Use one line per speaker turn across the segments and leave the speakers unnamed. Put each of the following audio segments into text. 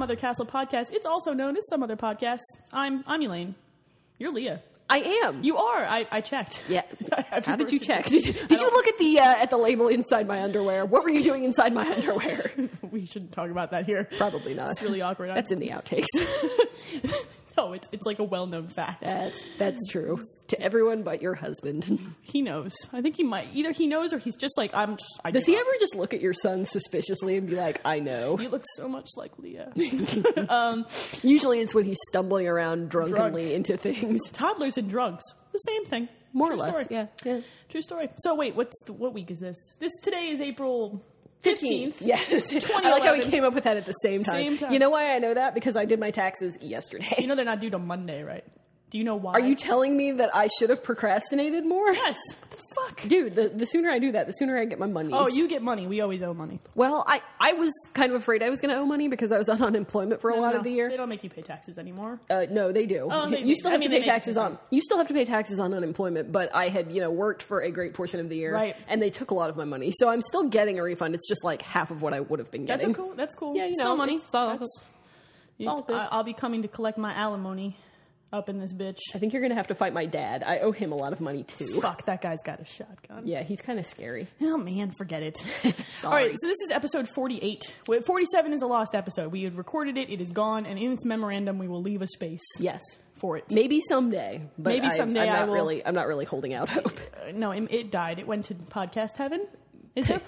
Other Castle podcast. It's also known as some other podcast. I'm I'm Elaine. You're Leah.
I am.
You are. I, I checked.
Yeah.
Happy
How did you
birthday.
check? Did, did you look at the uh, at the label inside my underwear? What were you doing inside my underwear?
We shouldn't talk about that here.
Probably not.
It's really awkward.
That's in the outtakes.
no, it's it's like a well known fact.
That's that's true to everyone but your husband.
He knows. I think he might. Either he knows or he's just like I'm. Just, I
Does
give
he
up.
ever just look at your son suspiciously and be like, "I know"?
You look so much like Leah.
Usually, it's when he's stumbling around drunkenly
Drunk.
into things.
Toddlers and drugs. The same thing.
More
True
or less.
story.
Yeah. Yeah.
True story. So wait, what's the, what week is this? This today is April fifteenth.
Yes. I like how we
2011.
came up with that at the same time.
Same time.
You know why I know that? Because I did my taxes yesterday.
You know they're not due till Monday, right? Do you know why?
Are you telling me that I should have procrastinated more?
yes. What the fuck?
Dude, the, the sooner I do that, the sooner I get my money.
Oh, you get money. We always owe money.
Well, I, I was kind of afraid I was going to owe money because I was on unemployment for a lot
No,
of the year.
They don't make you pay taxes anymore.
Uh, no, they do.
Oh, they
you
do.
still
I
have
mean,
to
they make
pay
it
taxes
the
on. You still have to pay taxes on unemployment, but I had you know worked for a great portion of the year,
Right.
And they took a lot of my money, so I'm still getting a refund. It's just like half of what I would have been
That's
getting.
a cool. That's cool.
Yeah, you
Still
know,
money.
it's all-
That's- you-
all good.
I, I'll be coming to collect my alimony up in this bitch.
I think you're gonna have to fight my dad. I owe him a lot of money too.
Fuck, that guy's got a shotgun.
Yeah, he's kind of scary.
Oh man, forget it. All
Sorry.
right, so this is episode 48. Wait, 47 is a lost episode. We had recorded it, it is gone, and in its memorandum, we will leave a space
Yes,
for it.
maybe someday. But
Maybe
I-
someday
I'm
I
not
will-
really. I'm not really holding out hope.
Uh, No, it, it died. It went to podcast heaven. Is there?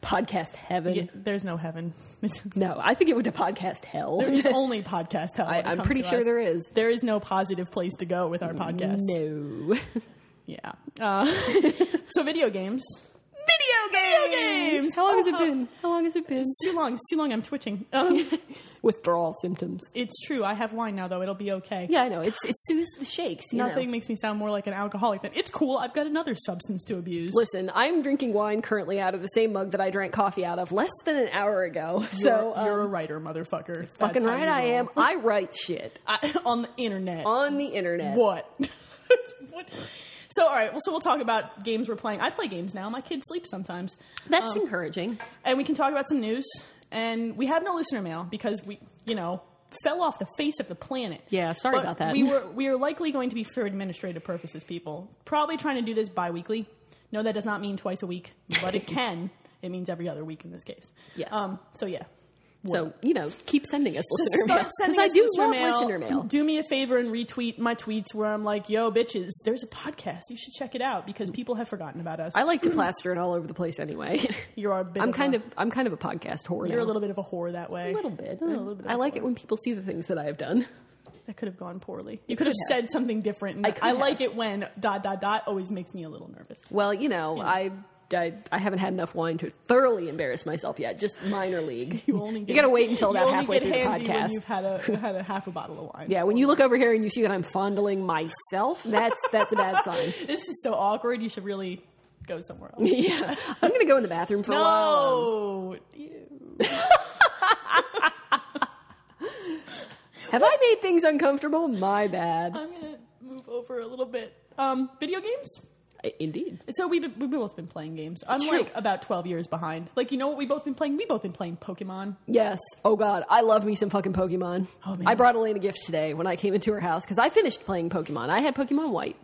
Podcast heaven.
Yeah, there's no heaven.
No, I think it went to podcast hell.
There's only podcast heaven.
I,
when it
I'm
comes
pretty
to
sure
us.
there is.
There is no positive place to go with our podcast.
No.
Yeah. Uh, so video games.
Video
games!
How long has
Oh,
it
how-
been? How long has it been?
It's too long. It's too long. I'm twitching. Um,
Withdrawal symptoms.
it's true. I have wine now, though. It'll be okay.
Yeah, I know. It's it soothes the shakes. You
Nothing
Know.
makes me sound more like an alcoholic than it's cool. I've got another substance to abuse.
Listen, I'm drinking wine currently out of the same mug that I drank coffee out of less than an hour ago. so
you're,
um,
you're a writer, motherfucker. That's
fucking
how
right,
you
I
roll.
am. I write shit
I, on the internet.
on the internet.
what? what? So, all right. Well, so we'll talk about games we're playing. I play games now. My kids sleep sometimes,
That's
Um,
encouraging.
and we can talk about some news. And we have no listener mail because we, you know, fell off the face of the planet.
Yeah, sorry
But
about that.
We were we are likely going to be for administrative purposes, people. Probably trying to do this bi-weekly. No, that does not mean twice a week, but it can. It means every other week in this case.
Yes.
Um. So yeah.
So you know, keep sending us listener mail
Start sending
I
us
do
listener
love
mail.
listener mail.
Do me a favor and retweet my tweets where I'm like, "Yo, bitches, there's a podcast. You should check it out because people have forgotten about us.
Mm. I like to plaster it all over the place anyway.
you're a bit
I'm kind of I'm kind of a podcast whore.
Uh-huh. you're
now.
a little bit of a whore that way.
A little bit.
A little bit.
I like it when people see the things that I have done.
That could have gone poorly. You could have
could
said something different. And
I
I,
could
like
have.
it when dot dot dot always makes me a little nervous.
Well, you know, I, I I haven't had enough wine to thoroughly embarrass myself yet. Just minor league.
You only get,
gotta wait until
you
about
only
halfway
get
through the
handsy
podcast.
When you've had a had a half a bottle of wine.
yeah, when you look over here and you see that I'm fondling myself, that's that's a bad sign.
This is so awkward. You should really go somewhere else. Oh,
Yeah, I'm gonna go in the bathroom for a while.
No. Ew.
Have I made things uncomfortable? My bad.
I'm gonna move over a little bit. Um, video games.
I- Indeed.
So we've been, we've both been playing games. I'm
true.
like about 12 years behind. Like you know what we both been playing? We both been playing Pokemon.
Yes. Oh God, I love me some fucking Pokemon.
Oh, man.
I brought Elaine a gift today when I came into her house because I finished playing Pokemon. I had Pokemon White,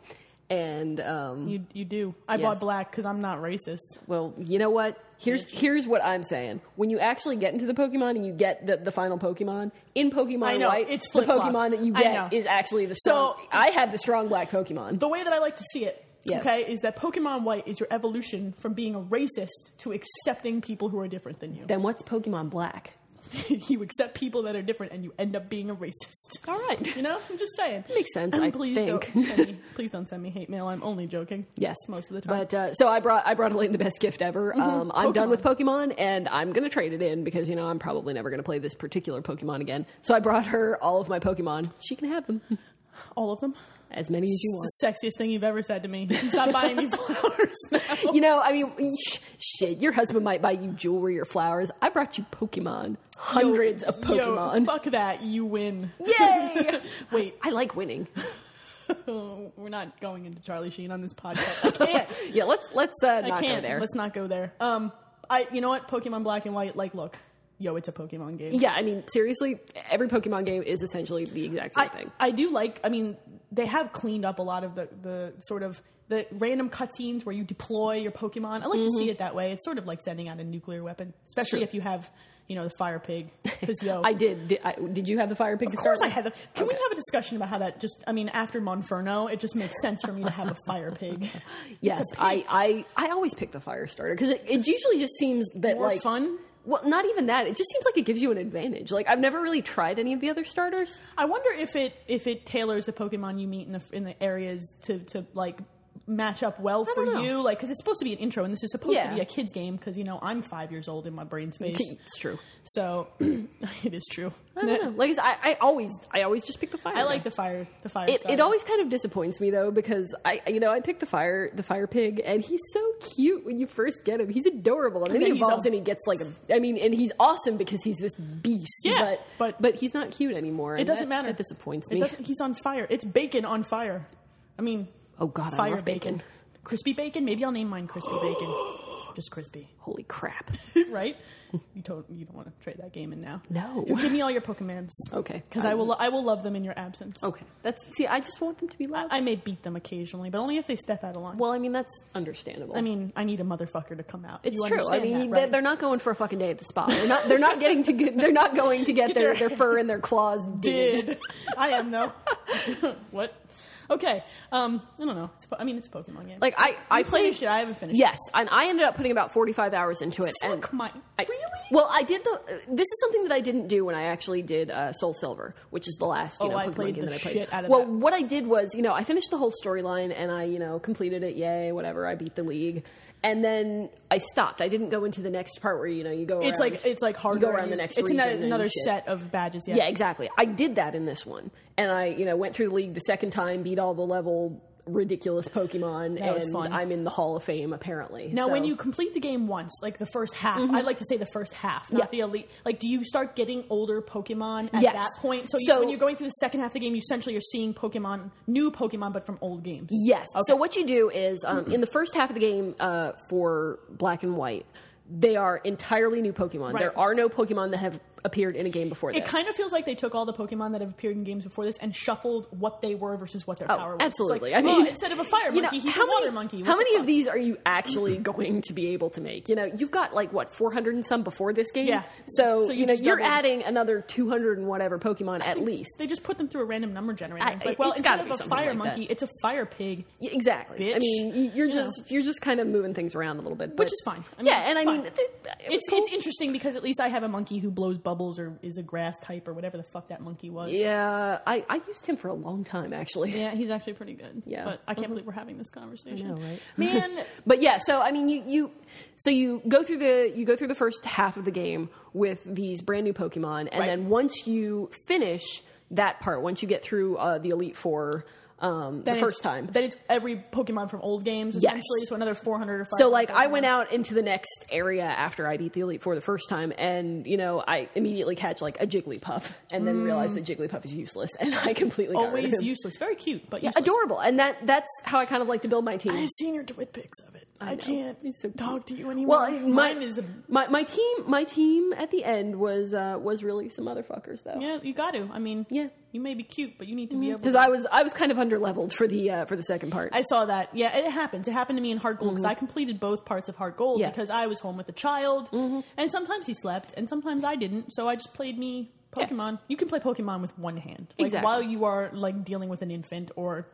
and um,
You you do. I
Yes.
bought black because I'm not racist.
Well, you know what? Here's here's what I'm saying. When you actually get into the Pokemon and you get the, the final Pokemon in Pokemon
I know,
White,
it's
the
flip-flopped.
Pokemon that you
I know.
get is actually the
So-
strong. I have the strong black Pokemon.
The way that I like to see it,
Yes.
okay, is that Pokemon White is your evolution from being a racist to accepting people who are different than you.
then what's Pokemon Black?
you accept people that are different and you end up being a racist.
All right.
You know, I'm just saying.
Makes sense,
And
I
please
think.
Don't send me, please don't send me hate mail. I'm only joking.
Yes,
most of the time. Mm-hmm.
But uh, so I brought I brought Elaine the best gift ever. Um, I'm done
Pokemon.
with Pokemon, and I'm gonna trade it in because you know I'm probably never gonna play this particular Pokemon again. So I brought her all of my Pokemon. She can have them
All of them.
as many as you want.
It's the sexiest thing you've ever said to me. Stop buying me flowers. now.
You know, I mean, sh- shit. Your husband might buy you jewelry or flowers. I brought you Pokemon, hundreds of
Yo,
Pokemon.
fuck that. You win.
Yay!
Wait,
I like winning.
oh, we're not going into Charlie Sheen on this podcast. I can't.
Yeah, let's let's uh,
I
not
can't.
go there.
Let's not go there. Um, I. You know what? Pokemon Black and White. Like, look, yo, it's a Pokemon game.
Yeah, I mean, seriously, every Pokemon game is essentially the exact same
I,
thing.
I do like. I mean, they have cleaned up a lot of the the sort of the random cutscenes where you deploy your Pokemon. I like to see it that way. It's sort of like sending out a nuclear weapon, especially
Mm-hmm. true.
if you have you know the fire pig. Because yo,
I did. Did, I, did you have the fire pig?
of course I had. The, can we have a discussion about how that just? I mean, after Monferno, it just makes sense for me to have a fire pig.
Yes, I, I, I always pick the fire starter because it, it usually just seems that
More
like
fun?
Well, not even that. It just seems like it gives you an advantage. Like I've never really tried any of the other starters.
I wonder if it if it tailors the Pokemon you meet in the in the areas to to like match up well for
don't know.
you like because it's supposed to be an intro and this is supposed
Yeah.
to be a kids game because you know i'm five years old in my brain space
It's true.
So it is true.
I don't know. Like I, said, I, I always, I always just pick the fire.
I like the fire. The fire.
It, it always kind of disappoints me though because I you know I picked the fire the fire pig and he's so cute when you first get him he's adorable and then
then
he
he's
evolves
a-
and he gets like a I mean and he's awesome because he's this beast
Yeah,
but
but-
but he's not cute anymore
It doesn't matter.
that disappoints
It
me
doesn't- he's on fire. It's bacon on fire. I mean,
oh god I
fire
love bacon.
crispy bacon. Maybe I'll name mine crispy bacon. Just crispy,
holy crap
right? You don't you don't want to trade that game in now.
No.
You give me all your Pokemons.
Okay. Oh.
because I will I will love them in your absence.
okay that's see I just want them to be loved
I may beat them occasionally, but only if they step out of line.
well I mean that's understandable
I mean, I need a motherfucker to come out.
it's
You
true I
understand
mean
that,
they-
right?
they're not going for a fucking day at the spa they're not they're not getting to get, they're not going to get,
Get
their,
their-
their fur and their claws did
did. I am though. what? Okay. Um, I don't know. It's, a po- I mean, it's a Pokemon game.
like I I
I
played
finished it. I haven't finished.
Yes, and I ended up putting about forty-five hours into it.
It.
and
Fuck my.
I-
really?
Well, I did the. uh, This is something that I didn't do when I actually did uh, Soul Silver, which is the last you
Oh,
know
I
Pokemon
played
game
the
that I played.
shit out of
well,
that.
what I did was, you know, I finished the whole storyline and I, you know, completed it. Yay, whatever. I beat the league, and then I stopped. I didn't go into the next part where you know you go.
It's
around-
like it's like harder.
You go around the next.
It's
region
another,
and
another
shit.
set of badges. Yeah.
Yeah, exactly. I did that in this one, and I, you know, went through the league the second time, beat all the level ridiculous Pokemon,
That was
and
fun.
I'm in the Hall of Fame
Now,
apparently. so. Mm-hmm.
when you complete the game once, like the first half, I'd like to say the first half, not
Yeah.
the elite. Like, do you start getting older Pokemon at
Yes.
that point? So, you,
So-
when you're going through the second half of the game, you essentially are seeing Pokemon, new Pokemon, but from old games.
Yes. So what you do is um, in the first half of the game uh, for Black and White, they are entirely new Pokemon.
Right.
There are no Pokemon that have appeared in a game before
It
this.
kind of feels like they took all the Pokemon that have appeared in games before this and shuffled what they were versus what their power was. It's
Oh, Absolutely.
Like,
I mean,
oh, instead of a fire monkey,
you know,
he's a
how many-
water monkey. What
how
the
many
fuck?
of these are you actually going to be able to make? You know, you've got like what 400 and some before this game.
Yeah.
So,
So you
you know,
just
you're
doubled.
adding another 200 and whatever Pokemon at least.
They just put them through a random number generator.
I-
It's like, well,
it's
instead
gotta
of
be
a
something
fire
like
monkey,
that.
it's a fire pig.
Yeah, Exactly. I
Bitch.
mean, y- you're
You
just you're just kind of moving things around a little bit, but-
is fine. I
yeah,
mean,
and I
fine.
mean, th- th- it was
It's,
cool.
it's interesting because at least I have a monkey who blows bubbles or is a grass type or whatever the fuck that monkey was.
Yeah, I, I used him for a long time actually.
Yeah, he's actually pretty good.
Yeah. Mm-hmm.
But I can't believe we're having this conversation.
know, right?
Man,
But yeah, so I mean, you, you so you go through the you go through the first half of the game with these brand new Pokemon, and
Right.
then once you finish that part, once you get through uh, the Elite Four um, the
then it's-
first time,
Then it's every Pokemon from old games,
Yes.
essentially. So another 400 or 500.
So like I went out into the next area after I beat the Elite Four the first time, and you know I immediately catch like a Jigglypuff, and then realize that Jigglypuff is useless, and I completely got rid of
Mm. Always
him.
useless. Very cute, but useless.
adorable, and that that's how I kind of like to build my team.
I've seen your twit pics of it. I,
know.
can't
It's so cute.
talk to you anymore.
Well, I- my,
mine is a
my my team my team at the end was uh, was really some motherfuckers though.
yeah. You got to. I mean,
Yeah.
You may be cute, but you need to be able.
Because
to-
I was I was kind of underleveled for the uh, for the second part.
I saw that. Yeah, it happens. It happened to me in Hard Gold because I completed both parts of Hard Gold
Yeah.
because I was home with a child, and sometimes he slept, and sometimes I didn't. So I just played me
Yeah.
Pokemon. You can play Pokemon with one hand, like
Exactly.
while you are like dealing with an infant or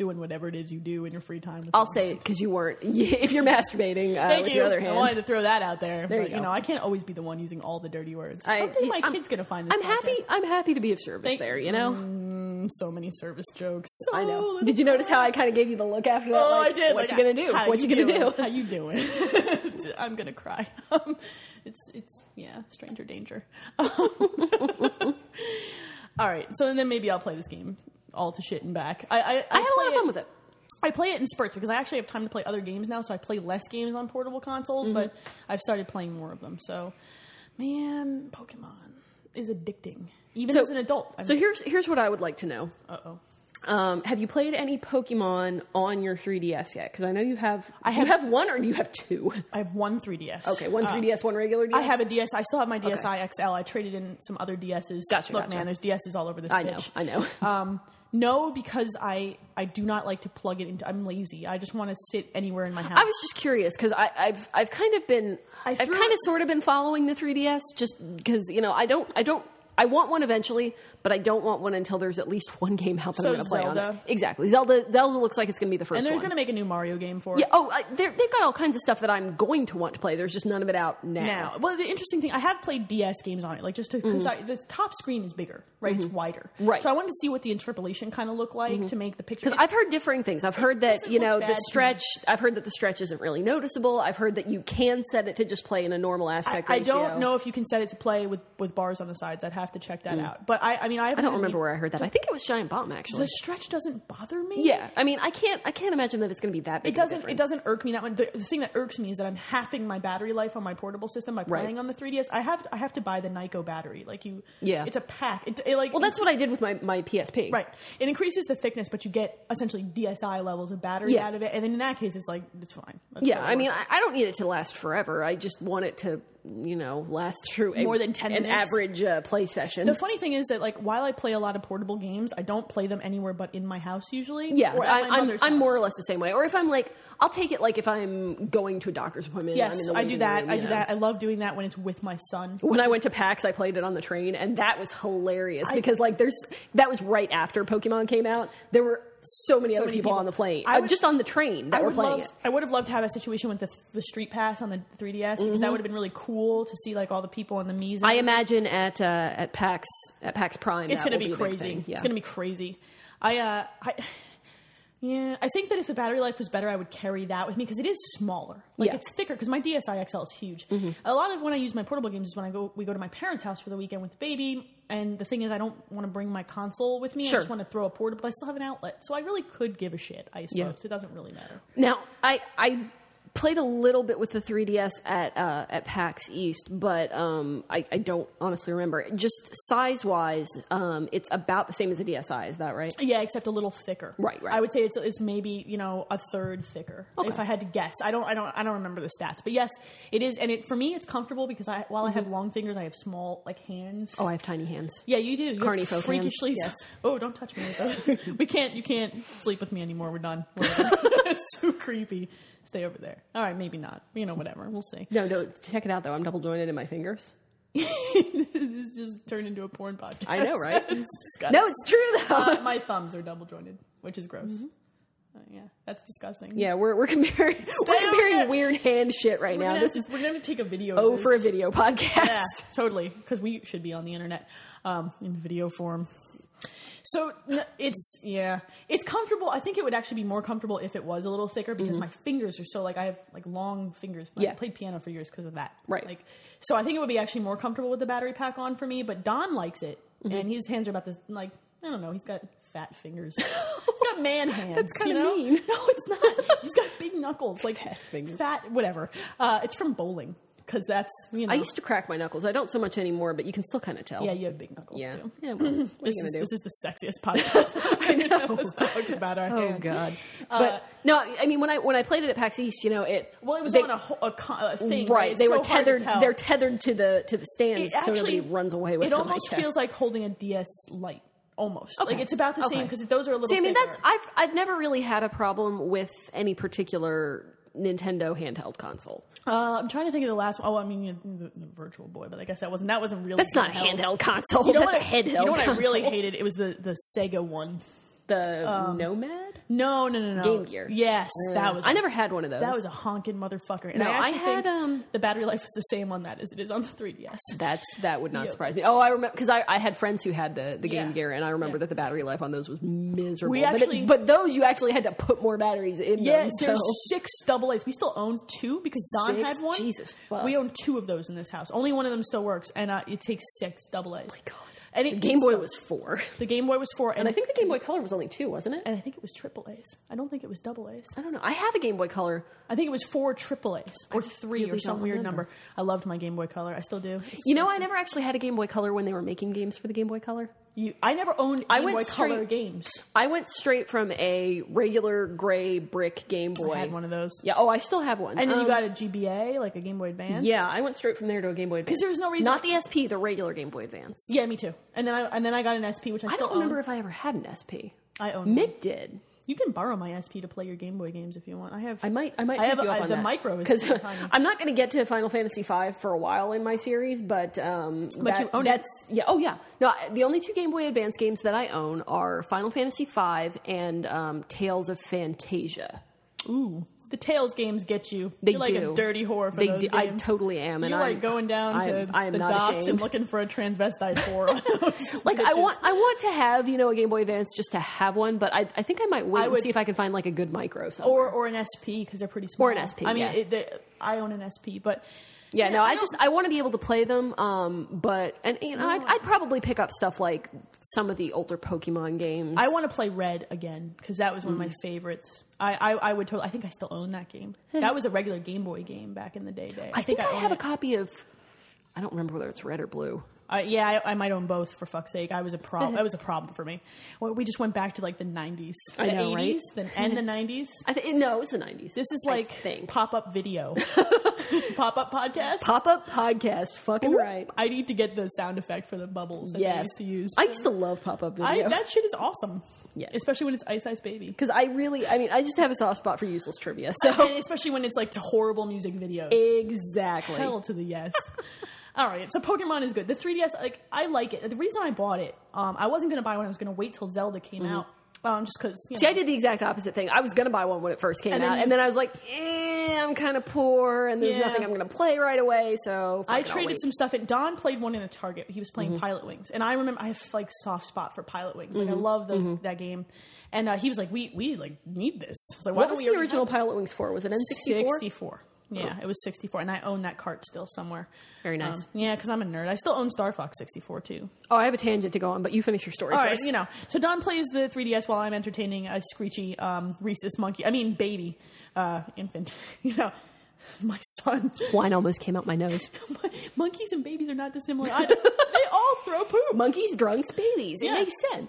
doing whatever it is you do in your free time. with
I'll
one
say it because you weren't. If you're masturbating uh,
Thank
with
you.
your other hand,
I wanted to throw that out there.
There
but,
you
you,
go.
know, I can't always be the one using all the dirty words.
I-
Something my
I'm-
kid's gonna find. This
I'm happy.
podcast.
I'm happy to be of service
Thank- Mm.
there. You know.
So many service jokes.
I
So
know.
many-
Did you notice how I kind of gave you the look after that?
Oh,
like,
I did.
What
Like,
you gonna do?
how
What you, gonna
doing?
do?
How you doing? I'm gonna cry. Um, it's it's yeah, stranger danger. all right. So then maybe I'll play this game all to shit and back. I I, I,
I had a
play
lot of fun with it.
I play it in spurts because I actually have time to play other games now, so I play less games on portable
Mm-hmm.
consoles, but I've started playing more of them. So, man, Pokemon is addicting, even
So-
as an adult. I'm,
So here's here's what I would like to know.
uh oh,
Um, have you played any Pokemon on your 3DS yet? Because I know you have. I have, you have one, or do you have two?
I have one 3DS.
Okay, one
Uh,
3DS, one regular DS.
I have a DS. I still have my DSi XL. I traded in some other DSs.
Gotcha,
Look,
gotcha.
man, there's DSs all over this.
I know,
bitch.
I know.
Um, no, because I I do not like to plug it into. I'm lazy. I just want to sit anywhere in my house.
I was just curious because I've I've kind of been
I
I've
threw-
kind of sort of been following the 3ds just because you know I don't I don't I want one eventually, but I don't want one until there's at least one game out that
So
I'm going to play on
Zelda.
it. Exactly, Zelda Zelda looks like it's going to be the first
and they're
one.
going to make a new Mario game for it.
yeah, oh, I, they're- they've got all kinds of stuff that I'm going to want to play. There's just none of it out now.
now. Well, the interesting thing, I have played DS games on it, like just because the top screen is bigger, right? It's wider,
Mm. Mm-hmm. Right. Mm-hmm.
So I wanted to see what the interpolation kind of looked like to make the picture.
I've heard differing things. I've heard that
doesn't
you know
look
the
bad to me.
stretch. I've heard that the stretch isn't really noticeable. I've heard that you can set it to just play in a normal
I,
aspect
I
ratio.
don't know if you can set it to play with with bars on the sides. I'd have to check that out. But I, I mean, I,
Mm. I don't remember where I heard that. I think it was Giant Bomb actually.
The stretch doesn't bother me.
Yeah, I mean, I can't, I can't imagine that it's going to be that big.
It doesn't. It doesn't irk me that much. The, the thing that irks me is that I'm halving my battery life on my portable system by
Right.
playing on the 3ds. I have. I have to buy the Nyko battery. Like you.
Yeah.
It's a pack. It, it like.
Well, that's what I did with my my PSP.
Right. It increases the thickness, but you get essentially DSI levels of battery
Yeah.
out of it. And then in that case, it's like, it's fine. That's
Yeah,
what
I
it
mean,
was.
I, I don't need it to last forever. I just want it to, you know, last through a,
More than 10
an
minutes.
average uh, play session.
the funny thing is that, like, while I play a lot of portable games, I don't play them anywhere but in my house usually.
yeah,
or at
I,
my
I'm
mother's
I'm
house.
more or less the same way. Or if I'm like, I'll take it like if I'm going to a doctor's appointment. and I'm
Yes,
in the
I do
waiting
that.
room,
I
you
do
know.
that. I love doing that when it's with my son.
When I went to PAX, I played it on the train, and that was hilarious because like there's that was right after Pokemon came out. There were so many other
many
people,
people.
on the plane,
I
uh,
would-
just on the train that
I
were
would,
playing
love,
it.
I would have loved to have a situation with the, the Street Pass on the 3DS because
Mm-hmm.
that would have been really cool to see like all the people and the Mii's.
I imagine at uh, at PAX at PAX Prime,
it's
that
going to be
will a big
crazy.
thing. Yeah.
It's going to be crazy. I, uh, I, yeah, I think that if the battery life was better, I would carry that with me because it is smaller. Like
Yeah. Mm-hmm.
it's thicker because my DSi XL is huge. A lot of when I use my portable games is when I go we go to my parents' house for the weekend with the baby. And the thing is, I don't want to bring my console with me. I
Sure.
just want to throw a portable. But I still have an outlet, so I really could give a shit. I suppose it doesn't really matter.
Now, I I played a little bit with the 3DS at uh, at PAX East, but um, I, I don't honestly remember. Just size wise, um, it's about the same as the DSi. Is that right?
Yeah, except a little thicker.
Right, right.
I would say it's it's maybe you know a third thicker if I had to guess. I don't I don't I don't remember the stats, but yes, it is. And it for me, it's comfortable because I while I have long fingers, I have small like hands.
Oh, I have tiny hands.
Yeah, you do. You have
Carny folk hands,
freakishly.
yes.
Oh, don't touch me with those. we can't. You can't sleep with me anymore. We're done. We're done. it's too creepy. Stay over there. All right, maybe not. You know, whatever. We'll see.
No, no. Check it out though. I'm double jointed in my fingers.
This just turned into a porn podcast.
I know, right?
It's disgusting.
no, it's true though.
Uh, my thumbs are double jointed, which is gross. Uh, yeah, that's disgusting.
Mm-hmm. Yeah, we're we're comparing we're
over
comparing
there.
weird hand shit right
We're
now.
gonna,
This
have
is
to, we're gonna have to take a video.
oh
of
for a
this.
video podcast.
Yeah, totally. Because we should be on the internet um, in video form. So n- it's yeah, it's comfortable. I think it would actually be more comfortable if it was a little thicker because my fingers are so like I have like long fingers.
Mm-hmm. Yeah.
I played piano for years because of that.
Right.
Like so, I think it would be actually more comfortable with the battery pack on for me. But Don likes it,
Mm-hmm.
and his hands are about this like I don't know. He's got fat fingers. he's got man hands. That's
kinda
you know?
mean.
No, it's not. he's got big knuckles, like fat
fingers.
fat whatever. Uh, it's from bowling because that's you know.
I used to crack my knuckles. I don't so much anymore, but you can still kind of tell.
Yeah, you have big knuckles
yeah.
too.
Yeah, well, what are you
This
gonna
is,
do?
this is the sexiest podcast I know. Let's talk about our
Oh
hands.
God! but no, I mean when I when I played it at PAX East, you know it.
Uh, Well, it was
they-
on a, ho- a, con- a thing.
right.
Right,
they
It's
were
so hard to
tethered.
tell.
They're tethered to the to the stands,
It
so nobody runs away with
It
them.
almost
I guess.
feels like holding a DS Lite. Almost like
Okay.
it's about the same
Okay.
because those are a little.
See, I mean,
thicker.
that's I've I've never really had a problem with any particular Nintendo handheld console.
Uh, I'm trying to think of the last. one. Oh, I mean, the, the Virtual Boy, but I guess that wasn't. That wasn't really.
That's not a handheld console.
You know
That's
what
a
I-
handheld.
You know what I really
console.
hated? It was the the Sega one.
The Nomad
No, no, no, no.
Game Gear. Mm.
Yes, um, that was.
I never had one of those.
That was a honking motherfucker. And
No,
I,
I
actually
had,
think
um,
the battery life is the same on that as it is on the 3DS.
That's that would not
Yeah,
surprise me. Oh, I remember because I, I had friends who had the, the Game
Yeah.
Gear, and I remember
Yeah.
that the battery life on those was miserable.
We
But it-
actually-
but, those you actually had to put more batteries in.
Yeah,
them,
there's
so-
six double A's. We still own two because Don
Six?
had one.
Jesus, fuck.
We own two of those in this house. Only one of them still works, and uh, it takes six double A's. Oh my god! And it,
Game Boy was four,
the Game Boy was four, and,
and I think the Game Boy Color was only two, wasn't it?
and I think it was triple A's. I don't think it was double A's.
I don't know. I have a Game Boy Color.
I think it was four triple A's or three
really
or some
don't
weird
remember.
number. I loved my Game Boy Color. I still do. It's-
You know, I never actually had a Game Boy Color when they were making games for the Game Boy Color.
You, I never owned
I
Game
went
Boy Color
straight-
games.
I went straight from a regular gray brick Game Boy.
I had one of those.
Yeah. Oh, I still have one.
And then
Um,
you got a GBA, like a Game Boy Advance.
Yeah, I went straight from there to a Game Boy Advance.
there was no reason-
Not the SP, the regular Game Boy Advance.
yeah, me too. And then I and then I got an SP, which I,
I
still
don't remember
Own.
if I ever had an SP.
I own. one.
Mick did.
You can borrow my SP to play your Game Boy games if you want. I have.
I might. I might.
I
take
have-
you up
I-
on
the
that.
micro is
'Cause
too tiny.
I'm not going to get to Final Fantasy V for a while in my series, but um, but
you own it.
that's yeah. Oh yeah. No, I- the only two Game Boy Advance games that I own are Final Fantasy V and um, Tales of Fantasia.
Ooh, the Tails games get you.
They
You're like
do.
a dirty whore for
They
those
do- I
games.
totally am, and
You're
I'm
like going down
I
to
am- I am
the
not
docks
ashamed.
and looking for a transvestite whore. on those
Like I
bitches.
want, I want to have you know a Game Boy Advance just to have one, but I, I think I might wait
I
and
would-
see if I can find like a good micro. Somewhere.
or or an SP because they're pretty small.
Or an SP,
I mean,
yeah.
it, they, I own an SP, but
Yeah, no, I,
don't-
just I want to be able to play them, um, but and you know, I'd, I'd probably pick up stuff like some of the older Pokemon games.
I want to play Red again because that was one
Mm.
of my favorites. I, I, I would totally. I think I still own that game. that was a regular Game Boy game back in the day. day.
I think I,
own
have a
it.
copy of. I don't remember whether it's red or blue.
I- yeah, I, I might own both for fuck's sake. I was a problem. that was a problem for me. Well, we just went back to like the nineties, the
I know, right?
eighties, and the nineties.
I th- no, it was the nineties.
This is
I
like
think
pop up video, pop up podcast.
pop up podcast. Fucking right.
I need to get the sound effect for the bubbles that
Yes,
they used to
I
use.
used to love pop up
I,
video
that shit is awesome.
Yes.
especially when it's Ice Ice Baby.
because I really, I mean, I just have a soft spot for useless trivia. So
And especially when it's like to horrible music videos.
exactly.
Hell to the yes. All right, so Pokemon is good. The 3DS, like I like it. The reason I bought it, um, I wasn't gonna buy one. I was gonna wait till Zelda came out, um, just because. You know,
Mm-hmm. See, I did the exact opposite thing. I was going to buy one when it first came
And
out,
then you-
and then I was like, eh, I'm kind of poor, and there's
Yeah.
nothing I'm going to play right away, so. fuck
I
it, I'll
traded
wait. Mm-hmm.
some stuff. And Don played one in a Target. He was playing Pilot Wings, and I remember I have like soft spot for Pilot Wings. Like I
Mm-hmm.
love those, that game. And uh, he was like, "We we like need this." I was like, why
What
don't
was
we
the
already
original
have this?
Pilot Wings for? Was it N64?
64. Yeah, it was 64, and I own that cart still somewhere. Um,
Very nice.
yeah, because I'm a nerd. I still own Star Fox 64 too.
Oh, I have a tangent to go on, but you finish your story
All right,
first.
you know. So Don plays the 3DS while I'm entertaining a screechy um, rhesus monkey. I mean, baby, uh, infant. You know, my son.
Wine almost came out my nose.
Monkeys and babies are not dissimilar either. they all throw poop.
Monkeys, drunks, babies. It
Yeah.
makes sense.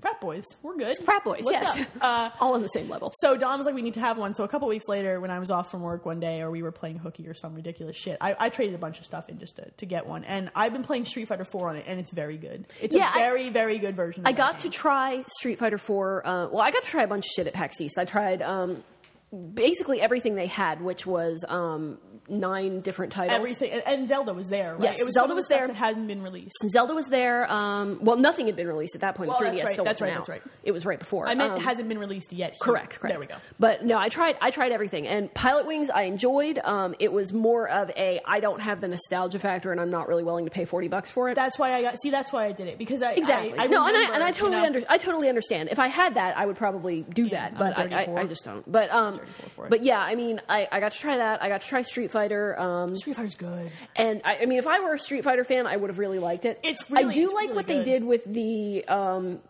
Frat boys, we're good.
Frat boys,
What's
yes.
up? Uh,
All on the same level.
so Don was like, we need to have one. So a couple weeks later, when I was off from work one day, or we were playing hooky or some ridiculous shit, I, I traded a bunch of stuff in just to, to get one. And I've been playing Street Fighter 4 on it, and it's very good. It's
Yeah,
a
I-
very, very good version. Of
I got to try Street Fighter 4. Uh, well, I got to try a bunch of shit at PAX East. I tried um, basically everything they had, which was um, nine different titles.
everything. And, and Zelda was there. Right?
Yes,
it was some
Zelda
of the
was
stuff
there.
That hadn't been released.
Zelda was there. Um, well, nothing had been released at that point.
Well,
the 3DS
that's right,
still
that's
wasn't
right,
out.
that's right.
It was right before.
I meant
Um,
it hasn't been released yet.
Correct, correct.
There we go.
But no, I tried. I tried everything, and Pilot Wings I enjoyed. Um, it was more of a I don't have the nostalgia factor, and I'm not really willing to pay forty bucks for it.
That's why I got. See, that's why I did it because I
exactly.
I, I
no, and I
remember,
and I totally
you know,
under, I totally understand. If I had that, I would probably do that,
I'm
but
a dirty
I, I,
whore.
I just don't. But um,
whore for it.
but yeah, I mean, I, I got to try that. I got to try Street Fighter. Um,
Street Fighter's good.
And I, I mean, if I were a Street Fighter fan, I would have really liked it.
It's really-
I do
it's
like
really
what
good.
they did with the um,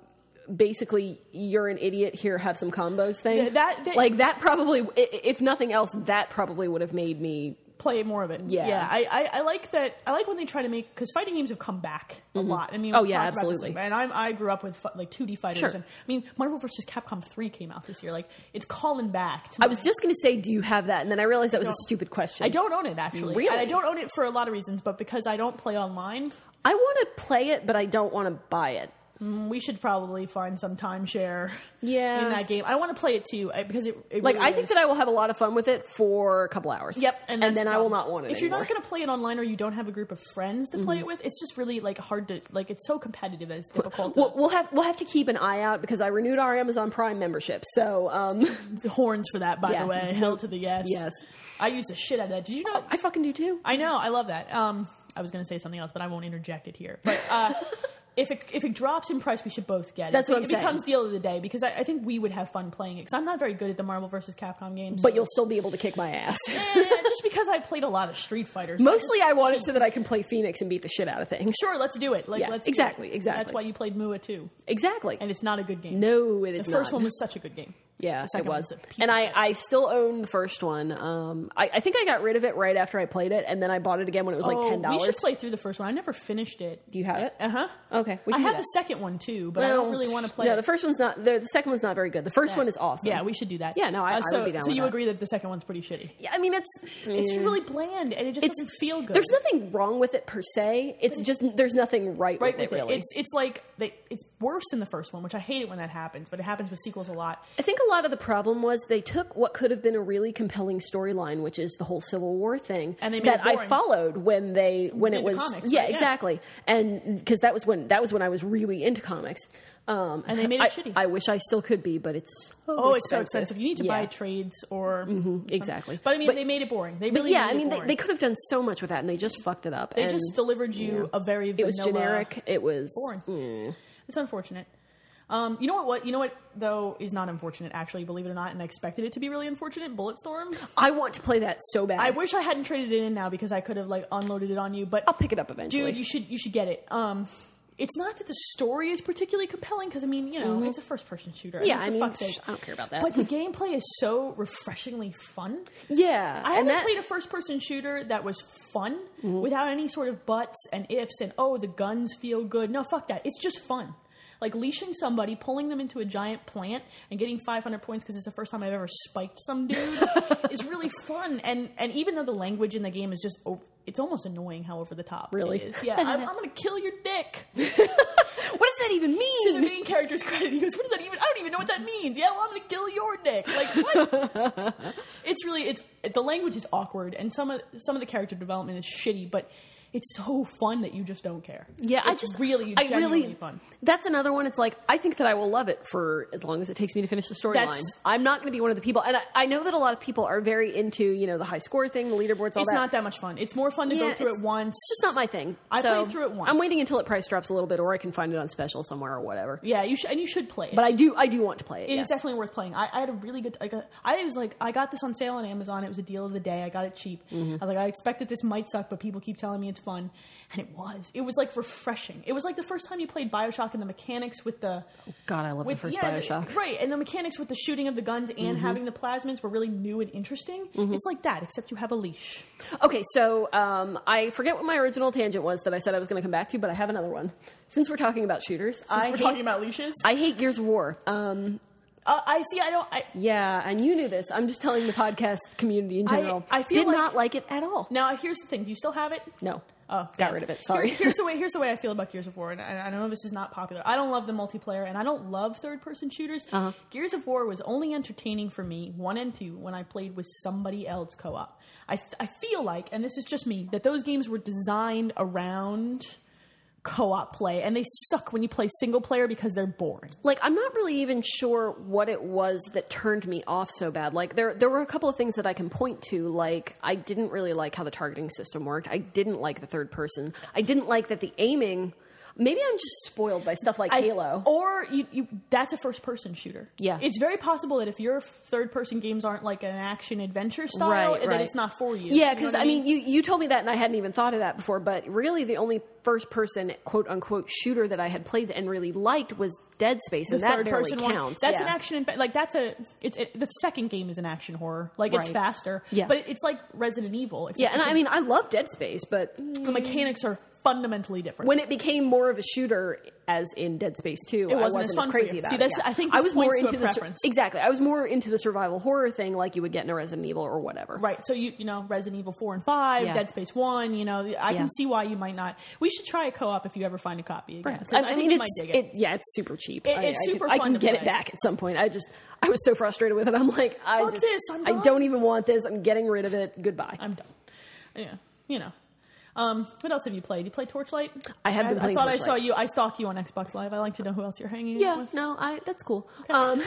basically you're an idiot here have some combos thing.
Th- that- that-
like that probably, i- i- if nothing else, that probably would have made me.
Play more of it.
Yeah.
yeah. I, I, I like that. I like when they try to make because fighting games have come back a lot. I mean,
Oh,
we've
yeah,
talked about this,
absolutely.
and I'm I grew up with like 2D fighters,
Sure.
and I mean, Marvel vs. Capcom 3 came out this year. Like, it's calling back. To
I was just going to say, do you have that? And then I realized that was a
don't.
stupid question.
I don't own it actually.
Really?
And I don't own it for a lot of reasons, but because I don't play online,
I want to play it, but I don't want to buy it.
we should probably find some timeshare.
Yeah.
In that game, I want to play it too I- because it, it
Like
really
I think
is-
that I will have a lot of fun with it for a couple hours.
Yep,
and,
that's
then
the
I will
problem.
not want it. Mm-hmm.
If you're not going to play it online or you don't have a group of friends to play it with, it's just really like hard to like. It's so competitive that it's difficult.
We'll, we'll have we'll have to keep an eye out because I renewed our Amazon Prime membership. So um,
the horns for that, by
Yeah. Mm-hmm.
the way. Hell to the yes.
Yes.
I use the shit out of that. Did you know?
I fucking do too.
I know. I love that. Um, I was going to say something else, but I won't interject it here. But uh, if it if it drops in price, we should both get it.
That's
it,
what I'm
it
saying.
becomes deal of the day because I, I think we would have fun playing it because I'm not very good at the Marvel versus Capcom games.
but you'll still be able to kick my ass.
Eh, just because I played a lot of Street Fighters.
Mostly, I want it so that I can play Phoenix and beat the shit out of things.
Sure, let's do it. Like,
Yeah,
let's do
exactly,
it.
exactly.
That's why you played Mua too,
Exactly.
and it's not a good game.
no, it is
The first
not.
one was such a good game.
Yeah, it
second
was.
one's a piece
And
of
I, I still own the first one. Um, I, I think I got rid of it right after I played it, and then I bought it again when it was like
Oh,
ten
We should
dollars.
play through the first one. I never finished it.
Do you have it?
Uh huh.
Okay, we
I
can do
have
that.
the second one too, but I don't really want to play.
No,
it.
the first one's not. The, the second one's not very good. The first one is awesome.
yeah, we should do that. Uh,
Yeah, no, I- I would
so,
be down
so
with
you
that.
agree that the second one's pretty shitty?
Yeah, I mean it's
It's really bland, and it just doesn't feel good.
There's nothing wrong with it per se. It's just there's nothing right,
right
with it.
with
Really,
it. It's it's like they, it's worse than the first one, which I hate it when that happens, but it happens with sequels a lot.
I think a lot of the problem was they took what could have been a really compelling storyline, which is the whole Civil War thing,
And they made
that
it
I
boring.
followed when they when
Did
it
the
was
comics,
yeah
right? Yeah.
exactly, and because that was when that was when I was really into comics. Um,
And they made it
I,
shitty.
I wish I still could be, but it's so
Oh, it's so expensive. You need to
Yeah,
buy trades or
exactly.
But I mean, they made it boring. They
but
really made
yeah, I
it
mean, they,
boring.
they could have done so much with that, and they just fucked it up.
They
and
just delivered you a very vanilla,
it was generic. Mm. It was
boring. It's unfortunate. Um, you know what, what? You know what? Though is not unfortunate. Actually, believe it or not, and I expected it to be really unfortunate. Bulletstorm.
I want to play that so bad.
I wish I hadn't traded it in now because I could have like unloaded it on you. But
I'll pick it up eventually.
dude, you should you should get it. Um, it's not that the story is particularly compelling because I mean, you know, it's a first person shooter.
Mm-hmm. yeah,
for
I mean,
fuck's sake.
I don't care about that.
But the gameplay is so refreshingly fun.
yeah,
I haven't
and that, Mm-hmm.
played a first person shooter that was fun without any sort of buts and ifs and oh the guns feel good. No, fuck that. It's just fun. Like leashing somebody, pulling them into a giant plant, and getting 500 points because it's the first time I've ever spiked some dude is really fun. And and even though the language in the game is just, over, it's almost annoying how over the top.
Really?
it is. Yeah, I'm, I'm gonna kill your dick.
What does that even
to the
mean?
main character's credit, he goes, "What does that even? I don't even know what that means." Yeah, well, I'm gonna kill your dick. Like what? it's really it's the language is awkward, and some of some of the character development is shitty, but it's so fun that you just don't care.
Yeah, I
It's
just
really,
I
genuinely
really
fun.
That's another one. It's like I think that I will love it for as long as it takes me to finish the storyline.
That's-
I'm not going to be one of the people, and I, I know that a lot of people are very into you know the high score thing, the leaderboards, all
It's
that.
not that much fun. It's more fun to
Yeah,
go through
it's-
it once.
it's just not my thing.
I
so
played through it once.
I'm waiting until it price drops a little bit, or I can find it on special somewhere or whatever.
yeah, you should and you should play it.
But I do, I do want to play it.
It is
yes.
definitely worth playing. I, I had a really good. Like, a, I was like, I got this on sale on Amazon. It was a deal of the day. I got it cheap.
Mm-hmm.
I was like, I expected this might suck, but people keep telling me it's fun, and it was. It was like refreshing. It was like the first time you played Bioshock and the mechanics with the
God, I love
with
the first
yeah, the-
Bioshock. Mm-hmm.
right? And the mechanics with the shooting of the guns and having the plasmids were really new and interesting. It's like that, except you have a leash.
Okay, so um, I forget what my original tangent was that I said I was going to come back to, but I have another one. Since we're talking about shooters,
Since
I
we're
hate,
talking about leashes,
I hate Gears of War. Um,
uh, I see. I don't. I,
Yeah, and you knew this. I'm just telling the podcast community in general.
I feel
did
like-
not like it at all.
now here's the thing. Do you still have it?
No,
Oh,
got
yeah.
rid of it. Sorry.
Here- here's the way. Here's the way I feel about Gears of War, and I, I know this is not popular. I don't love the multiplayer, and I don't love third-person shooters.
Uh-huh.
Gears of War was only entertaining for me one and two when I played with somebody else co-op. I th- I feel like, and this is just me, that those games were designed around co-op play, and they suck when you play single player because they're boring.
like I'm not really even sure what it was that turned me off so bad. Like there there were a couple of things that I can point to. Like I didn't really like how the targeting system worked. I didn't like the third person. I didn't like that the aiming. Maybe I'm just spoiled by stuff like
I- Oh,
Halo.
Or you, you, that's a first person shooter.
Yeah.
It's very possible that if your third person games aren't like an action adventure style,
Right,
that
right.
it's not for you.
Yeah,
You know
because
what
I mean, you, you told me that, and I hadn't even thought of that before. But really, the only first person quote unquote shooter that I had played and really liked was Dead Space, and that barely
one.
counts.
That's an
yeah.
action. and fa- Like that's a. It's it, the second game is an action horror. Like it's
Right.
faster.
Yeah.
But it's like Resident Evil. except
Yeah, and I mean, I love Dead Space, but
the mechanics are fundamentally different.
when it became more of a shooter, as in Dead Space Two, it
wasn't as fun for
crazy
you.
about
See,
it.
that's-
yeah.
I think
I
this
was more
points to a
into the sur-
preference.
exactly. I was more into the survival horror thing, like you would get in a Resident Evil or whatever.
right. So you you know Resident Evil four and five,
Yeah.
Dead Space one. You know I
Yeah.
can see why you might not. We should try a co op if you ever find a copy. Again, 'cause
I,
I,
I
think
mean,
you
it's,
might dig it.
it. yeah, it's super cheap.
It-
I-
it's
I,
super
Can, I
fun
can
to
get it
play.
back at some point. I just, I was so frustrated with it. I'm like, I
Fuck
just,
this, I'm
I
done.
don't even want this. I'm getting rid of it. Goodbye.
I'm done. Yeah. You know. Um, what else have you played? You play Torchlight?
I have been
I,
playing
thought I saw
Torchlight.
you. I stalk you on Xbox Live. I like to know who else you're hanging out
yeah,
with.
no, I. That's cool. Um,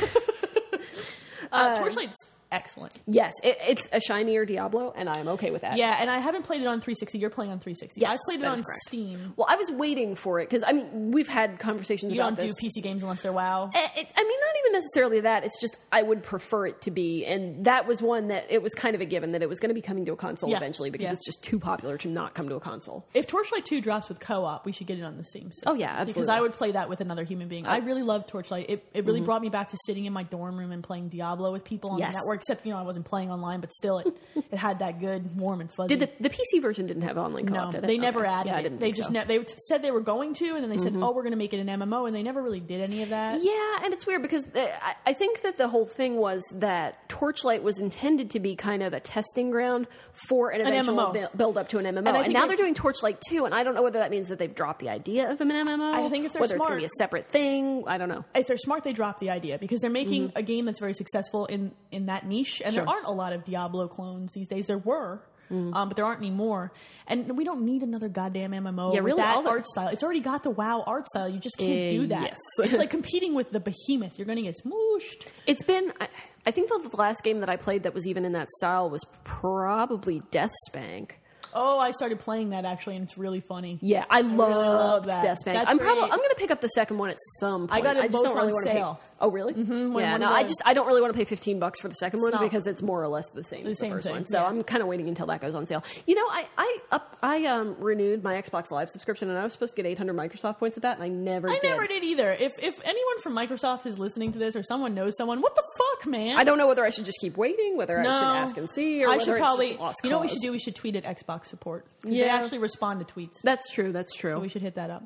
Uh, Torchlight's excellent.
yes, it, it's a shinier Diablo, and I'm okay with that.
Yeah, and I haven't played it on 360. You're playing on 360.
Yes,
I played it
that
on
is correct.
Steam.
Well, I was waiting for it because I mean, we've had conversations
You
about
don't do
this.
PC games unless they're WoW.
Eh, it- I mean, not even necessarily that. It's just I would prefer it to be, and that was one that it was kind of a given that it was going to be coming to a console
Yeah.
eventually because
Yeah.
it's just too popular to not come to a console.
If Torchlight 2 drops with co op, we should get it on the Steam system.
Oh, yeah,
Because
absolutely. Mm-hmm.
I would play that with another human being. I really love Torchlight. It, it really brought me back to sitting in my dorm room and playing Diablo with people on
Yes.
the network, except, you know, I wasn't playing online, but still, it, it had that good, warm, and fuzzy.
Did the, the PC version didn't have online co-op?
no,
did it?
they never
Okay.
added
Yeah,
it.
I didn't
they
think
just
so. Mm-hmm.
ne- they t- said they were going to, and then they said, "Oh, we're going to make it an MMO," and they never really did any of that.
Yeah, and it's weird because uh, I, I think that the whole thing was that Torchlight was intended to be kind of a testing ground for an eventual
MMO.
bu- build up to an MMO, and,
I think
now
if-
they're doing Torchlight two, and I don't know whether that means that they've dropped the idea of an MMO.
I think if they're
whether it's going
smart-
to be a separate thing, I don't know.
If they're smart, they drop the idea because they're making a game that's very successful in in that niche, and there
Mm-hmm. Sure. Mm.
aren't a lot of Diablo clones these days. There were. Um, but there aren't any more, and we don't need another goddamn MMO
Yeah,
with
really, all
that
the-
art style. It's already got the WoW art style. You just can't
Uh,
do that.
yes.
it's like competing with the behemoth. You're going to get smooshed.
It's been. I, I think the last game that I played that was even in that style was probably Deathspank.
Oh, I started playing that actually, and it's really funny.
Yeah, I,
love
loved
that.
Deathspank.
That's
I'm probably
great.
I'm going to pick up the second one at some point.
got it
I just
both
don't really
on
want to
sale. Mm-hmm,
Pay, oh, really?
when
yeah,
one
no,
of
I
the-
just I don't really want to pay 15 bucks for the second one
not-
because it's more or less the same as the
same
first
thing,
one. So
yeah.
I'm kind of waiting until that goes on sale. You know, I I up, I um renewed my Xbox Live subscription and I was supposed to get 800 Microsoft points with that and I never
I
did.
never did either. If if anyone from Microsoft is listening to this or someone knows someone, what the fuck, man?
I don't know whether I should just keep waiting, whether I should ask and see, or
I
whether
should
it's just
probably.
lost
you know what we
cause.
should do? We should tweet at Xbox support. 'Cause They
Yeah.
actually respond to tweets.
That's true. That's true.
we should hit that up.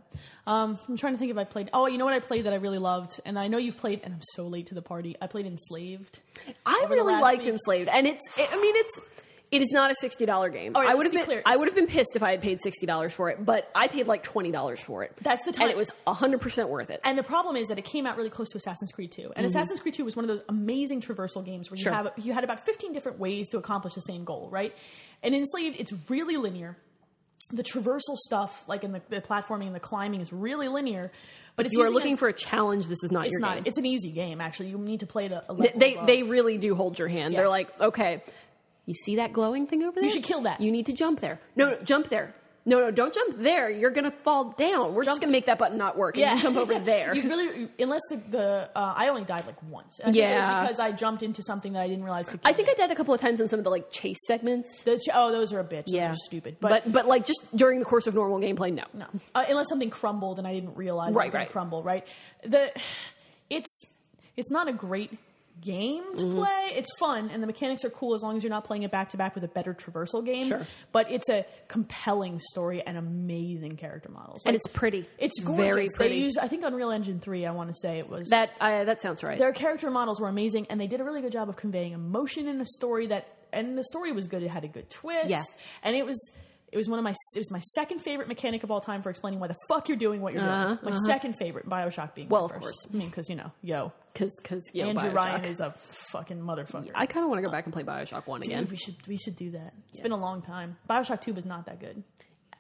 Um, I'm trying to think if I played. Oh, you know what I played that I really loved, and I know you've played, and I'm so late to the party. I played Enslaved.
I
the
really
last
liked
week.
Enslaved, and it's. It, I mean, it's. It is not a sixty dollar game.
right,
I
let's
would have
be
been.
clear.
I would have been pissed if I had paid sixty dollars for it, but I paid like twenty dollars for it.
That's the time-
and it was hundred percent worth it.
And the problem is that it came out really close to Assassin's Creed 2. And Assassin's Creed 2 was one of those amazing traversal games where you
Mm-hmm. Sure.
have you had about 15 different ways to accomplish the same goal, right? And Enslaved, it's really linear. The traversal stuff, like in the, the platforming and the climbing, is really linear. But it's
you are
using a-
looking for a challenge. This is not
it's
your
not.
game.
It's an easy game, actually. You need to play it a, a
Th-
level
they
above.
they really do hold your hand.
Yeah.
They're like, okay, you see that glowing thing over there?
should kill that.
You need to jump there. No, no, jump there. No, no, don't jump there. You're gonna fall down. We're just gonna make that button not work. And
Yeah.
you jump over there.
You really, unless the, the uh, I only died like once. And I think it was
Yeah.
because I jumped into something that I didn't realize. Could
I think I died a couple of times in some of the like chase segments.
the, oh, those are a bitch. Those are stupid.
but but like just during the course of normal gameplay, no.
No, uh, unless something crumbled and I didn't realize it was
Right,
going
right.
to crumble. Right. The it's it's not a great game to
Mm-hmm.
play. It's fun and the mechanics are cool as long as you're not playing it back to back with a better traversal game.
Sure.
But it's a compelling story and amazing character models.
and
Like,
it's pretty.
it's gorgeous.
very pretty.
They use I think Unreal Engine three. I want to say it was
that uh, that sounds right.
their character models were amazing and they did a really good job of conveying emotion in a story that and the story was good it had a good twist
Yeah.
and it was it was one of my it was my second favorite mechanic of all time for explaining why the fuck you're doing what you're doing my second favorite bioshock being
Uh-huh, Well,
my
of
first.
course.
i mean because you know yo
Because because you know,
andrew
Bioshock.
ryan is Oh. a fucking motherfucker
I kind of want to go back and play Bioshock One
Dude,
again.
we should we should do that It's been a long time bioshock 2 was not that good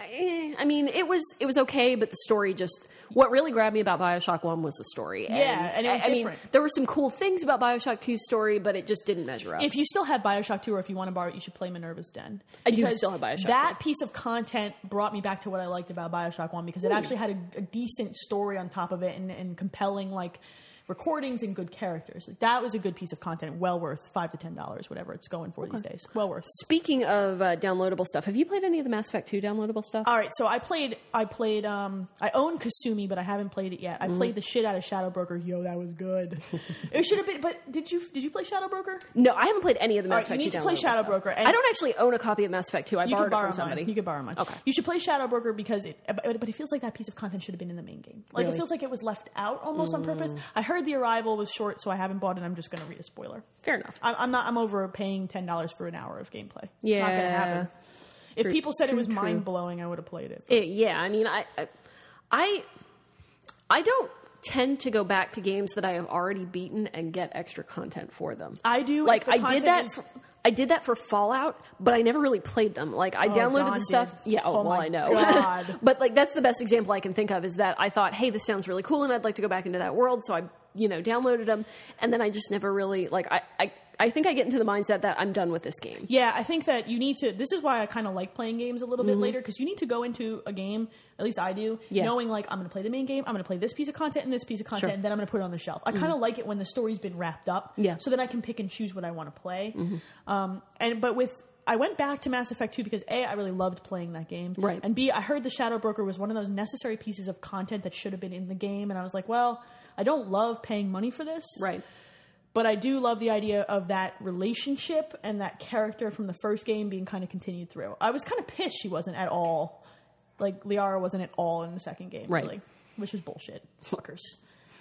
Eh, I mean, it was it was okay, but the story just what really grabbed me about Bioshock One was the story.
Yeah, and it was
I, I mean,
different.
there were some cool things about Bioshock 2's story, but it just didn't measure up.
if you still have Bioshock 2 or if you want to borrow it, you should play Minerva's Den.
I do
Because
still have Bioshock
That piece of content brought me back to what I liked about Bioshock 1 because it actually had a, a decent story on top of it and, and compelling, like, recordings and good characters. That was a good piece of content, well worth 5 to $10, whatever it's going for these days. Well worth.
Speaking of uh, downloadable stuff, have you played any of the Mass Effect 2 downloadable stuff?
All right, so I played, I played, um, I own Kasumi, but I haven't played it yet.
Mm-hmm.
I played the shit out of Shadow Broker. Yo, that was good. it should have been, but did you did you play Shadow Broker?
no, I haven't played any of the Mass
right,
Effect
you
2
need to play
downloadable
Shadow
stuff.
Broker, and-
I don't actually own a copy of Mass Effect 2. I
You
borrowed
could borrow
it from somebody.
Mine. You could borrow mine.
Okay.
You should play Shadow Broker because it, but, but it feels like that piece of content should have been in the main game. Like it
Really? Mm.
feels like it was left out almost on purpose. I heard the arrival was short, so I haven't bought it. I'm just going to read a spoiler.
Fair enough.
I, I'm not. I'm over paying ten dollars for an hour of gameplay. It's not going to
Yeah.
happen. If people said it
true,
was
true.
mind blowing, I would have played it.
Eh, yeah, I mean, I, I- I, I don't tend to go back to games that I have already beaten and get extra content for them.
I do.
like
if the
I did
content
that.
is-
for- I did that for Fallout, but I never really played them. Like I downloaded
Dawn
the stuff.
did.
Yeah, oh,
Oh
well,
my
I know.
God.
but like that's the best example I can think of is that I thought, hey, this sounds really cool, and I'd like to go back into that world. So I, you know, downloaded them, and then I just never really like I. I I think I get into the mindset that I'm done with this game.
Yeah, I think that you need to. This is why I kind of like playing games a little bit later because you need to go into a game, at least I do,
Mm-hmm. Yeah.
knowing like I'm going to play the main game, I'm going to play this piece of content and this piece of content, and then I'm going to put it on the shelf. I kind of like it when the story's been wrapped up.
Mm-hmm. Yeah. Mm-hmm.
So then I can pick and choose what I want to play. Um, and but with I went back to Mass Effect 2 because A, I really loved playing that game.
Right.
And B, I heard the Shadow Broker was one of those necessary pieces of content that should have been in the game. And I was like, well, I don't love paying money for this
Right.
but I do love the idea of that relationship and that character from the first game being kind of continued through. I was kind of pissed she wasn't at all, like Liara wasn't at all in the second game,
Right.
really, which was bullshit. Fuckers.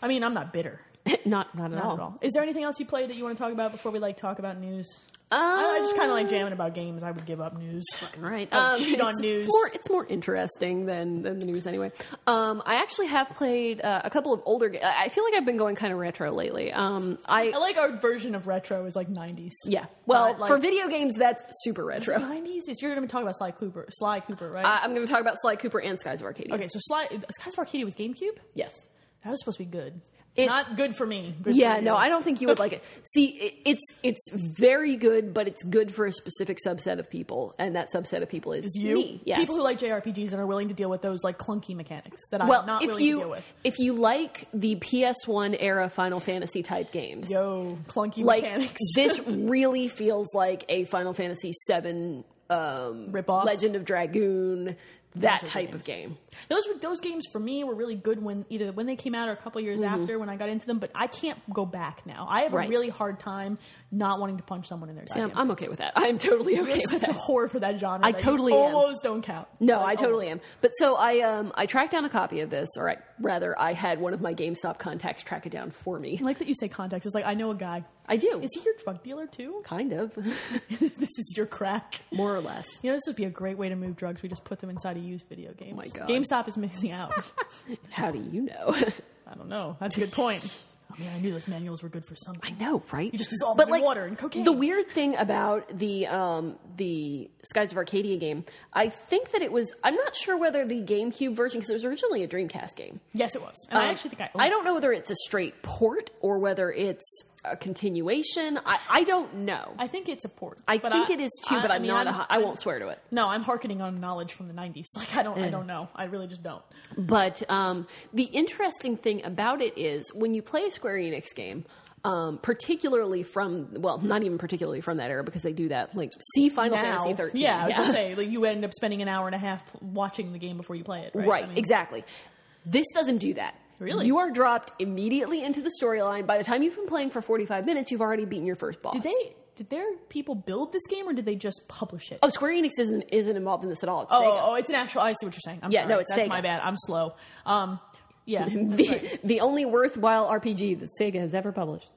I mean, I'm not bitter
not not at
not
all.
at all. Is there anything else you played that you want to talk about before we like talk about news? I, I just kind of
Um.
like jamming about games. I would give up news.
Right.
Oh, shit on
Um, it's,
news.
It's more, it's more interesting than, than the news anyway. Um, I actually have played uh, a couple of older games. I I feel like I've been going kind of retro lately. Um, I,
I like our version of retro is like 90s.
yeah. Well,
But, like,
for video games, that's super retro. I,
90s is you're going to be talking about Sly Cooper. Sly Cooper, right?
I'm going to talk about Sly Cooper and Skies of Arcadia.
okay, so Sly Skies of Arcadia was GameCube.
Yes.
That was supposed to be good.
It's-
Not good for me. Good
Yeah,
for
no,
you.
I don't think you would like it. See, it, it's it's very good, but it's good for a specific subset of people, and that subset of people is
It's you.
Me, yes.
People who like JRPGs and are willing to deal with those like clunky mechanics that
well,
I'm not
if
willing
you
to deal with.
if you like the PS1 era Final Fantasy type games,
Yo, clunky
like
mechanics.
this really feels like a Final Fantasy VII, um,
Rip off.
Legend of Dragoon, that type of game.
Those were those games for me were really good when either when they came out or a couple years after when I got into them. But I can't go back now. I have
Mm-hmm. Right.
a really hard time not wanting to punch someone in their.
Yeah,
goddamn
I'm
face.
okay with that. I'm totally okay
You're
with
such
that.
a whore for that genre.
I
that you
totally am.
almost don't count.
No,
Like, oh,
I totally
almost.
am. But so I um I tracked down a copy of this, or I, rather, I had one of my GameStop contacts track it down for me.
I like that you say contacts. It's like I know a guy.
I do.
Is he your drug dealer too?
kind of,
this is your crack.
more or less.
You know, this would be a great way to move drugs. We just put them inside a used video game.
Oh my God.
GameStop is missing out.
How do you know?
I don't know. That's a good point. I mean, I knew those manuals were good for something.
no, right? You
just dissolve them in water and cocaine.
The weird thing about the um the Skies of Arcadia game, I think that it was. I'm not sure whether the GameCube version because it was originally a Dreamcast game.
Yes, it was. And I
Um,
actually think I.
I don't know whether it's a straight port or whether it's a continuation. I, I don't know.
I think it's a port.
I
But
think it is too, but
I
I'm
mean,
not. a hi- I
I'm-
won't Mm. swear to it.
No, I'm harkening on knowledge from the '90s. Like I don't. I don't know. I really just don't.
But um, the interesting thing about it is when you play a Square Enix game, um, particularly from well, not even particularly from that era because they do that. Like see Final
Now,
Fantasy E thirteen.
yeah, I was gonna say like you end up spending an hour and a half p- watching the game before you play it. Right.
right,
I mean,
exactly. This doesn't do that.
Really?
you are dropped immediately into the storyline. By the time you've been playing for forty five minutes, you've already beaten your first boss.
Did they? Did their people build this game or did they just publish it?
Oh, Square Enix isn't isn't involved in this at all. It's
Oh,
Sega.
oh, it's an actual. I see what you're saying. I'm
Yeah,
sorry.
no, it's
that's
Sega.
my bad. I'm slow. Um, yeah, that's
the,
right.
the only worthwhile RPG that Sega has ever published.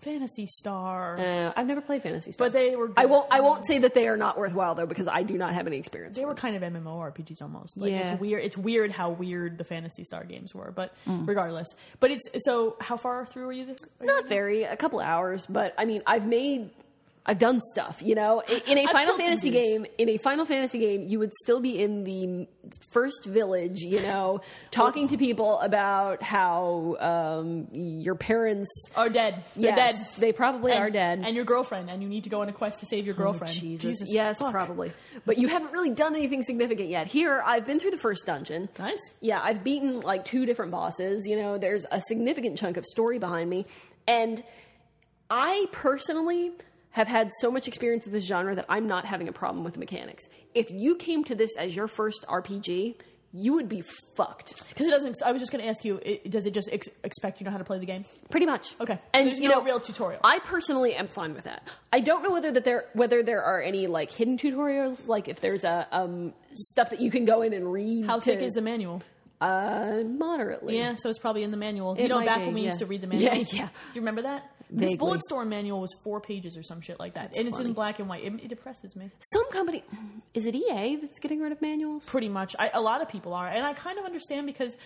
Fantasy Star.
Uh, I've never played Fantasy Star.
But they were.
I
good.
won't. I won't say that they are not worthwhile though, because I do not have any experience.
They were kind of MMORPGs almost. Like
Yeah.
it's weird. It's weird how weird the Fantasy Star games were, but regardless. But it's so. How far through are you? This, are you-
Mm. Not very. A couple hours, but I mean, I've made. I've done stuff, you know. In, in a
I've
Final
killed some
Fantasy
dudes.
game, in a Final Fantasy game, you would still be in the first village, you know, talking to people about how um, your parents
Are dead. They're
Yes,
dead.
They probably
And-
are dead. Oh,
And your girlfriend, and you need to go on a quest to save your girlfriend.
Jesus. yes,
fuck.
probably. But you haven't really done anything significant yet. Here, I've been through the first dungeon.
Nice.
Yeah, I've beaten like two different bosses. You know, there's a significant chunk of story behind me. And I personally have had so much experience with this genre that I'm not having a problem with the mechanics. If you came to this as your first RPG, you would be fucked.
Because it doesn't. I was just going to ask you. It, does it just ex- expect you know how to play the game?
Pretty much.
Okay. So
And
there's
you
no
know,
real tutorial.
I personally am fine with that. I don't know whether that there whether there are any like hidden tutorials, like if there's a um stuff that you can go in and read.
How
to-
thick is the manual?
Uh, moderately.
Yeah, so it's probably in the manual. you
It
know,
might
back
be,
when we
yeah.
used to read the manual.
Yeah, yeah.
You remember that?
Vaguely.
This Bulletstorm manual was four pages or some shit like that, and it's in
funny.
black and white. It, it depresses me.
Some company is it EA that's getting rid of manuals?
Pretty much, I, a lot of people are, and I kind of understand because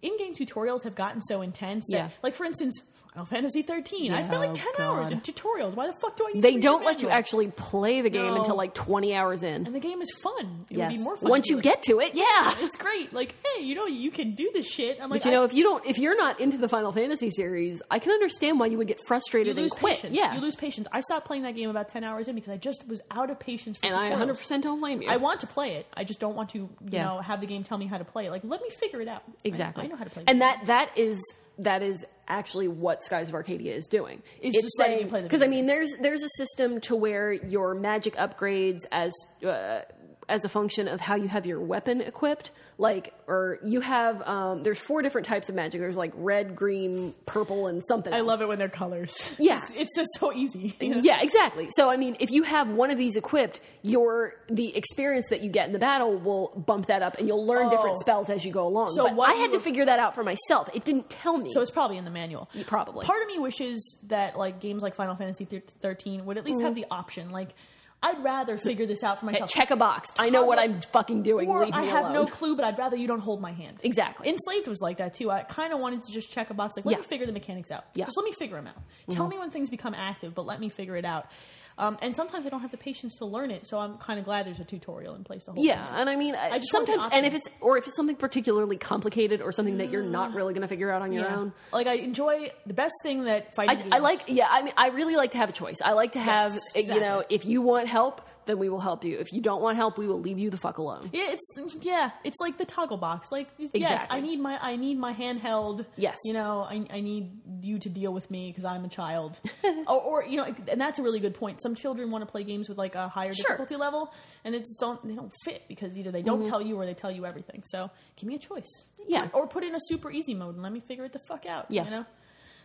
in-game tutorials have gotten so intense. That,
Mm-hmm. Yeah.
Like for instance, Final Fantasy 13. I
Yeah,
spent like
oh
10 hours
God.
in tutorials. Why the fuck do I need to
They
read
don't
the
let you
manual?
actually play the game
No.
until like 20 hours in.
And the game is fun. It would
Yes.
be more fun
Once
if you
you
were-
get to it, yeah.
it's great. Like, hey, you know, you can do this shit. I'm like,
But you know,
I-
if you don't, if you're not into the Final Fantasy series, I can understand why you would get
you
frustrated and
lose
quit.
patience.
Yeah,
You lose patience. I stopped playing that game about 10 hours in because I just was out of patience for
and I
tutorials.
100 percent don't blame you.
I want to play it. I just don't want to, you
Yeah.
know, have the game tell me how to play it. Like, let me figure it out. I-
Exactly.
I, know how to play.
and that that is that is actually what Skies of Arcadia is doing.
It's just letting you play the
because I
video
mean, there's there's a system to where your magic upgrades as uh, as a function of how you have your weapon equipped. Like, or you have um, there's four different types of magic. There's like red, green, purple, and something.
I
else.
love it when they're colors.
Yeah.
it's, it's just so easy. you know?
Yeah, exactly. So I mean, if you have one of these equipped, your the experience that you get in the battle will bump that up, and you'll learn different
Oh.
spells as you go along.
So
But
what
I had
you-
to figure that out for myself. It didn't tell me.
So it's probably in the manual.
probably.
Part of me wishes that like games like Final Fantasy thir- 13 would at least
Mm-hmm.
have the option. Like, I'd rather figure this out for myself.
check a box. I know what I'm fucking doing.
or
Leave me
I have
alone.
no clue, but I'd rather you don't hold my hand.
Exactly.
Enslaved was like that too. I kind of wanted to just check a box, like let
Yeah.
me figure the mechanics out.
Yeah. Mm-hmm.
Just let me figure them out. Tell me when things become active, but let me figure it out. Um, and sometimes I don't have the patience to learn it, so I'm kind of glad there's a tutorial in place to hold.
Yeah, and I mean, I
just want the
sometimes, and if
option.
it's or if it's something particularly complicated or something that you're not really going to figure out on your own.
Like I enjoy the best thing that fighting.
I, I
games-
like, yeah, I mean, I really like to have a choice. I like to have,
Yes,
uh, you know,
exactly.
if you want help, then we will help you. If you don't want help, we will leave you the fuck alone.
Yeah, it's yeah, it's like the toggle box. Like yes,
Exactly.
I need my I need my handheld.
Yes.
you know, I, I need you to deal with me because I'm a child. or, or you know, and that's a really good point. Some children want to play games with like a higher
Sure.
difficulty level, and they just don't they don't fit because either they don't tell you or they tell you everything. So give me a choice.
Mm-hmm. Yeah.
or, or put in a super easy mode and let me figure it the fuck out.
Yeah.
you know.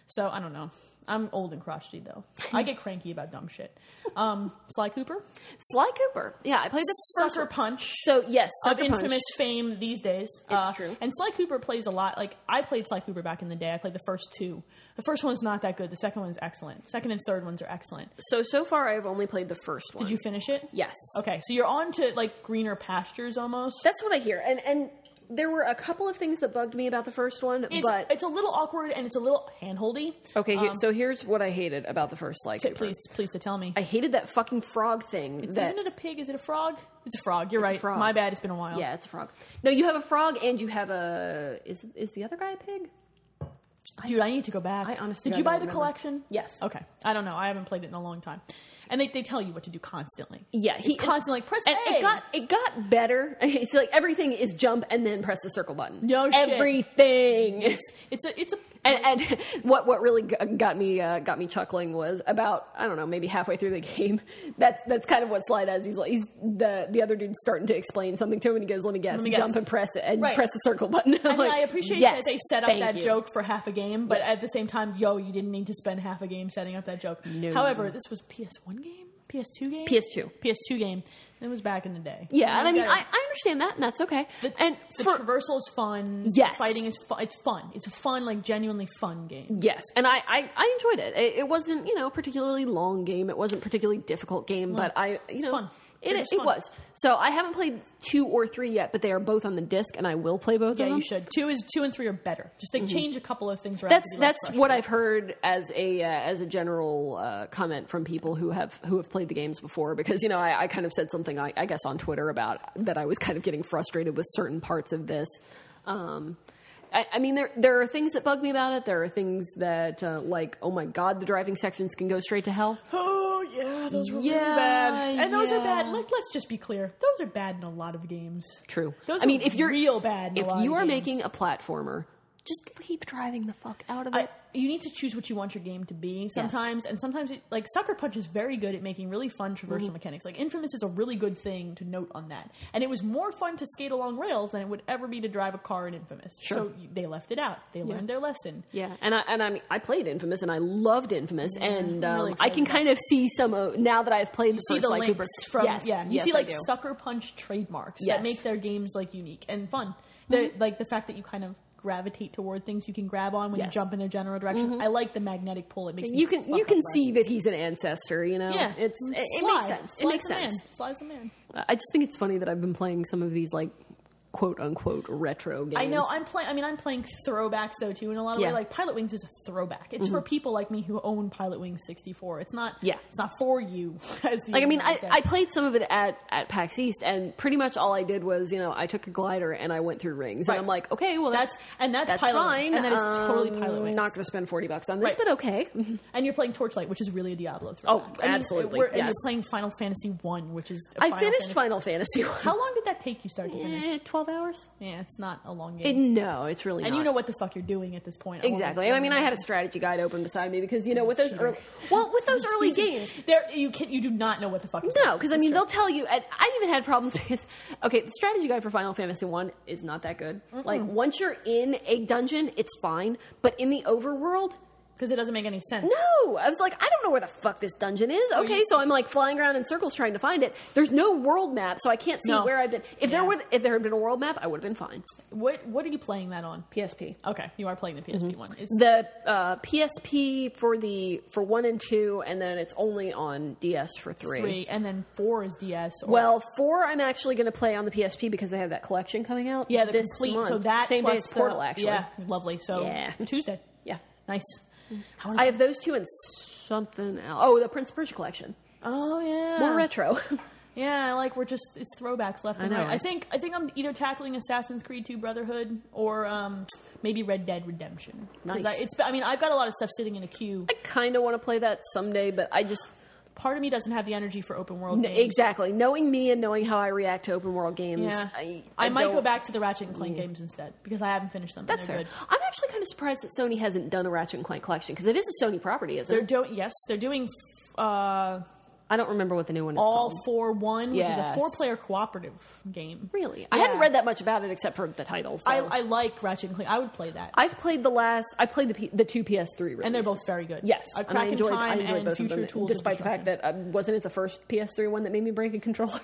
So I don't know. I'm old and crotchety though. I get cranky about dumb shit. Um, Sly Cooper,
Sly Cooper. Yeah, I played the first
Sucker Punch
So yes,
of
Sucker Punch.
infamous fame these days. It's
true.
And Sly Cooper plays a lot. Like I played Sly Cooper back in the day. I played the first two. The first one's not that good. The second one's excellent. Second and third ones are excellent.
So so far, I've only played the first one.
Did you finish it?
Yes.
Okay, so you're on to like greener pastures almost.
That's what I hear, and and there were a couple of things that bugged me about the first one,
it's,
but
it's a little awkward and it's a little handholdy.
okay. here- so here's what I hated about the first Sly Cooper.
Please, please to tell me.
I hated that fucking frog thing. that
Isn't it a pig? Is it a frog? It's a frog. You're
It's a
right.
frog.
My bad. It's been a while.
yeah, it's a frog. No, you have a frog and you have a is is the other guy a pig?
Dude, I need to go back.
I honestly
did you
don't
buy the
remember.
collection?
Yes.
Okay. I don't know. I haven't played it in a long time, and they, they tell you what to do constantly.
Yeah,
It's constantly like, press
And
A.
it got it got better. It's like everything is jump and then press the circle button.
No shit.
everything.
It's a it's a
And, and what what really g- got me uh, got me chuckling was about I don't know maybe halfway through the game that's that's kind of what Sly does he's like he's the the other dude's starting to explain something to him and he goes let me guess,
me guess.
jump and press it and
Right.
press the circle button I'm
I mean,
like,
I appreciate
"Yes,
that they set up
thank
that
you."
joke for half a game, but
Yes.
at the same time, yo, you didn't need to spend half a game setting up that joke. However, this was PS1 game, PS2 game,
PS2.
PS2 game. It was back in the day.
yeah and I
You
mean I,
gotta-
I understand that and that's okay
the,
and
the
for,
traversal is fun.
Yes.
fighting is fun. It's fun. It's a fun, like genuinely fun game.
yes and I, I I enjoyed it. it it wasn't you know a particularly long game it wasn't a particularly difficult game but I you know
Mm. fun.
It,
It was
it
fun.
was so I haven't played two or three yet, but they are both on the disc, and I will play both of
Yeah,
them.
you should. Two is two and three are better. Just like change a couple of things around.
Mm-hmm. that's
to be less
that's what
frustrating.
I've heard as a uh, as a general uh, comment from people who have who have played the games before. Because you know, I, I kind of said something I, I guess on Twitter about that I was kind of getting frustrated with certain parts of this. Um, I, I mean, there there are things that bug me about it. There are things that uh, like, oh my god, the driving sections can go straight to hell.
Oh yeah, those were really
Yeah,
bad. And those are bad.
yeah.
Like, let's just be clear. Those are bad in a lot of games.
True.
Those
I mean,
are
if you're
real bad, in a
if
lot
you
of
are
games.
making a platformer, just leave driving the fuck out of it.
I, you need to choose what you want your game to be sometimes, and sometimes it, like Sucker Punch is very good at making really fun traversal
Mm-hmm.
mechanics. Like Infamous is a really good thing to note on that, and it was more fun to skate along rails than it would ever be to drive a car in Infamous.
Sure.
So you- they left it out. They learned their lesson.
Yeah, and I and I mean, I played Infamous and I loved Infamous, and um,
really
I
excited
can
about
kind of see some of now that I've played.
See the
Sly
links
Cooper.
from
yes,
yeah. You
yes,
see
I
like
do.
Sucker Punch trademarks
Yes. Mm-hmm.
that make their games like unique and fun. The, like the fact that you kind of gravitate toward things you can grab on when
Yes. Mm-hmm.
you jump in their general direction. I like the magnetic pull. It makes me
you can
fuck
you
up
can
less.
see that he's an ancestor. You know,
Yeah,
it's it, it
Slide.
makes sense. It
Slide's
makes
the man.
sense.
Slide's the man.
I just think it's funny that I've been playing some of these like quote unquote retro games.
I know I'm playing. I mean, I'm playing throwbacks though too. In a lot of
Yeah. Mm-hmm.
ways, like Pilot Wings is a throwback. It's for people like me who own Pilot Wings 64. It's not.
Yeah.
It's not for you. As the
Like I mean, I,
Americans say.
I played some of it at at PAX East, and pretty much all I did was you know I took a glider and I went through rings,
Right.
and I'm like, okay, well
That's-
that's
and that's
that's
Pilot Wings,
fine,
and that is totally
Um,
Pilot Wings.
Not going to spend forty bucks on this,
Right.
but okay.
and you're playing Torchlight, which is really a Diablo
Oh,
throwback.
absolutely,
we're- And
yes.
you're playing Final Fantasy One, which is. a
I
Final
finished
Fantasy-
Final Fantasy.
How long did that take you start to finish?
Eh, Twelve hours?
Yeah, it's not a long
Eh,
game.
no, it's really.
and
not.
you know what the fuck you're doing at this point.
Exactly. I mean, I had a strategy guide open beside me because you know with those early, well with those early games.
There, you can you do not know what the fuck. is
No,
going on.
because I
That's
mean
true.
they'll tell you. And I even had problems because okay, the strategy guide for Final Fantasy One is not that good. Like once you're in a dungeon, it's fine, but in the overworld.
because it doesn't make any sense.
No, I was like, I don't know where the fuck this dungeon is.
Mm-hmm.
Okay, so I'm like flying around in circles trying to find it. There's no world map, so I can't see
No.
where I've been. If there
Yeah.
would, if there had been a world map, I would have been fine.
What what are you playing that on?
PSP.
Okay, you are playing the PSP
Mm-hmm.
one. It's,
the uh, PSP for the for one and two, and then it's only on DS for three.
three, and then four is DS. Or,
Well, four I'm actually going to play on the PSP because they have that collection coming out.
yeah, the
this
complete.
month.
So that
same
plus
day as
the-
Portal actually.
yeah, lovely. So
Yeah.
Tuesday,
Yeah.
nice. I wanna,
I have those two and something else. Oh, the Prince of Persia collection.
oh yeah,
More retro.
yeah. Like we're just it's throwbacks left and
know.
right. I think I think I'm either tackling Assassin's Creed 2 Brotherhood or um, maybe Red Dead Redemption. 'Cause
Nice.
I, it's I mean I've got a lot of stuff sitting in a queue.
I kind of want to play that someday, but I just
Part of me doesn't have the energy for open world. games.
exactly knowing me and knowing how I react to open world games.
Yeah,
I,
I, might
don't-
go back to the Ratchet and Clank games instead because I haven't finished them. and
That's
they're
fair.
good.
I'm actually kind of surprised that Sony hasn't done a Ratchet and Clank collection because it is a Sony property, isn't it?
They're doing yes, they're doing uh,
I don't remember what the new one is
all
called.
four one, which is a
Yes.
four player cooperative game.
Really, I
Yeah.
hadn't read that much about it except for the title. So.
I,
I,
I like Ratchet and Clank. I would play that,
have played the last. I played the P, the two PS3 releases,
and they're both very good.
yes.
a
and
Crack
I enjoyed,
in Time
I enjoyed
and
both
Future
of them,
Tools
despite
of
the fact
Destruction.
that um, wasn't it the first PS3 one that made me break a controller?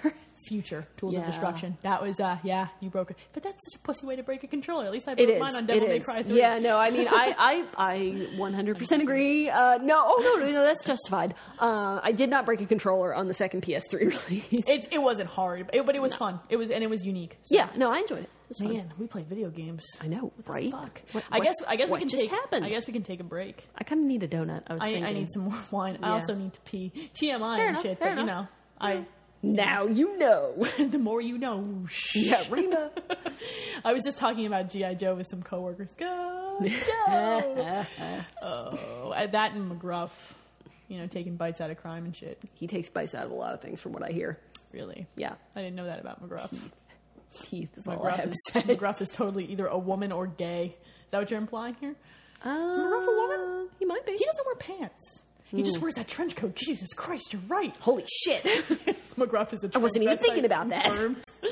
Future Tools of
Yeah.
Destruction. That was uh, yeah, you broke it, but that's such a pussy way to break a controller. At least I
It
broke
is.
mine on
it
Devil May
is.
Cry three.
Yeah, no, I mean, I, I, I 100% agree. Uh, no, oh no, no, no, that's justified. Uh, I did not break a controller on the second PS3 release.
It, it wasn't hard, but it, but it was fun. It was and it was unique. So,
yeah, no, I enjoyed it. It was fun.
man, we play video games.
I know, right?
Fuck.
What-
I
what-
guess I guess we
what
can
just
take.
happened.
I guess we can take a break.
I kind of need a donut. I was
I,
thinking.
I need some more wine. I
Yeah.
also need to pee. TMI
Fair
and
enough,
shit, but
fair
you know,
enough.
I
Now you know.
the more you know.
yeah, Rena.
I was just talking about GI Joe with some coworkers. Go Joe. oh, and that and McGruff, you know, taking bites out of crime and shit.
he takes bites out of a lot of things, from what I hear.
Really,
Yeah,
I didn't know that about McGruff.
teeth is all I
McGruff
have
is,
to say.
McGruff is totally either a woman or gay. Is that what you're implying here?
is
McGruff a woman?
He might be.
Um, He doesn't wear pants. He just
Hmm.
wears that trench coat. Jesus Christ, you're right.
Holy shit!
McGruff is a I
wasn't even thinking about that.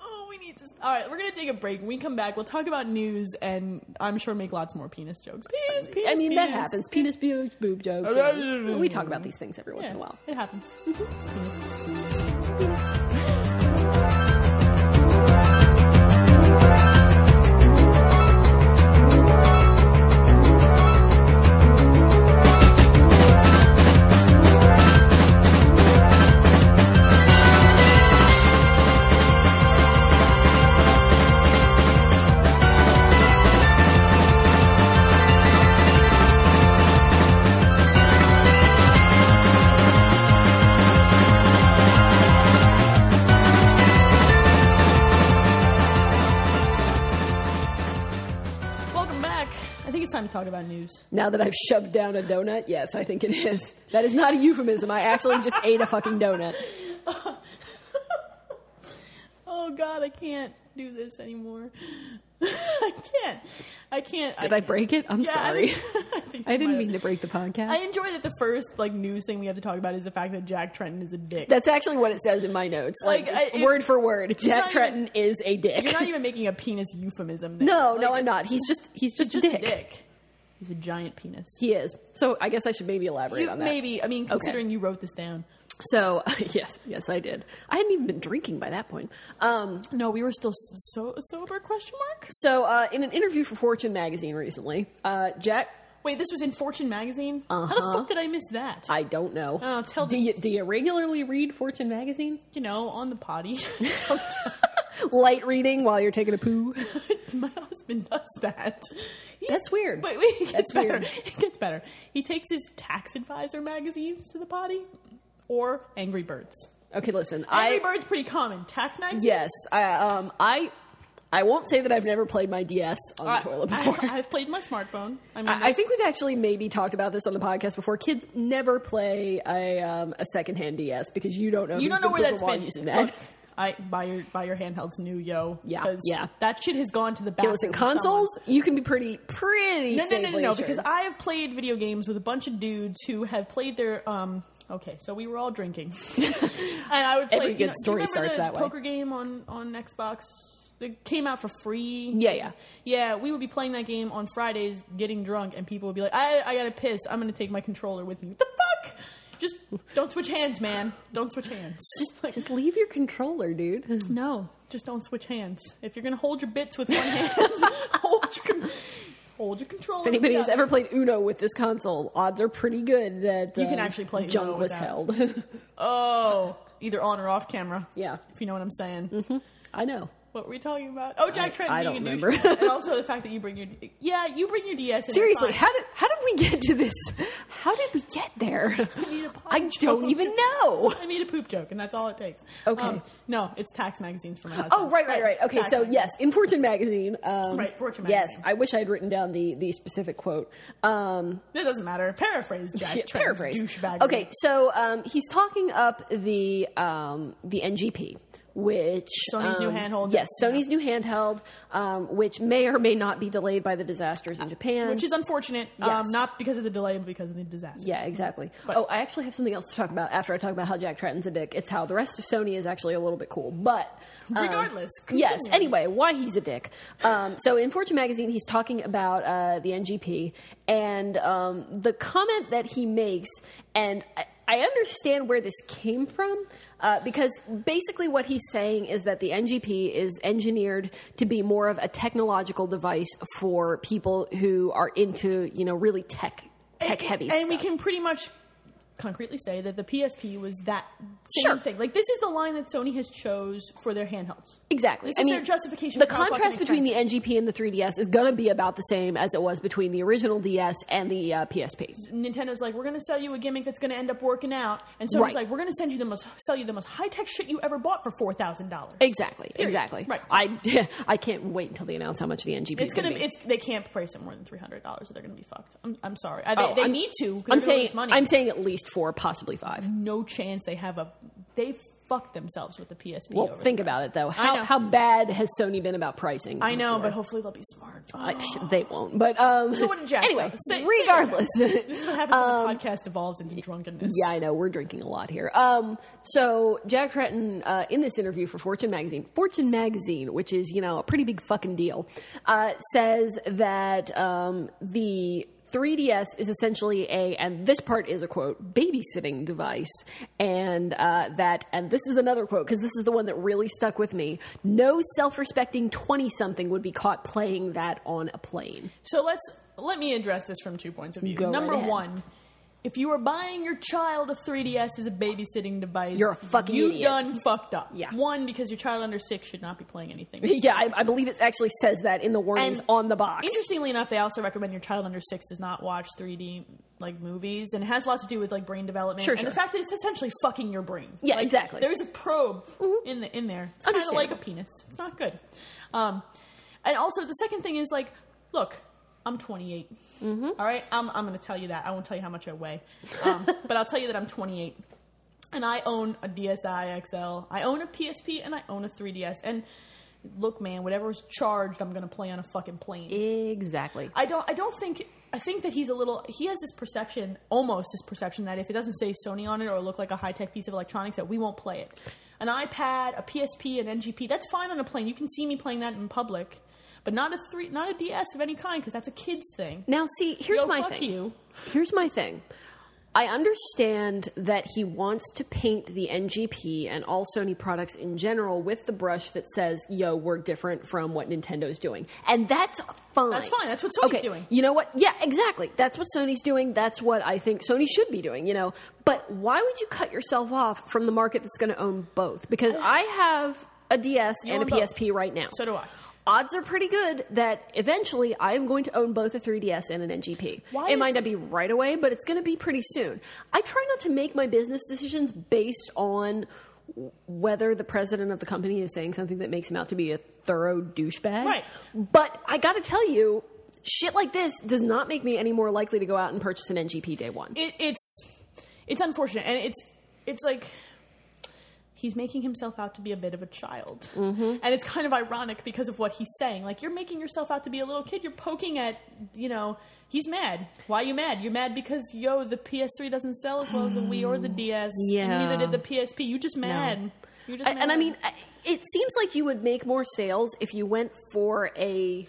oh, we need to. All right, we're going to take a break. When we come back, we'll talk about news and I'm sure make lots more penis jokes. Penis, penis.
I mean, that
penis.
happens. Penis, boob, boob jokes. you know. we talk about these things every once
Yeah,
in a while. Mm-hmm.
It happens. Penises. Welcome back. I think it's time to talk about news.
Now that I've shoved down a donut, yes, I think it is. That is not a euphemism. I actually just ate a fucking donut.
Oh, God, I can't do this anymore. I can't. I can't.
Did I break it? I'm
Yeah, I
sorry.
think- I, think
I
you might
didn't
have.
mean to break the podcast.
I enjoy that the first like news thing we have to talk about is the fact that Jack Trenton is a dick.
That's actually what it says in my notes, like,
Like, I- it-
word for word.
not
Jack
even-
Trenton is a dick.
You're not even making a penis euphemism. There.
No,
Like,
no, I'm
it's
not. He's just he's just,
Just
a, dick.
a dick. He's a giant penis.
He is. So I guess I should maybe elaborate
You-
on that.
maybe. I mean, considering you wrote this down.
So yes, yes, I did. I hadn't even been drinking by that point. Um,
No, we were still so sober? Question mark.
so uh, in an interview for Fortune magazine recently, uh, Jack,
Wait, this was in Fortune magazine. How the fuck did I miss that?
Uh-huh. I don't know.
Oh, tell
do
me.
you do you regularly read Fortune magazine?
you know, on the potty. Sometimes.
light reading while you're taking a poo.
My husband does that. He-
That's weird.
But it gets
That's
better.
weird.
It gets better. He takes his tax advisor magazines to the potty or Angry Birds.
Okay, listen.
Angry
I
Birds pretty common. Tax magazines.
yes, I um I I won't say that I've never played my DS on the
I,
toilet before. I,
have played my smartphone. I mean,
I think we've actually maybe talked about this on the podcast before. Kids never play a um a secondhand DS because you don't know
you don't
who's
know
been
where
pooping
that's
while
been.
using that.
Look, I buy your buy your handhelds new, yo.
Yeah,
'cause
yeah.
That shit has gone to the back.
Okay, listen, consoles, you can be pretty pretty
No, no, no, no,
safely
no,
assured.
because I have played video games with a bunch of dudes who have played their. um Okay, so we were all drinking, and I would play.
Every
you know, do
good
you
story
remember
starts
the
that way.
Poker game on on Xbox that came out for free.
Yeah, yeah.
yeah. We would be playing that game on Fridays, getting drunk, and people would be like, "I, I gotta piss. I'm gonna take my controller with me." What the fuck? Just don't switch hands, man. Don't switch hands. Just like
Just leave your controller, dude.
no, just don't switch hands. If you're gonna hold your bits with one hand, hold your con- hold your controller.
If anybody has
together.
ever played Uno with this console, odds are pretty good that
You can
uh,
actually play Uno
Jung was
without.
held.
Oh, either on or off camera.
yeah,
If you know what I'm saying.
I know.
What were we talking about? Oh, Jack Trent
I
being
don't
a douche.
remember.
and also the fact that you bring your yeah, you bring your DS. In
Seriously,
how
how did how did we get to this? How did we get there?
need a
I
punch.
don't even know.
I need a poop joke, and that's all it takes. Um,
Okay.
no, it's tax magazines for my husband.
Oh, right, right, right. Okay,
tax
so
magazines.
yes, in Fortune magazine. Um,
Right, Fortune
Yes,
magazine.
I wish I had written down the the specific quote. Um,
This doesn't matter. Paraphrase Jack
shit,
Trent's
paraphrase.
douchebaggery.
Okay, so um, he's talking up the um, the NGP, which
Sony's new
um,
handheld.
Yes, Sony's new handheld, um, which may or may not be delayed by the disasters in Japan.
which is unfortunate.
Yes.
Um, not because of the delay, but because of the disaster.
yeah, exactly. oh, I actually have something else to talk about after I talk about how Jack Tratton's a dick. It's how the rest of Sony is actually a little bit cool, but um,
Regardless,
Yes.
continue.
Anyway, why he's a dick. Um, so in Fortune magazine, he's talking about uh, the NGP and um, the comment that he makes, and I, I understand where this came from uh, because basically what he's saying is that the NGP is engineered to be more of a technological device for people who are into you know really tech tech heavy
and we
stuff.
can pretty much concretely say that the PSP was that same
Sure.
thing. Like this is the line that Sony has chose for their handhelds.
Exactly.
This is their justification
The
for how fucking
contrast between the NGP and the 3DS is going to be about the same as it was between the original DS and the uh, PSP.
Nintendo's like, we're going to sell you a gimmick that's going to end up working out, and Sony's
Right.
like, we're going to send you the most sell you the most high tech shit you ever bought for four thousand dollars.
Exactly. Exactly.
Right.
I I can't wait until they announce how much the NGP
It's
is
gonna,
going to be.
it's they can't price it more than three hundred dollars. or They're gonna be fucked. I'm, I'm sorry. I, they
Oh,
they
I'm-
need to. 'cause they're
I'm
gonna
saying
lose money.
I'm saying at least four, possibly five.
no chance they have a. They fucked themselves with the PSP.
Well,
over
think
the
about
price.
it though.
I
How
know.
how bad has Sony been about pricing?
I know,
before?
but hopefully they'll be smart.
I- sh- they won't. But um.
So what did Jack tell
anyway,
us? Say- say what
regardless.
This is what happens when the podcast evolves into drunkenness.
Um, Yeah, I know. We're drinking a lot here. Um, so Jack Tretton, uh, in this interview for Fortune magazine, Fortune magazine, which is you know a pretty big fucking deal, uh, says that um, the 3DS is essentially a, and this part is a quote, babysitting device, and uh, that, and this is another quote because this is the one that really stuck with me. No self-respecting twenty-something would be caught playing that on a plane.
So let's let me address this from two points of view.
Go
Number
right ahead.
one, if you are buying your child a 3DS as a babysitting device,
You're a fucking
you
idiot.
done fucked up.
Yeah.
One because your child under six should not be playing anything.
yeah, I, I believe it actually says that in the warnings
And
on the box.
Interestingly enough, they also recommend your child under six does not watch 3D like movies, and it has a lot to do with like brain development
Sure,
and the
sure.
fact that it's essentially fucking your brain.
Yeah,
Like,
exactly. Mm-hmm.
There's a probe in the in there. It's kind of like a
Understandable.
penis. It's not good. Um, and also the second thing is like, look, I'm 28.
Mm-hmm.
All right, I'm I'm going to tell you that. I won't tell you how much I weigh, um, but I'll tell you that I'm 28. And I own a DSi XL. I own a PSP and I own a 3DS. And look, man, whatever's charged, I'm gonna play on a fucking plane.
Exactly.
I don't. I don't think. I think that he's a little. He has this perception, almost this perception, that if it doesn't say Sony on it or look like a high tech piece of electronics, that we won't play it. An iPad, a PSP, an NGP. That's fine on a plane. You can see me playing that in public, but not a three, not a DS of any kind, because that's a kid's thing.
Now, see, here's
Yo,
my
fuck
thing.
you.
Here's my thing. I understand that he wants to paint the NGP and all Sony products in general with the brush that says, yo, we're different from what Nintendo's doing. And that's fine.
That's fine. That's what Sony's
okay.
doing.
You know what? Yeah, exactly. That's what Sony's doing. That's what I think Sony should be doing, you know. But why would you cut yourself off from the market that's going to own both? Because I have a a DS
You
and a
own both.
PSP right now.
So do I.
Odds are pretty good that eventually I am going to own both a 3DS and an NGP.
Why
it
is-
might not be right away, but it's going to be pretty soon. I try not to make my business decisions based on w- whether the president of the company is saying something that makes him out to be a thorough douchebag.
Right.
But I got to tell you, shit like this does not make me any more likely to go out and purchase an NGP day one.
It, it's it's unfortunate, and it's it's like he's making himself out to be a bit of a child,
Mm-hmm.
and it's kind of ironic because of what he's saying. Like you're making yourself out to be a little kid. You're poking at you know he's mad. Why are you mad? You're mad because yo the PS3 doesn't sell as well as the Wii or the DS. and
yeah.
neither did the PSP. You just mad. You're just
I- and I
mad.
mean, I- it seems like you would make more sales if you went for a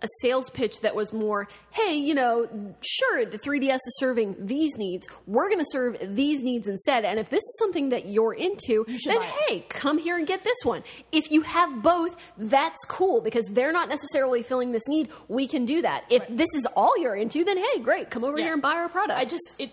a sales pitch that was more, hey, you know, sure, the 3DS is serving these needs. We're going to serve these needs instead. And if this is something that you're into,
should
then
buy it.
hey, come here and get this one. If you have both, that's cool because they're not necessarily filling this need. We can do that. If
Right.
this is all you're into, then hey, great, come over
Yeah.
here and buy our product.
I just it.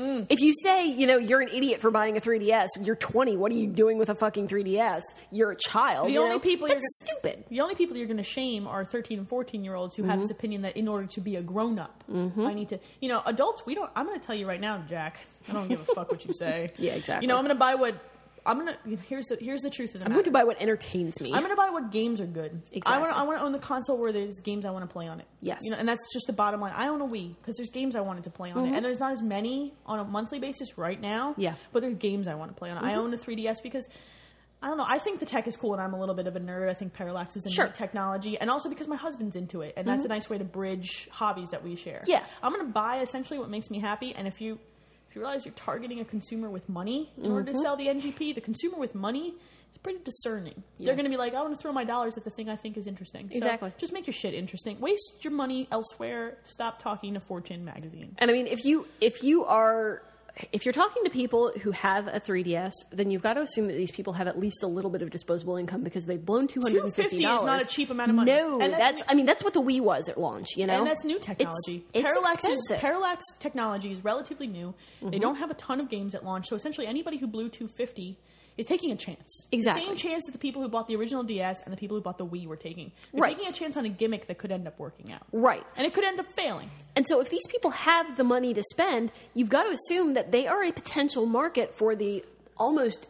If you say, you know, you're an idiot for buying a 3DS, you're 20, what are you doing with a fucking 3DS? You're a child.
The
you
only
know?
people
That's
you're gonna-
stupid.
The only people you're going to shame are 13 and 14 year olds who have
Mm-hmm.
this opinion that in order to be a grown up, I need to, you know, adults, we don't, I'm going to tell you right now, Jack, I don't give a fuck what you say.
Yeah, exactly.
You know, I'm going to buy what, I'm going to, here's the, here's the truth of the
I'm
matter.
going to buy what entertains me.
I'm going to buy what games are good. I want
Exactly.
to I want to own the console where there's games I want to play on it.
Yes.
You know, and that's just the bottom line. I own a Wii because there's games I wanted to play on it, and there's not as many on a monthly basis right now.
Mm-hmm. Yeah. Mm-hmm.
But there's games I want to play on. it. I own a 3DS because. I don't know. I think the tech is cool, and I'm a little bit of a nerd. I think Parallax is into
Sure. Mm-hmm.
technology, and also because my husband's into it, and that's a nice way to bridge hobbies that we share.
Yeah.
I'm going to buy essentially what makes me happy, and if you if you realize you're targeting a consumer with money in order
Mm-hmm.
to sell the NGP, the consumer with money is pretty discerning. They're
Yeah.
going to be like, I want to throw my dollars at the thing I think is interesting. So
Exactly.
just make your shit interesting. Waste your money elsewhere. Stop talking to Fortune magazine.
and I mean, if you if you are if you're talking to people who have a 3DS, then you've got to assume that these people have at least a little bit of disposable income because they've blown two hundred and
$250
fifty
is
dollars.
not a cheap amount of money.
No,
And that's-
that's, I mean that's what the Wii was at launch. You know,
And that's new
It's-
technology.
It's,
Parallax
expensive. Mm-hmm.
is Parallax technology is relatively new. They don't have a ton of games at launch, so essentially anybody who blew 250 is taking a chance. The
Exactly.
same chance that the people who bought the original DS and the people who bought the Wii were taking. They're
Right.
taking a chance on a gimmick that could end up working out.
right.
And it could end up failing.
And so, if these people have the money to spend, you've got to assume that they are a potential market for the almost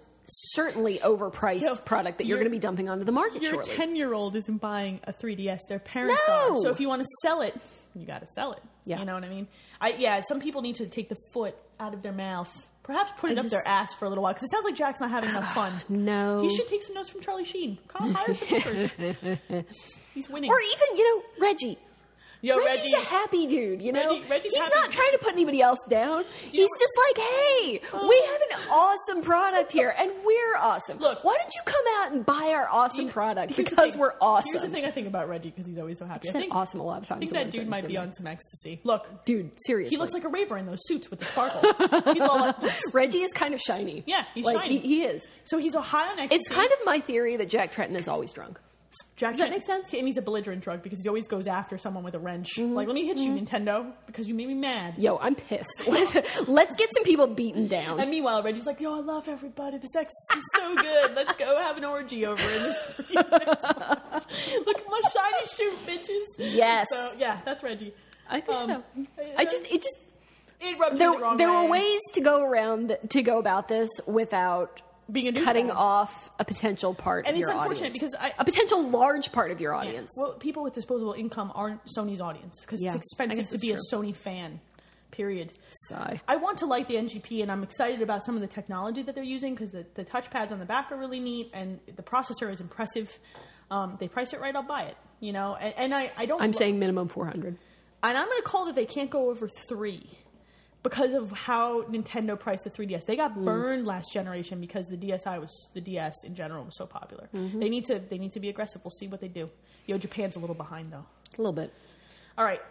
certainly overpriced
Yeah.
product that you're,
You're-
going to be dumping onto the market
Your
shortly.
10 year old isn't buying a 3DS, their parents
No.
are. So if you want to sell it, you got to sell it.
Yeah.
You know what I mean? I, yeah, some people need to take the foot out of their mouth. Perhaps put it
I
up
just-
their ass for a little while because it sounds like Jack's not having enough fun.
no.
He should take some notes from Charlie Sheen. Come hire some hookers. He's winning.
or even, you know, Reggie.
Yo,
Reggie's
Reggie.
a happy dude, you know?
Reggie- Reggie's
He's
happy.
not trying to put anybody else down. He's
know- Oh.
just like, hey, we have an awesome product here, and we're awesome.
Look-
why don't you come out and buy our awesome product?
Here's the
Because
thing-
we're awesome.
Here's the thing I think about Reggie because he's always so happy.
I
I
said
think,
awesome a lot of times.
I think
in one
that dude
sentence,
might be
didn't I?
on some ecstasy. Look,
Dude, seriously.
he looks like a raver in those suits with the sparkle. he's all like,
Reggie is kind of shiny.
Yeah, he's
like,
shiny.
He, he is.
so he's Ohio next.
It's kind of my theory that Jack Tretton is always drunk.
Jack
does that
Tran-
make sense? Mm-hmm.
And he's a belligerent drug because he always goes after someone with a wrench. Like, let me hit you, Nintendo, because you made me mad.
Yo, I'm pissed. Let's, let's get some people beaten down.
And meanwhile, Reggie's like, "Yo, I love everybody. This sex is so good. Let's go have an orgy over in this. Look at my shiny shoot, bitches."
Yes.
So yeah, that's Reggie.
I think
um,
so.
I-
I just, it just,
It rubbed
there,
me the wrong
there
way.
were ways to go around th- to go about this without
being a douchebag.
cutting off a potential part
And
of
it's
your
unfortunate
audience.
because I-
a potential large part of your audience.
Well, people with disposable income aren't Sony's audience because
Yeah, I
it's expensive
guess
to
it's
be
true.
a Sony fan. Period.
Sigh.
I want to like the NGP, and I'm excited about some of the technology that they're using because the, the touchpads on the back are really neat, and the processor is impressive. Um, they price it right, I'll buy it. You know, and, and I, I don't.
I'm
lo-
saying minimum 400.
and I'm going to call that they can't go over three because of how Nintendo priced the 3DS. They
Mm.
got burned last generation because the DSi was the DS in general was so popular.
Mm-hmm.
They need to they need to be aggressive. We'll see what they do. Yo, Japan's a little behind though.
A little bit.
All right,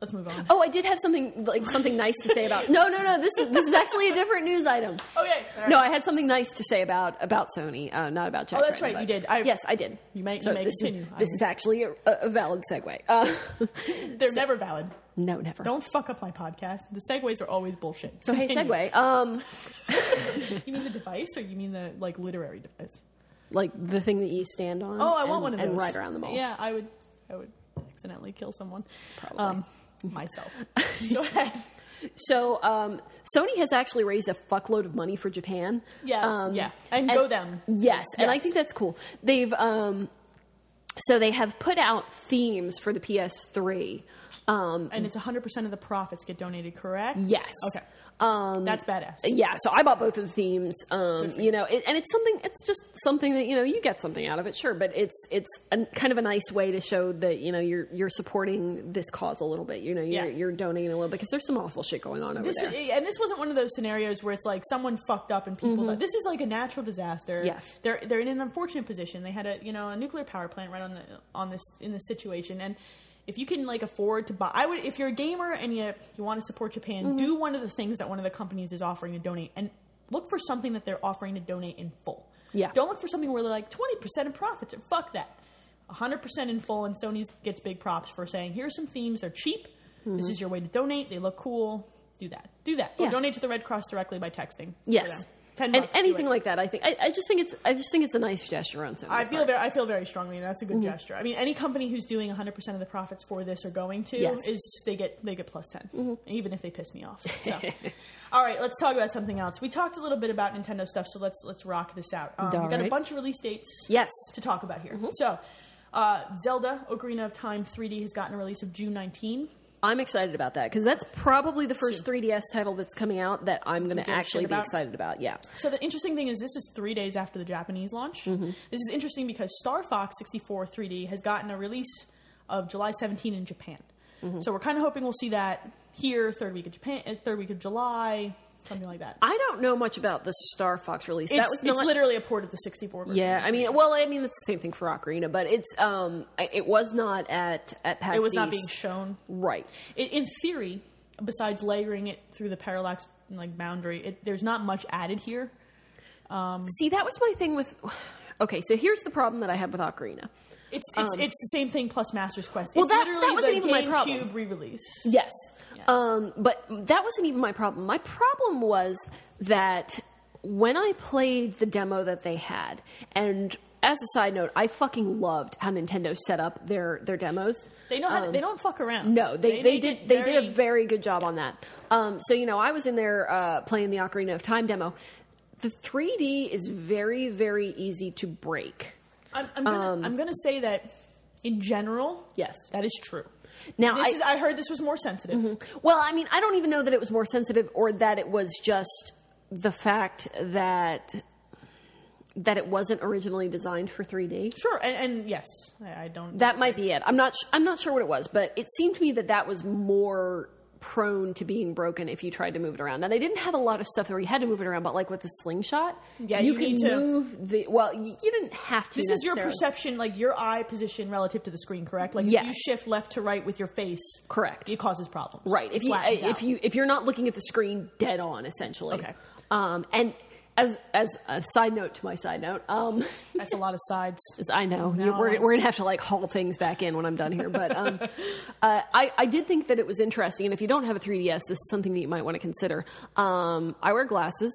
let's move on.
Oh, I did have something like something nice to say about. No, no, no. This is this is actually a different news item.
Okay, all right.
No, I had something nice to say about about Sony, uh, not about Jack.
Oh, that's
Tretton,
right,
but-
you did. I-
yes, I did.
You may- you may
this
continue.
Is, this is actually a, a valid segue. Uh,
they're never valid.
no, never.
Don't fuck up my podcast. The segues are always bullshit.
So hey,
Continue.
segue. Um,
You mean the device, or you mean the like literary device?
like the thing that you stand on.
Oh, I
and,
want one of those.
and ride around the mall.
Yeah, I would. I would accidentally kill someone.
Probably.
myself. Go ahead.
So um, Sony has actually raised a fuckload of money for Japan.
Yeah,
Um,
yeah. And go them.
Yes, and I
Yes.
think that's cool. They've um, so they have put out themes for the PS3. Um,
And it's 100% of the profits get donated, correct?
Yes.
Okay. Um, That's badass.
yeah, so I bought both of the themes. Um, you know, it, and it's something. It's just something that you know you get something out of it, sure. But it's it's a, kind of a nice way to show that you know you're you're supporting this cause a little bit. You know, you're,
Yeah.
you're donating a little bit because there's some awful shit going on over
This
there. Mm-hmm.
is, and this wasn't one of those scenarios where it's like someone fucked up and people. died. This is like a natural disaster.
Yes.
they're they're in an unfortunate position. They had a you know a nuclear power plant right on the on this in this situation, and if you can like afford to buy, I would if you're a gamer and you you want to support Japan,
Mm-hmm.
do one of the things that one of the companies is offering to donate, and look for something that they're offering to donate in full.
Yeah.
don't look for something where they're like twenty percent of profits. Or fuck that. 100% in full, and Sony's gets big props for saying, here's some themes, they're cheap, this is your way to donate, they look cool, do that. Do that. Or
Mm-hmm. Yeah.
donate to the Red Cross directly by texting.
Yes.
Ten
and
bucks, do
anything
it.
like that, I think. I, I just think it's. I just think it's a nice gesture on Sony's
I feel
part.
very, I feel very strongly, and that's a good
Mm-hmm.
gesture. I mean, any company who's doing 100 percent of the profits for this are going to
Yes. Mm-hmm.
is they get they get plus 10, even if they piss me off. So, all right, let's talk about something else. We talked a little bit about Nintendo stuff, so let's let's rock this out. Um,
All
we've got a
right.
bunch of release dates.
Yes. Mm-hmm.
to talk about here. So, uh, Zelda: Ocarina of Time 3D has gotten a release of June 19.
I'm excited about that because that's probably the first 3DS title that's coming out that I'm going to
give a shit
actually be
about.
excited about. Yeah.
So the interesting thing is this is three days after the Japanese launch.
Mm-hmm.
This is interesting because Star Fox 64 3D has gotten a release of July 17 in Japan.
Mm-hmm.
So we're kind of hoping we'll see that here, third week of Japan, uh, third week of July, something like that.
I don't know much about the Star Fox release.
It's,
that was
it's
not.
literally a port of the 64 version.
yeah, I mean, well, I mean, it's the same thing for Ocarina, but it's um, I- it was not at at PAX.
it was not
East.
being shown.
right.
It, in theory, besides layering it through the parallax like boundary, it, there's not much added here.
See, that was my thing with. Okay, so here's the problem that I had with Ocarina.
It's it's, it's the same thing plus Master's Quest.
Um, Well,
it's
that-
literally
that wasn't
the
even my problem.
GameCube re-release.
Yes.
Yeah.
Um, but that wasn't even my problem. My problem was that when I played the demo that they had, and as a side note, I fucking loved how Nintendo set up their, their demos.
They know how to, they don't fuck around.
Um, No, they, they,
make
did
it
they did a very good job on that. Um, so you know, I was in there uh, playing the Ocarina of Time demo. The 3D is very very easy to break.
I'm, I'm gonna I'm gonna say that in general,
um, Yes.
that is true.
Now
This
I, Mm-hmm.
is I heard this was more sensitive.
Well, I mean, I don't even know that it was more sensitive or that it was just the fact that that it wasn't originally designed for 3D.
Sure, and, and yes, I, I don't.
That might be it. I'm not sh- I'm not sure what it was, but it seemed to me that that was more prone to being broken if you tried to move it around. Now they didn't have a lot of stuff where you had to move it around, but like with the slingshot,
Yeah, you
you,
need
could
to-
move the well, you, you didn't have to.
this is your
necessarily.
perception, like your eye position relative to the screen, correct? Like if you
Yes.
shift left to right with your face,
Correct.
it causes problems.
Right. If you uh,
Flattens
if
out.
you if you're not looking at the screen dead on, essentially.
Okay.
Um, and as as a side note to my side note, um,
that's a lot of sides.
is I know you-
No,
we're
it's-
we're gonna have to like haul things back in when I'm done here, but um, uh, I I did think that it was interesting, and if you don't have a 3ds, this is something that you might want to consider. Um, I wear glasses.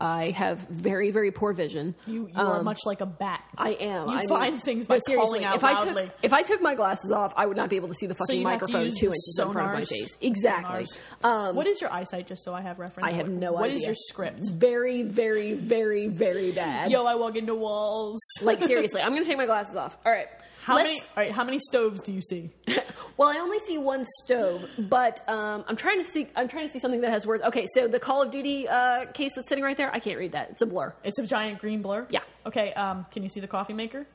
I have very very poor vision.
You, you are much like a bat.
um, I am.
You
I mean-
find things by
No, seriously,
calling out
if I
loudly.
took, if I took my glasses off, I would not be able to see the fucking
you'd have to
microphone
use
two
the
inches in front of my
sonars?
face. Exactly.
Sonars.
Um,
what is your eyesight? Just so I have reference.
I have
What-
no
What
idea.
is your script?
Very, very, very, very bad.
Yo, I walk into walls.
Like seriously, I'm gonna take my glasses off. All right.
How
Let's-
many? All right, how many stoves do you see?
Well, I only see one stove, but um, I'm trying to see. I'm trying to see something that has words. Okay, so the Call of Duty uh, case that's sitting right there. I can't read that. It's a blur.
It's a giant green blur.
Yeah.
Okay. Um, can you see the coffee maker?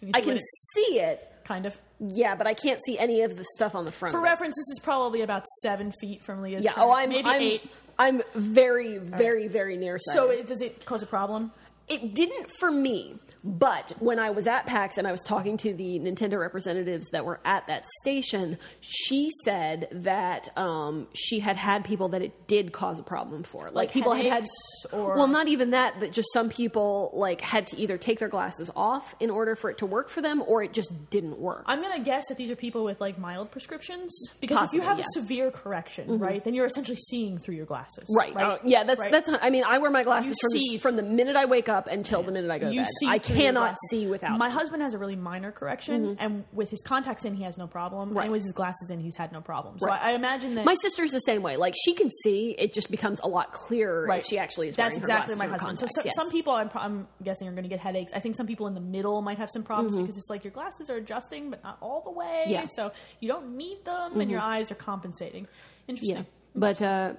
Can you see
I can
what it-
see it.
kind of.
Yeah, but I can't see any of the stuff on the front.
For
of it.
reference, this is probably about seven feet from Leah's.
Yeah.
current-
Oh, I'm
maybe
I'm,
eight.
I'm very, very, very nearsighted.
So it, does it cause a problem?
it didn't for me but when i was at pax and i was talking to the nintendo representatives that were at that station she said that um, she had had people that it did cause a problem for like,
Like
people had had
headaches or-
well not even that but just some people like had to either take their glasses off in order for it to work for them or it just didn't work
I'm gonna guess that these are people with like mild prescriptions because if
Possibly,
you have
yeah. Mm-hmm.
a severe correction, right, then you're essentially seeing through your glasses.
Right. Uh, yeah, that's
Right.
that's I mean, I wear my glasses
You
from the-
see-
from the minute I wake up until the minute I go to
You
bed.
see
I
through through their
cannot
glasses.
see without Mm-hmm.
My husband has a really minor correction, and with his contacts in, he has no problem.
Right.
And with his glasses in, he's had no problem. So
Right.
I, I imagine that
My sister's the same way. Like she can see, it just becomes a lot clearer if she actually is.
That's
wearing her
exactly
glasses
my
or her
husband. so, so
contacts, yes.
some people, I'm, pro- I'm guessing, are going to get headaches. I think some people in the middle might have some problems because it's like your glasses are adjusting, but not all the way.
Mm-hmm. Yeah. Mm-hmm.
So you don't need them, and your eyes are compensating. Interesting.
yeah, but uh,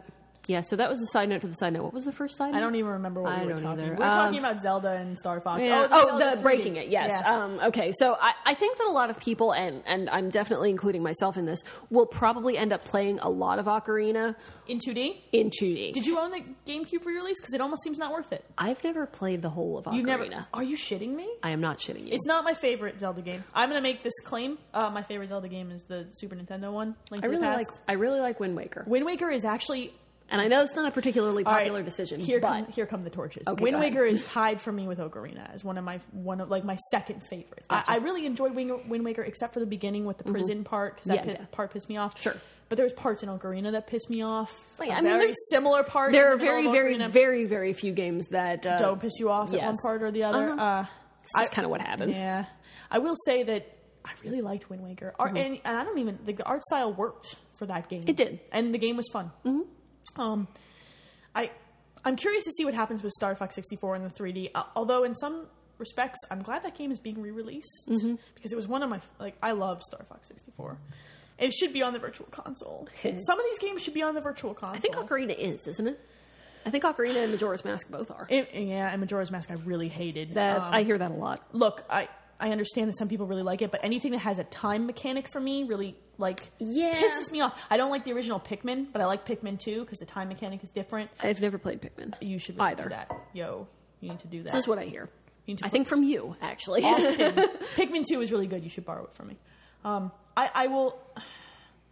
yeah. So that was the side note to the side note. What was the first side? note?
I don't even remember what
I
we were
don't
talking.
either.
We We're
Um,
talking about Zelda and Star Fox.
Yeah.
the
Oh,
Zelda
the,
3D.
breaking it. Yes.
Yeah.
Um, okay. So I, I think that a lot of people, and and I'm definitely including myself in this, will probably end up playing a lot of Ocarina
in 2D.
in 2D.
Did you own the GameCube re-release? Because it almost seems not worth it.
I've never played the whole of Ocarina.
You never. Are you shitting me?
I am not shitting you.
It's not my favorite Zelda game. I'm gonna make this claim. Uh, my favorite Zelda game is the Super Nintendo one. Link
I
to
really
the
like
past.
I really like Wind Waker,
Wind Waker is actually
and I know it's not a particularly
all right,
popular decision,
Here
but
come here come the torches.
Okay,
Wind
go ahead.
Waker is tied for me with Ocarina as one of my one of like my second favorites. I, I really enjoyed Wing, Wind Waker except for the beginning with the prison part because that
Mm-hmm. Yeah,
pi-
yeah.
part pissed me off.
Sure.
But there was parts in Ocarina that pissed me off.
Wait,
A
I mean,
very
there's-
similar part.
there are
in the middle
very,
of Ocarina
very, very, very few games that uh,
don't piss you off at one
yes.
part or the other.
Uh-huh.
Uh,
It's just kind of what happens.
yeah, I will say that I really liked Wind Waker, Ar- and, and I don't even like the art style worked for that game.
Mm-hmm. It did.
and the game was fun. Mm-hmm. Um, I I'm curious to see what happens with Star Fox 64 in the 3D. Uh, although in some respects, I'm glad that game is being re-released
Mm-hmm.
because it was one of my like I love Star Fox 64. It should be on the virtual console. some of these games should be on the virtual console.
I think Ocarina is, isn't it? I think Ocarina and Majora's Mask both are.
yeah, and Majora's Mask I really hated.
That's,
Um,
uh, I hear that a lot.
look, I I understand that some people really like it, but anything that has a time mechanic for me really like
Yeah.
pisses me off. I don't like the original Pikmin, but I like Pikmin 2 because the time mechanic is different.
I've never played Pikmin.
You should look
either.
into that. Yo, you need to do that.
This is what I hear.
You need to
I think from you, actually.
Pikmin 2 is really good. You should borrow it from me. Um, I, I will.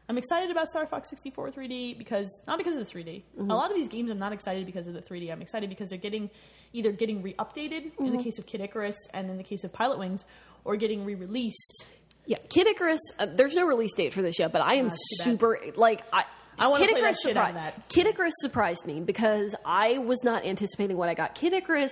I'm excited about Star Fox 64 3D because not because of the 3D.
Mm-hmm.
A lot of these games I'm not excited because of the 3D. I'm excited because they're getting either getting re-updated
Mm-hmm.
in the case of Kid Icarus and in the case of Pilot Wings, or getting re-released
yeah, Kid Icarus. Uh, there's no release date for this yet, but I am
it's Oh, too bad.
super like I.
I wanna
Kid
play that
Icarus
shit out of
surpri-
that.
Kid Icarus surprised me because I was not anticipating what I got. Kid Icarus.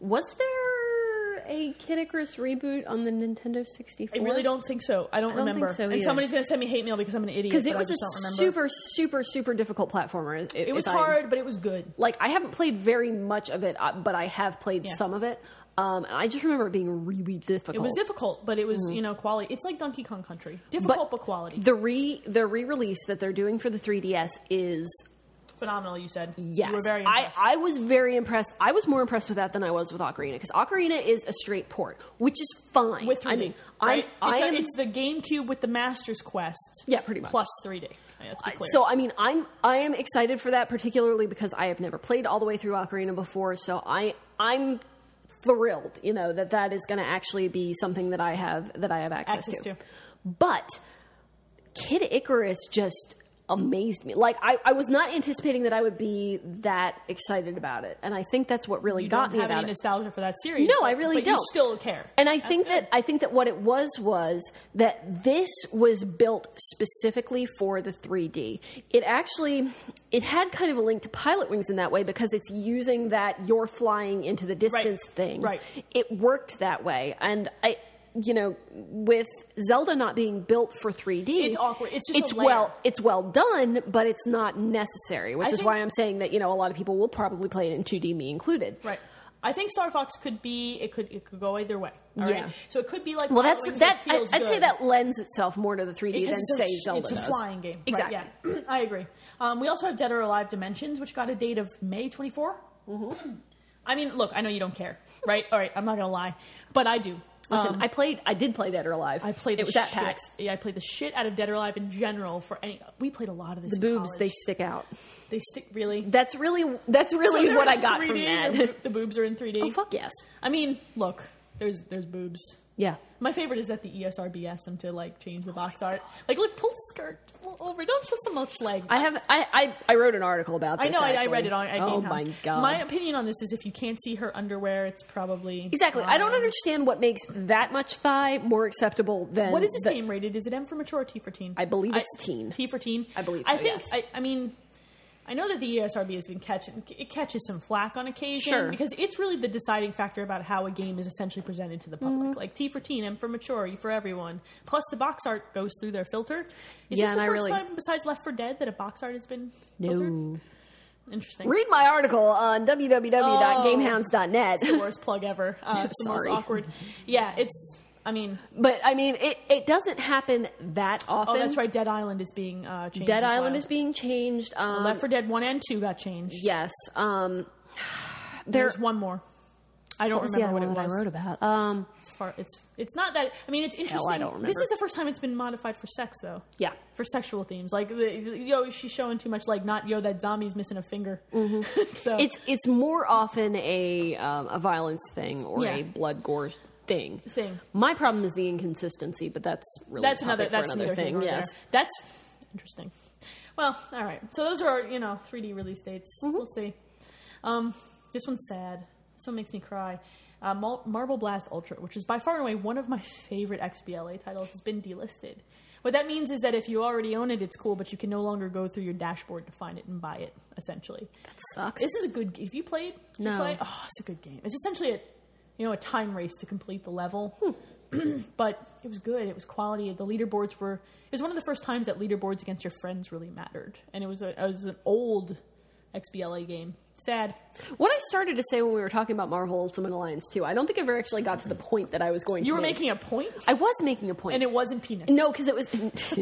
Was there a Kid Icarus reboot on the Nintendo 64?
I really don't think so. I don't,
don't think
remember.
so
and
either.
somebody's going to send me hate mail because I'm an idiot.
because
but
it
I
was a
just don't remember.
super, super, super difficult platformer. i-
It was
if I'm-
hard, but it was good.
like I haven't played very much of it, uh, but I have played
Yeah.
some of it. Um, and I just remember it being really difficult.
It was difficult, but it was
Mm-hmm.
you know quality. It's like Donkey Kong Country, difficult but, quality.
The re the re release that they're doing for the 3DS is
Phenomenal, you said.
yes.
you were very
I
impressed.
I was very impressed. I was more impressed with that than I was with Ocarina because Ocarina is a straight port, which is fine.
with 3D,
I mean,
right?
I'm,
it's,
I
a-
am
it's the GameCube with the Master's Quest.
Yeah, pretty much.
Plus 3D. Yeah, Let's be clear.
So I mean, I'm I am excited for that, particularly because I have never played all the way through Ocarina before. So I I'm thrilled, you know, that that is going to actually be something that I have that I have access,
Access to.
But Kid Icarus just amazed me. Like I, I was not anticipating that I would be that excited about it, and I think that's what really
you
got
don't
me
have
about
any
it.
nostalgia for that series.
No, I
but-
really
but You
don't.
still care.
And I
That's
think
good.
that I think that what it was was that this was built specifically for the 3D. It actually it had kind of a link to Pilot Wings in that way because it's using that you're flying into the distance thing.
Right.
It worked that way, and I. You know, with Zelda not being built for 3D,
It's awkward. It's just
it's
a layer.
well, it's well done, but it's not necessary,
I
which is
think-
why I'm saying that you know a lot of people will probably play it in 2D, me included.
Right. I think Star Fox could be. It could. It could go either way. All right.
Yeah.
So it could be like.
Well,
Wild
that's
Wings,
that.
it
I,
feels
I'd say
good.
that lends itself more to the 3D
Because
than
it's a
say
sh-
Zelda
It's a
does.
flying game.
Exactly.
Right, yeah, I agree. Um, we also have Dead or Alive Dimensions, which got a date of May 24.
Mm-hmm.
I mean, look, I know you don't care, right? All right, I'm not going to lie, but I do.
Listen,
Um,
I played. I did play Dead or Alive.
I played
it
the
was at
shit.
PAX.
Yeah, I played the shit out of Dead or Alive in general. For any, we played a lot of this.
The
in
boobs they
college.
stick out.
they stick really.
That's really that's really
So they're
what I
in
got from
3D,
that.
The, the boobs are in 3D.
oh fuck yes.
I mean, look, there's there's boobs.
Yeah.
My favorite is that the E ESRB asked them to like change
Oh
the box art. Like, look, pull the skirt a little over. Don't show so much leg.
I have. I, I I wrote an article about. This,
I know. I, I
actually.
read it on. At
oh
Gamehouse.
my god.
My opinion on this is if you can't see her underwear, it's probably
exactly. I don't
Um,
understand what makes that much thigh more acceptable than
What is this
the-
game rated? Is it M for mature or T for teen?
I believe it's teen.
T for teen.
I believe
I
so,
think.
yes.
I, I mean. I know that the E ESRB has been catching it catches some flack on occasion
Sure.
because it's really the deciding factor about how a game is essentially presented to the public.
Mm-hmm.
Like T for teen, M for mature, E for everyone. Plus, the box art goes through their filter. Is
Yeah,
this
and
the
I
first
really-
time besides Left for Dead that a box art has been filtered? Interesting.
Read my article on
Oh.
www.gamehounds.net.
worst plug ever. Uh, it's the most
Sorry.
awkward. Yeah, it's. I mean,
But I mean, it, it doesn't happen that often.
oh, that's right. Dead Island is being uh, changed.
Dead
as
Island
well.
is being changed. Um,
Left for Dead One and Two got changed.
yes. Um,
there's
there-
one more. I don't
was the
remember
other
what it
one that
was.
I wrote about? Um,
It's far. It's it's not that. I mean, it's interesting.
don't
This
remember.
is the first time it's been modified for sex, though.
Yeah.
for sexual themes. Like, the, the- yo, she's showing too much. Like, not yo, that zombie's missing a finger. so
Mm-hmm. it's it's more often a um, a violence thing or
Yeah.
a blood gore thing.
Thing.
My problem is the inconsistency, but that's really
that's
a
another.
topic for
That's
another
another
thing. Yes,
that's interesting. Well, all right. So those are you know 3D release dates.
Mm-hmm.
We'll see. Um, this one's sad. This one makes me cry. Uh, Mar- Marble Blast Ultra, which is by far and away one of my favorite XBLA titles, has been delisted. What that means is that if you already own it, it's cool, but you can no longer go through your dashboard to find it and buy it. Essentially,
sucks.
this is a good. If you played, did you
No.
play? Oh, it's a good game. It's essentially a, you know, a time race to complete the level.
Hmm.
but it was good. It was quality. The leaderboards were. It was one of the first times that leaderboards against your friends really mattered, and it was a, it was an old XBLA game. Sad.
what I started to say when we were talking about Marvel Ultimate Alliance too. I don't think I ever actually got to the point that I was going.
You
to
were
make.
making a point,
I was making a point.
and it wasn't penis.
No, because it was.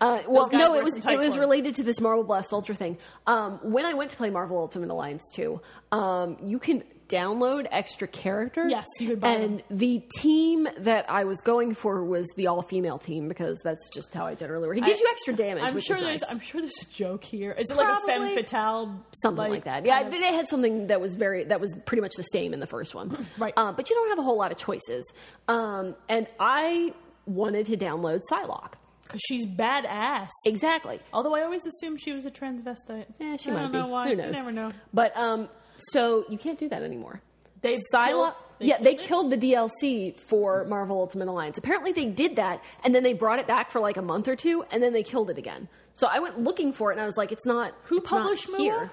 uh, well,
guys
no,
wear
it was
some
it
tight
was
clothes.
related to this Marvel Blast Ultra thing. Um, when I went to play Marvel Ultimate Alliance two, um, you can download extra characters.
Yes, you could buy
And the team that I was going for was the all female team because that's just how I generally work. It gives you extra damage.
I'm
which
sure
is
there's.
nice.
I'm sure there's a joke here. Is it like a femme
Probably.
fatale?
Something like, that. Yeah, they had something that was very that was pretty much the same in the first one.
Right.
Um, but you don't have a whole lot of choices. Um, and I wanted to download Psylocke.
Because she's badass.
Exactly.
Although I always assumed she was a transvestite.
Yeah, she
I
might
don't
be.
know why.
Who knows?
You never know.
But um, so you can't do that anymore.
They
Psylocke.
killed-
yeah, they
it?
killed the DLC for Marvel Ultimate Alliance. Apparently, they did that, and then they brought it back for like a month or two, and then they killed it again. So I went looking for it, and I was like, "It's not
Who
it's not
published Mua?
here."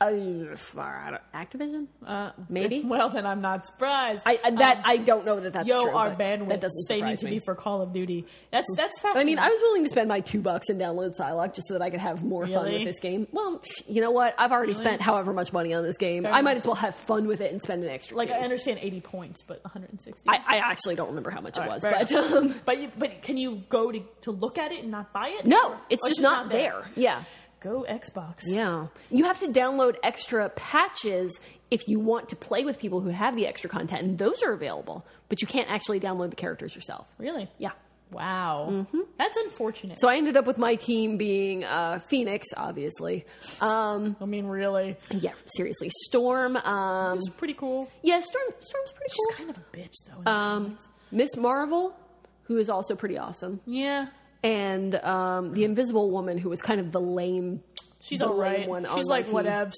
Uh, I don't- Activision, uh, maybe.
Well, then I'm not surprised.
I, I- that I don't know that that's
um, Yo,
true.
our
but
bandwidth
that doesn't
saving
surprise
to
me.
be for Call of Duty. That's that's
I mean,
fascinating.
I was willing to spend my two bucks and download Psylocke just so that I could have more fun
Really?
with this game. Well, pff, you know what? I've already spent however much money on this game. I might
enough.
as well have fun with it and spend an extra.
like I
few.
understand 80 points, but 160.
I, I actually don't remember how much it
All right,
was,
fair
but
enough.
um,
but you, but can you go to to look at it and not buy it? Or-
no,
or
it's just, not, there. Yeah,
Go Xbox.
yeah. You have to download extra patches if you want to play with people who have the extra content, and those are available. But you can't actually download the characters yourself.
Really?
Yeah. Mm-hmm.
Wow. That's unfortunate.
So I ended up with my team being uh, Phoenix, obviously. Um,
I mean, really,
yeah, seriously, Storm. Um,
it's pretty cool.
yeah, Storm. Storm's pretty
She's
cool.
kind of a bitch though. in the
Um,
comics.
Miss Marvel, who is also pretty awesome.
yeah.
and um, the Invisible Woman, who was kind of the lame.
She's
the
all
lame
right.
one on
She's
my
like
team.
whatevs.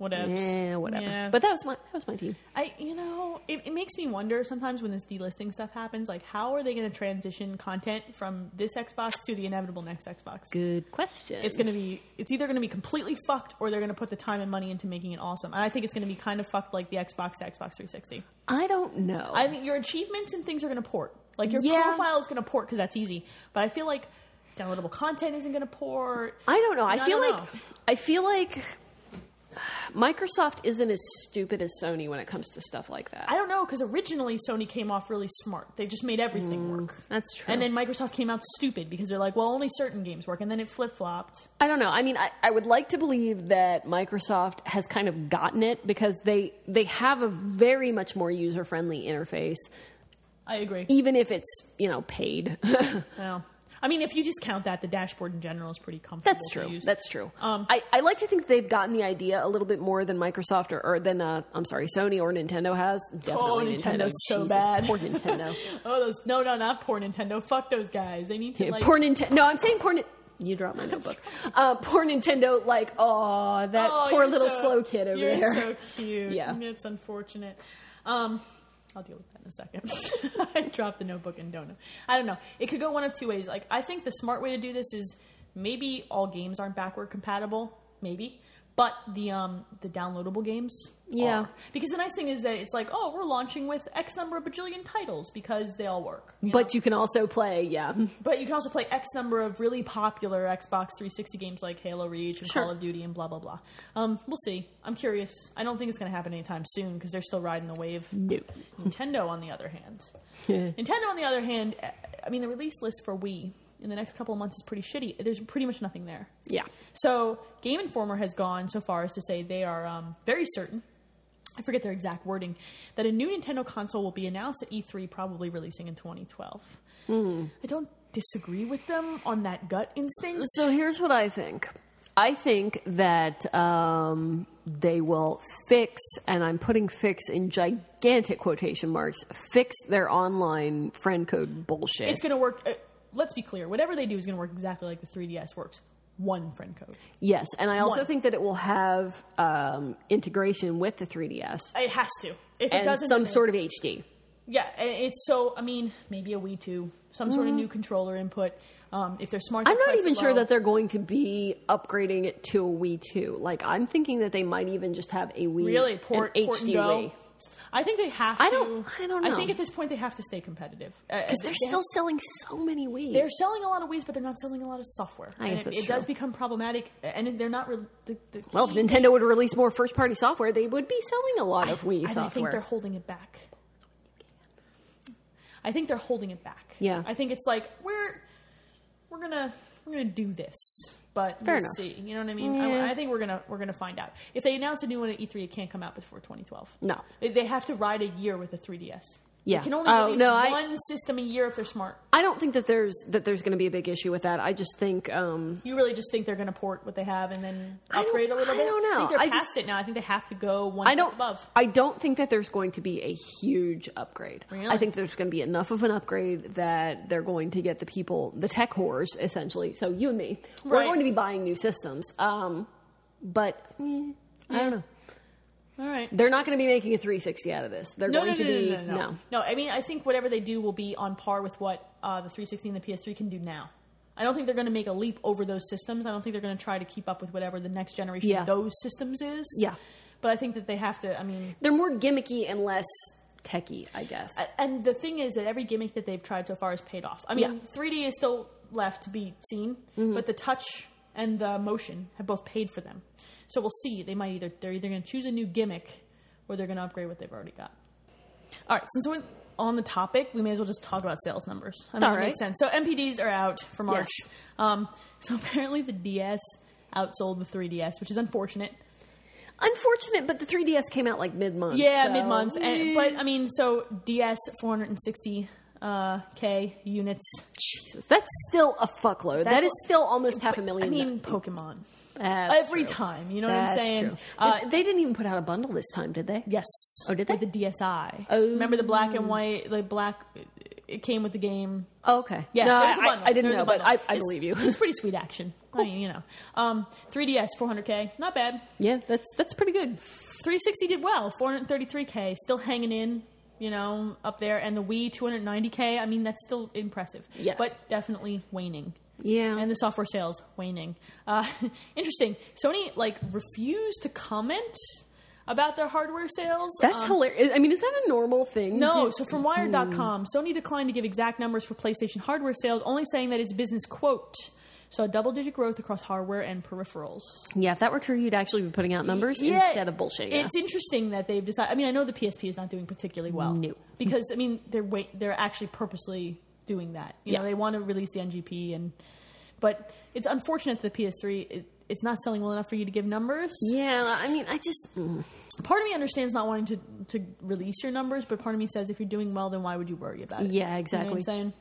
Whatevs.
Yeah, Eh, whatever.
Yeah.
But that was my that was my team.
I, you know, it, it makes me wonder sometimes when this delisting stuff happens, like how are they going to transition content from this Xbox to the inevitable next Xbox?
Good question.
It's going to be, it's either going to be completely fucked or they're going to put the time and money into making it awesome. And I think it's going to be kind of fucked like the Xbox to Xbox 360.
I don't know.
I think your achievements and things are going to port. Like your
Yeah.
profile is going to port because that's easy. But I feel like downloadable content isn't going to port.
I don't know. I
No,
feel
no,
like
no.
I feel like Microsoft isn't as stupid as Sony when it comes to stuff like that.
I don't know because originally Sony came off really smart. They just made everything
Mm.
work.
That's true.
And then Microsoft came out stupid because they're like, well, only certain games work. And then it flip flopped.
I don't know. I mean, I, I would like to believe that Microsoft has kind of gotten it because they they have a very much more user friendly interface,
I agree.
even if it's you know paid.
Well, I mean, if you just count that, the dashboard in general is pretty comfortable.
That's
to
true.
use.
That's true.
Um,
I, I like to think they've gotten the idea a little bit more than Microsoft or, or than uh, I'm sorry, Sony or Nintendo has. Definitely
Oh, Nintendo's so
Jesus,
bad.
Poor Nintendo.
oh, those no, no, not poor Nintendo. Fuck those guys. They need to
Yeah,
like.
poor Nintendo. No, I'm saying poor. Ni- you dropped my notebook. Uh, poor Nintendo. Like, oh, that
Oh,
poor
you're
little
so-
slow kid over
you're
there.
so cute.
Yeah.
it's unfortunate. Um, I'll deal with that in a second. I dropped the notebook and don't know. I don't know. It could go one of two ways. Like I think the smart way to do this is Maybe all games aren't backward compatible. Maybe. But the um, the downloadable games,
Yeah.
are. Because the nice thing is that it's like, oh, we're launching with X number of bajillion titles because they all work. you know?
But you can also play, yeah.
But you can also play X number of really popular Xbox 360 games like Halo Reach and
Sure.
Call of Duty and blah blah blah. Um, we'll see. I'm curious. I don't think it's going to happen anytime soon because they're still riding the wave.
No.
Nintendo, on the other hand, Nintendo, on the other hand, eh, I mean the release list for Wii in the next couple of months is pretty shitty. There's pretty much nothing there.
yeah.
So Game Informer has gone so far as to say they are um, very certain. I forget their exact wording that a new Nintendo console will be announced at E3, probably releasing in 2012.
Hmm.
I don't disagree with them on that gut instinct.
So here's what I think. I think that um, they will fix, and I'm putting fix in gigantic quotation marks, fix their online friend code bullshit.
it's going to work. Uh, let's be clear. Whatever they do is going to work exactly like the 3DS works. One friend code.
yes, and I also
One.
think that it will have um, integration with the 3DS
It has to. If it
and
doesn't,
some
then-
sort of HD.
yeah. and It's so. I mean, maybe a Wii 2, some sort of new controller input. Um, if they're smart,
Mm-hmm. I'm
they'll
not
price
even
it
sure
low.
that they're going to be upgrading it to a Wii 2. Like, I'm thinking that they might even just have a Wii
really
and
port,
HD
port and go.
Wii.
I think they have.
I
to,
don't- I don't
I think
know.
at this point they have to stay competitive Uh,
Because they're still selling so many Wii's.
they're selling a lot of Wii's, but they're not selling a lot of software.
I
and
guess
it,
that's
it does
true.
become problematic, and they're not. Re- the, the
Well, if
key-
Nintendo would release more first party software, they would be selling a lot of
I
Wii
don't think
software.
they're holding it back. I think they're holding it back.
Yeah.
I think it's like we're we're gonna we're gonna do this, but
Fair
we'll
enough.
see. You know what I mean?
Yeah.
I, I think we're gonna we're gonna find out. If they announce a new one at E3, it can't come out before 2012.
No.
they, they have to ride a year with a 3DS.
Yeah.
they can only
Oh,
release
no, I-
one system a year if they're smart.
I don't think that there's that there's going to be a big issue with that. I just think um,
You really just think they're gonna port what they have and then
I don't-
upgrade a little
I
bit?
don't
I
know.
think they're
I
past
just-
it now. I think they have to go one
I
step
don't
above.
I don't think that there's going to be a huge upgrade.
Really?
I think there's going to be enough of an upgrade that they're going to get the people, the tech whores, essentially. So you and me, we're
Right.
going to be buying new systems. Um, but eh, I don't know.
All right.
They're not going to be making a 360 out of this. They're
No,
going
no,
to
no,
be
no, no, no, no. No, I mean, I think whatever they do will be on par with what uh, the 360 and the PS3 can do now. I don't think they're going to make a leap over those systems. I don't think they're going to try to keep up with whatever the next generation
Yeah.
of those systems is.
Yeah.
But I think that they have to, I mean,
They're more gimmicky and less techy, I guess.
and the thing is that every gimmick that they've tried so far has paid off. I mean,
Yeah. Mm-hmm.
3D is still left to be seen, but the touch and the motion have both paid for them. So we'll see. They might either they're either going to choose a new gimmick or they're going to upgrade what they've already got. All right, since we're on the topic, we may as well just talk about sales numbers. I mean,
All
it
right.
makes sense. So MPDs are out for March.
Yes.
Um, so apparently the DS outsold the 3DS, which is unfortunate.
Unfortunate, but the 3DS came out like mid month.
Yeah,
so- eh.
mid month. But I mean, so DS 460 uh, K units.
Jesus, that's still a fuckload. That's
That's-
still almost half a
I
million.
mean, Pokemon.
That's
Every
true.
time. You know
That's
what I'm saying?
true.
Uh,
Did- they didn't even put out a bundle this time, did they?
yes.
Oh, did they?
With the DSi.
Oh.
Remember the black and white, the black, it came with the game.
Oh, okay.
Yeah,
no,
there was a
I,
bundle.
I didn't
There was
know,
a
but I,
bundle.
I
It's-
believe you.
It's pretty sweet action. I mean, you know. Um, 3DS, 400K. Not bad.
yeah, that's that's pretty good.
360 did well. 433K. Still hanging in. You know, up there, and the Wii 290k. I mean, that's still impressive,
Yes.
but definitely waning.
Yeah,
and the software sales waning. Uh, interesting. Sony like refused to comment about their hardware sales.
that's
Um,
hilarious. I mean, is that a normal thing?
No,
Do-
so from Wired.com, Sony declined to give exact numbers for PlayStation hardware sales, only saying that its business quote saw double-digit growth across hardware and peripherals.
yeah, if that were true, you'd actually be putting out numbers
Yeah,
instead of bullshitting
It's
us.
interesting that they've decided. I mean, I know the PSP is not doing particularly well.
No.
because I mean they're wait, they're actually purposely doing that. You know,
Yeah.
they want to release the NGP, and but it's unfortunate that the PS3 it, it's not selling well enough for you to give numbers.
yeah, I mean, I just mm.
Part of me understands not wanting to to release your numbers, but part of me says if you're doing well, then why would you worry about it?
Yeah,
You know what
exactly.
I'm saying.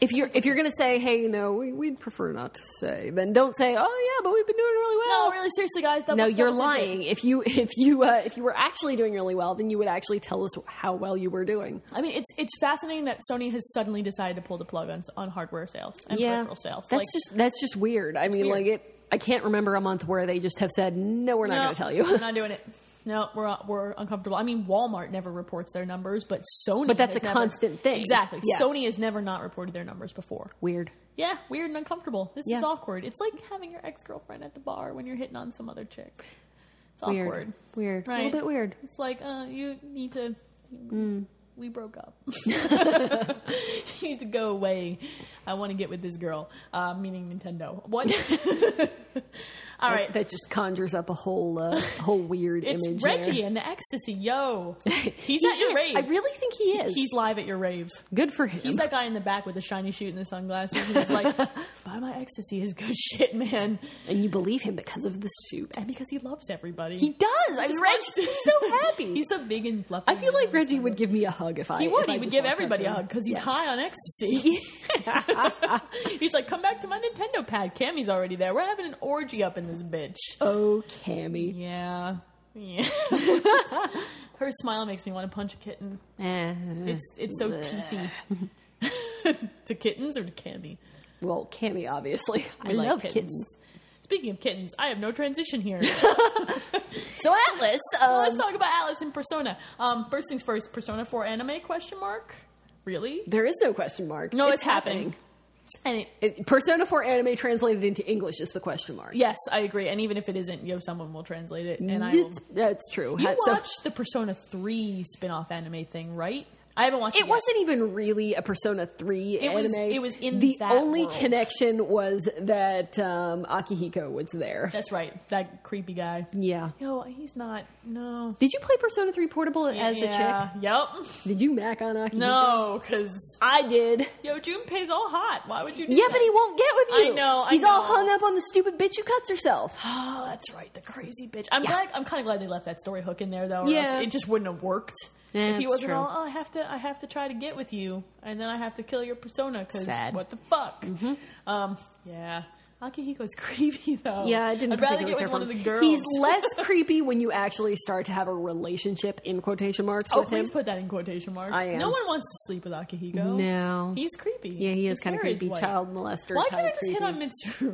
if you're if you're gonna say, hey, you know, we, we'd prefer not to say, then don't say, oh yeah, but we've been doing really well.
No, really, seriously, guys. Double,
No, you're
double digit.
lying. If you if you uh, if you were actually doing really well, then you would actually tell us how well you were doing.
I mean, it's it's fascinating that Sony has suddenly decided to pull the plug on on hardware sales and peripheral sales.
that's
like,
just that's just weird. I mean,
weird.
like it I can't remember a month where they just have said, no, we're not
No,
going to tell you.
We're not doing it. No, we're we're uncomfortable. I mean, Walmart never reports their numbers, but Sony.
But that's
has
a
never-
constant thing.
Exactly.
Yeah.
Sony has never not reported their numbers before.
Weird.
Yeah, weird and uncomfortable. This
Yeah.
is awkward. It's like having your ex girlfriend at the bar when you're hitting on some other chick. It's
Weird.
awkward.
Weird. A
Right.
little bit weird.
It's like uh, you need to.
Mm.
We broke up. you need to go away. I want to get with this girl. Uh, meaning Nintendo. What? All right.
That just conjures up a whole, uh, whole weird
It's
image. there.
Reggie and the ecstasy, yo. He's
He
at your
is.
rave.
I really think he is.
He's live at your rave.
good for him.
He's that guy in the back with the shiny shoe and the sunglasses. And he's like, buy my ecstasy is good shit, man.
and you believe him because of the suit.
And because he loves everybody.
He does. I'm
Just
Reggie.
loves-
He's so happy.
He's so big and fluffy.
I feel
man.
like Reggie would give me a hug if I.
He would.
if I
He would
just
give
walked up
everybody
to
a
him.
hug because he's
Yes.
high on ecstasy. he's like, come back to my Nintendo pad. Cammy's already there. We're having an orgy up in this bitch.
Oh, Cammy.
Yeah. Yeah. Her smile makes me want to punch a kitten. It's it's so teethy. to kittens or to candy?
well, Cammy obviously. I
We like
love kittens.
Speaking of kittens, I have no transition here.
So Atlas,
Let's
um,
talk about Alice in Persona. Um, first things first, Persona 4 anime question mark? Really?
there is no question mark.
No, it's, happening. And it,
It- Persona 4 anime translated into English is the question mark.
yes, I agree. And even if it isn't, yo, someone will translate it. And I will.
It's- that's true.
You
Ha- so-
watched the Persona 3 spin-off anime thing, right? I haven't watched it.
it wasn't e- even really a Persona 3
It was-
anime.
it was in
the
that
only
world.
connection was that um, Akihiko was there.
Yet. That's right. That creepy guy.
yeah.
No, he's not. No.
Did you play Persona 3 Portable as a
yeah. Yep.
chick? Did you mac on Akihiko?
No, because
I did.
Yo, Junpei's all hot. Why would you do
Yeah,
that?
but he won't get with you.
I know, I
He's all
know.
hung up on the stupid bitch who cuts herself.
Oh, that's right, the crazy bitch. I'm
Yeah.
glad. I'm kind of glad they left that story hook in there, though. or
Yeah.
else it just wouldn't have worked
Yeah,
if he
that's
wasn't
true.
all. Oh, I have to. I have to try to get with you, and then I have to kill your persona because
Sad. Mm-hmm.
what the fuck? Um, yeah, Akihiko's creepy though.
Yeah, I didn't.
I'd rather
particularly
get
care
with one
for
of the
him.
girls.
He's less creepy when you actually start to have a relationship in quotation marks
Oh,
with him.
please put that in quotation marks.
I am.
No one wants to sleep with Akihiko.
No.
he's creepy.
yeah, he is
His
kind of
hair
creepy,
white.
child molester.
Why
type
can't I just
creepy.
hit on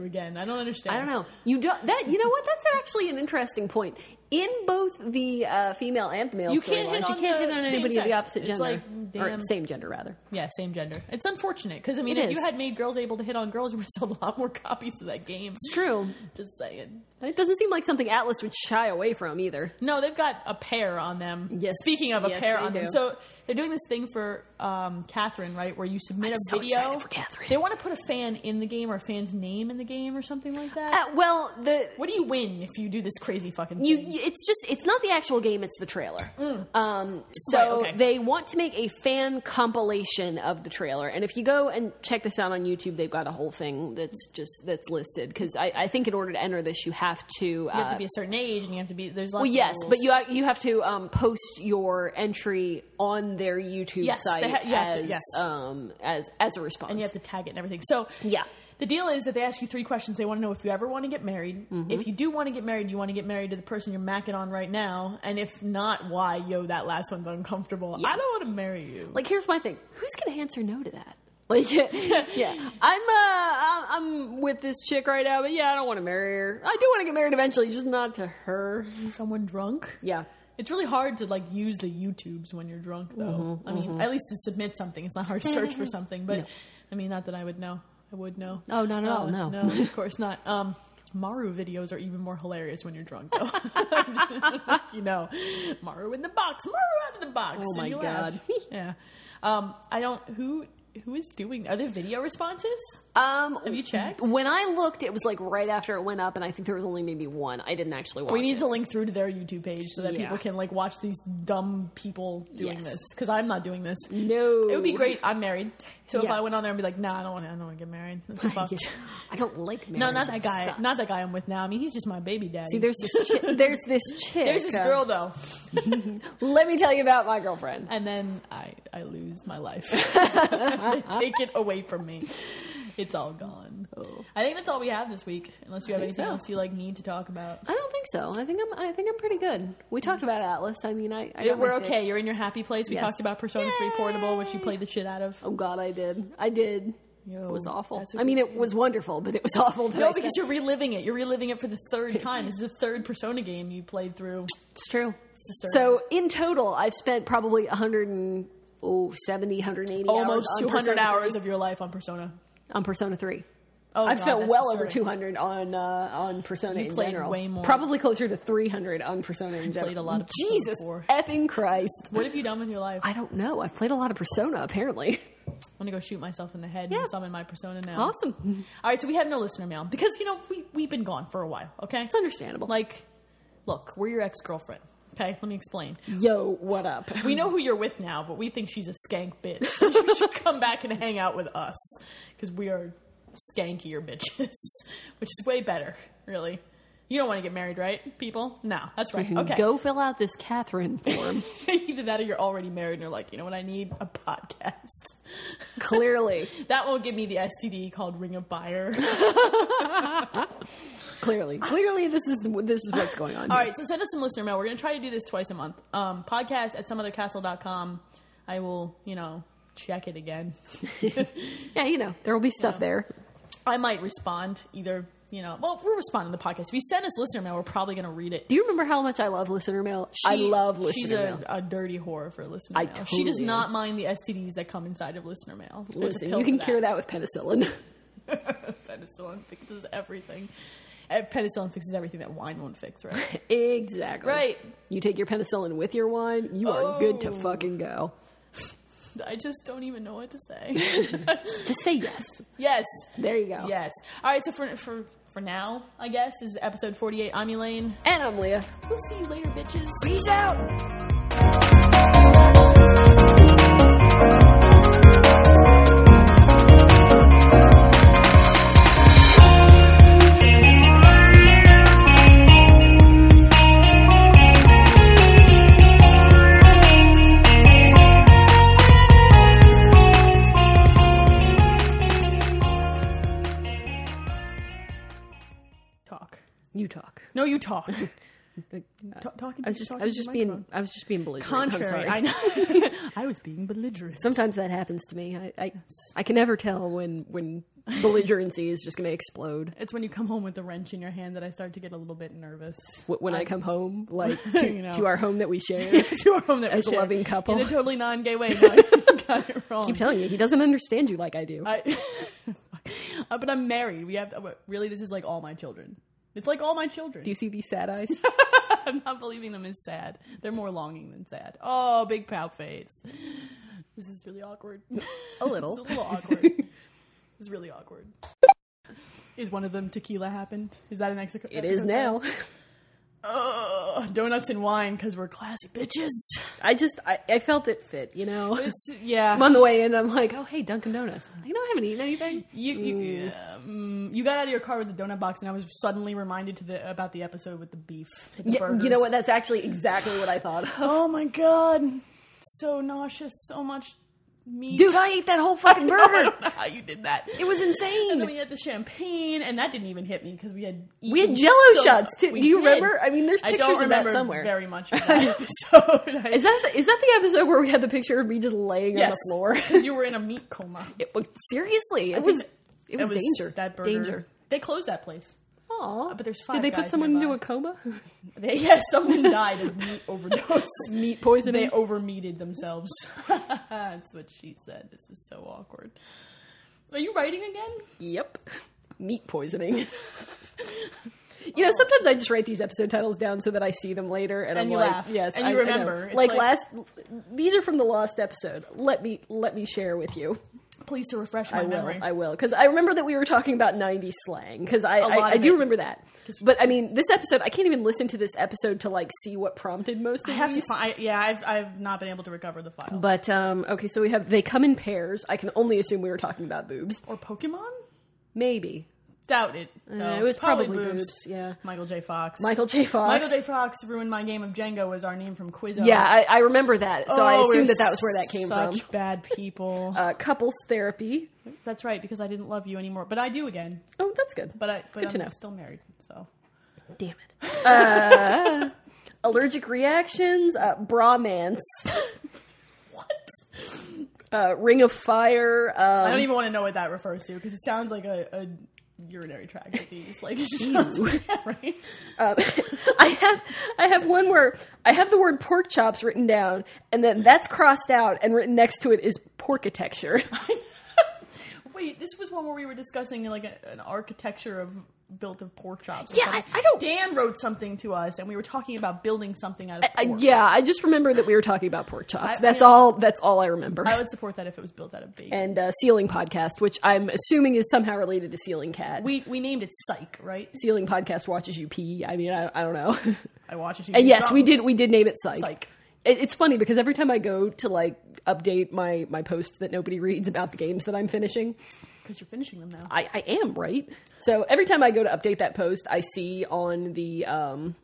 Mitsuru again? I don't understand.
I don't know. You don't that. You know what? That's actually an interesting point. In both the uh, female and the male
You can't
storylines,
hit
you
on
can't
the
hit on
same
anybody of the
sex.
opposite
It's
gender
like,
or
damn.
same gender rather.
Yeah, same gender. It's unfortunate because I mean,
It
if you
is.
had made girls able to hit on girls, you would have sold a lot more copies of that game.
It's true.
Just saying.
It doesn't seem like something Atlas would shy away from either.
No, they've got a pair on them.
Yes.
Speaking of a
Yes,
pair
they
on them,
do.
so they're doing this thing for um, Catherine, right? Where you submit
I'm
a
so
video.
excited for Catherine.
They want to put a fan in the game or a fan's name in the game or something like that.
Uh, well, the
what do you win if you do this crazy fucking
you,
thing?
you- it's just it's not the actual game it's the trailer um,
Mm.
so
Right, okay.
they want to make a fan compilation of the trailer and if you go and check this out on youtube they've got a whole thing that's just that's listed because I, I think in order to enter this you have to, uh,
You have to be a certain age, and you have to be. There's lots.
well,
of
yes,
rules.
but you ha- you have to um, post your entry on their YouTube
Yes, they
site
ha- you have
as
to- yes.
um, as as a response.
and you have to tag it and everything. So
Yeah.
the deal is that they ask you three questions. They want to know if you ever want to get married. If you do want to get married, you want to get married to the person you're macking on right now, and if not, why? Yo, that last one's uncomfortable. I don't want to marry you.
Like, here's my thing: who's gonna answer no to that? Like, yeah, I'm uh, I'm- I'm with this chick right now, but yeah, I don't want to marry her. I do want to get married eventually, just not to her.
someone drunk.
Yeah,
It's really hard to like use the YouTubes when you're drunk, though.
Mm-hmm,
I mean, at least to submit something. It's not hard to search for something, but I mean, not that I would know. I would know.
Oh, not at all,
Uh,
no.
no, of course not. Um, Maru videos are even more hilarious when you're drunk, though. you know, Maru in the box, Maru out of the box.
Oh,
and
my
you laugh.
God.
yeah. Um, I don't. Who who is doing? Are there video responses?
um,
Have you checked?
When I looked, it was like right after it went up, and I think there was only maybe one. I didn't actually watch.
We need
it.
to link through to their YouTube page so that
Yeah.
people can like watch these dumb people doing
Yes.
this because I'm not doing this.
No,
It would be great. I'm married, so if
Yeah.
I went on there and be like, "Nah, I don't want. I don't want to get married." That's fucked.
I don't like marriage.
No, not that
It
guy.
sucks.
Not that guy I'm with now. I mean, he's just my baby daddy.
See, there's this chi- there's this chick.
There's this
uh,
girl though,
Let me tell you about my girlfriend.
and then I I lose my life. They Take it away from me. It's all gone. I think that's all we have this week. Unless you have
Oh. think
anything
so.
else you like need to talk about.
I don't think so. I think I'm. I think I'm pretty good. We talked about Atlas. I mean, I. I
Yeah,
got my
we're
fix.
okay. You're in your happy place. We
Yes.
talked about Persona 3 Portable, which you
Yay.
played the shit out of.
Oh God, I did. I did.
Yo,
it was awful.
that's a
I mean,
good
it was wonderful, but it was awful. that I
No, because
spent-
you're reliving it. You're reliving it for the third time. This is the third Persona game you played through.
it's true.
disturbing.
So in total, I've spent probably 170, oh, 180
Almost
hours on
200
Persona
hours of your life on Persona.
on Persona Three.
Oh,
I've
God,
spent
that's
well over
disturbing.
200 on uh, on Persona
You
in
played
general.
way more.
Probably closer to 300 on Persona in general.
played a lot of Persona
Jesus,
4.
effing Christ!
What have you done with your life?
I don't know. I've played a lot of Persona apparently.
I'm gonna go shoot myself in the head
Yeah.
and summon my persona now.
Awesome.
All right, so we have no listener mail because you know we we've been gone for a while. Okay,
It's understandable.
like, look, we're your ex girlfriend. Okay, let me explain.
yo, what up?
We know who you're with now, but we think she's a skank bitch. So you should come back and hang out with us because we are skankier bitches, which is way better, really. You don't want to get married, right, people? No, that's right. Okay,
Mm-hmm. Go fill out this Catherine form.
either that or you're already married and you're like, you know what, I need a podcast.
clearly,
That won't give me the STD called Ring of Fire.
clearly, clearly, this is this is what's going on.
All
here.
right, so send us some listener mail. We're going to try to do this twice a month. Um, podcast at someothercastle.com. I will, you know, check it again.
Yeah, you know there will be stuff there.
I might respond either, you know, well, we're responding to the podcast. If you send us listener mail, we're probably going to read it.
Do you remember how much I love listener mail? I
She-
love listener
She's
mail.
a, a dirty whore for listener
I
mail. she does
totally am.
not mind the STDs that come inside of listener mail. There's a
Listen,
pill
you can
for
cure that with penicillin.
Penicillin fixes everything. Uh, Penicillin fixes everything that wine won't fix, right?
exactly.
Right.
You take your penicillin with your wine. You are good to fucking go.
I just don't even know what to say.
Just say yes.
yes.
There you go.
Yes. All right. So for for for now, I guess this is episode forty eight. I'm Elaine.
And I'm Leah.
We'll see you later, bitches.
Peace out.
Talk.
You talk.
No, you talk.
I
Ta- talking.
was just, I was just being, I was just being belligerent. I'm
contrary.
sorry.
I know. I was being belligerent.
Sometimes that happens to me. I, I, I can never tell when when belligerency is just going to explode.
It's when you come home with the wrench in your hand that I start to get a little bit nervous.
Wh- When I, come home, like to,
You know.
to our home that we share,
to our home that
As
we
a
share.
loving couple.
in a totally non-gay way. No, I got it wrong.
I'm telling you, he doesn't understand you like I do.
I, Uh, but I'm married. We have uh, really. This is like all my children. It's like all my children.
do you see these sad eyes?
I'm not believing them is sad. They're more longing than sad. Oh, big pow face. This is really awkward.
A little.
it's a little awkward. this is really awkward. Is one of them tequila happened? Is that an exit?
It is now.
Ugh, Oh, donuts and wine because we're classy bitches.
I just, I, I felt it fit. You know,
It's yeah.
I'm on the way in. I'm like, oh hey, Dunkin' Donuts. You know, I haven't eaten anything.
You you, um, you got out of your car with the donut box, and I was suddenly reminded to the about the episode with the beef. with the
Yeah, you
burgers.
know what? That's actually exactly what I thought. of.
Oh my god! So nauseous. So much meat.
Dude, I ate that whole fucking
I
burger.
don't know how you did that.
It was
And then we
insane.
had the champagne, and that didn't even hit me because we had eaten
We had Jello
so-
shots too.
We
Do you
did.
remember? I mean, there's
I
pictures
don't
of that
remember
somewhere.
very much. Of that episode. I-
Is that the, is that the episode where we had the picture of me just laying on
yes,
the floor?
because you were in a meat coma.
It was- seriously, it was it
It
was,
was
danger.
That burger.
Danger.
They closed that place.
Aw.
But there's
Did
five
they
guys
put someone into
nearby.
a coma?
They, yes, someone died of meat overdose.
Meat
They
poisoning.
overmeated themselves. That's what she said. This is so awkward. Are you writing again?
yep. Meat poisoning. You know, sometimes I just write these episode titles down so that I see them later, and, I'm
you
like,
laugh.
"Yes,
Oh. And
I-
you
I know.
remember. It's
like,
like-
last, these are from the last episode. Let me let me share with you.
Please to refresh my
I will.
memory.
I will. Because I remember that we were talking about 90s slang. Because I,
lot
I, I
of
do
it.
remember that. But I mean, this episode, I can't even listen to this episode to like see what prompted most of
I have to
these.
find. Yeah, I've I've not been able to recover the file.
but um, okay, so we have they come in pairs. I can only assume we were talking about boobs.
or Pokemon?
Maybe
Doubt it. though.
Uh, it was probably boobs, yeah.
Michael J. Fox.
Michael J. Fox.
Michael J. Fox ruined my game of Django was our name from Quizzo.
Yeah, I, I remember that. So I
Oh, we're
assumed that that was where that came
such
from.
bad people.
Uh, couples therapy.
That's right, because I didn't love you anymore, but I do again.
Oh, that's good.
But I but
Good to
I'm
know.
still married, so
Damn it. Uh, allergic reactions. Uh, bromance.
what?
Uh, Ring of Fire. Um,
I don't even want to know what that refers to because it sounds like a, a urinary tract disease. Like it just sounds yeah, right.
Um, I have I have one where I have the word pork chops written down, and then that's crossed out, and written next to it is porkitecture.
Wait, this was one where we were discussing like a, an architecture of built of pork chops. or
Yeah, I-
something.
I don't-
Dan wrote something to us, and we were talking about building something out of
I,
pork.
Uh, yeah, I just remember that we were talking about pork chops.
I-
that's
I-
all. That's all I remember.
I would support that if it was built out of bacon.
and uh, Ceiling Podcast, which I'm assuming is somehow related to Ceiling Cat.
we we named it Psych, right?
Ceiling Podcast watches you pee. I mean, I, I don't know.
I watch it. you
and
do
Uh, yes, we
something.
did. We did name it Psych.
Psych.
It, it's funny because every time I go to like update my my post that nobody reads about the games that I'm finishing,
because you're finishing them now.
I, I am right. So every time I go to update that post, I see on the um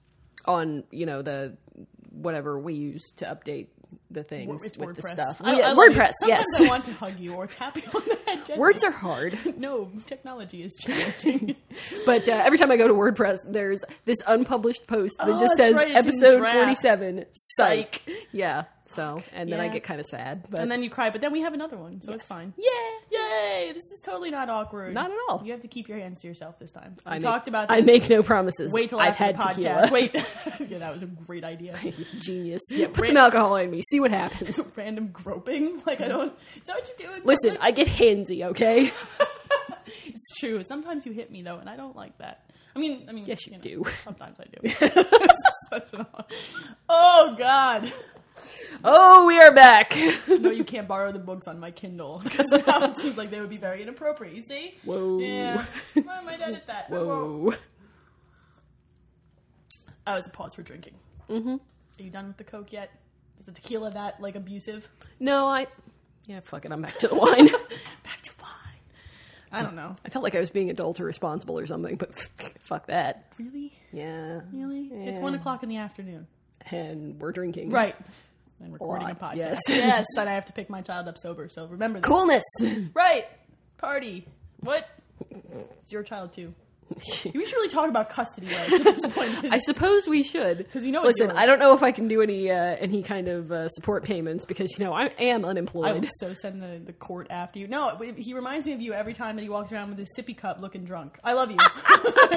on you know the whatever we use to update the things
It's
with
WordPress.
the stuff.
I-
Yeah,
I love it.
WordPress. Yes.
Sometimes I want to hug you or tap you on the head. Gently.
Words are hard.
no technology is changing.
But uh, every time I go to WordPress, there's this unpublished post that
Oh,
just
that's
says
right, it's in
episode
draft.
47, psych.
Psych.
Yeah, so, and then I
Yeah.
get kind of sad. But
and then you cry, but then we have another one, so it's fine.
Yeah.
Yay! This is totally not awkward.
Not at all.
You have to keep your hands to yourself this time. We
I make-
talked about this.
I make no promises.
Wait till
I've
after
had
the podcast.
tequila.
Wait. yeah, that was a great idea.
Genius. Yeah, put
Ran-
some alcohol in me. See what happens.
Random groping. Like I don't. Is that what you're doing?
Listen, I get handsy, okay?
It's true. Sometimes you hit me though, and I don't like that. I mean, I mean,
Yes, you
know,
do.
Sometimes I do. It's such an aw- oh God!
Oh, we are back.
No, you can't borrow the books on my Kindle because now it seems like they would be very inappropriate. You see?
Whoa.
Yeah. Why am I done at that?
Whoa.
Oh, it's a pause for drinking. Mm-hmm. Are you done with the Coke yet? Is the tequila that like abusive?
No, I. Yeah, fuck it. I'm back to the wine.
Back to wine. I don't know.
I felt like I was being adult or responsible or something, but fuck that.
Really?
Yeah.
Really? It's
Yeah.
one o'clock in the afternoon.
And we're drinking.
Right. And recording a,
lot,
podcast.
yes.
yes, and I have to pick my child up sober, so remember that.
Coolness.
Right. Party. What? It's your child too. We should really talk about custody rights at this point.
I suppose we should,
'Cause you know it's
Listen,
yours.
I don't know if I can do any uh, any kind of uh, support payments because you know I am
I
unemployed.
will so send the, the court after you. No, he reminds me of you every time that he walks around with his sippy cup looking drunk. I love you.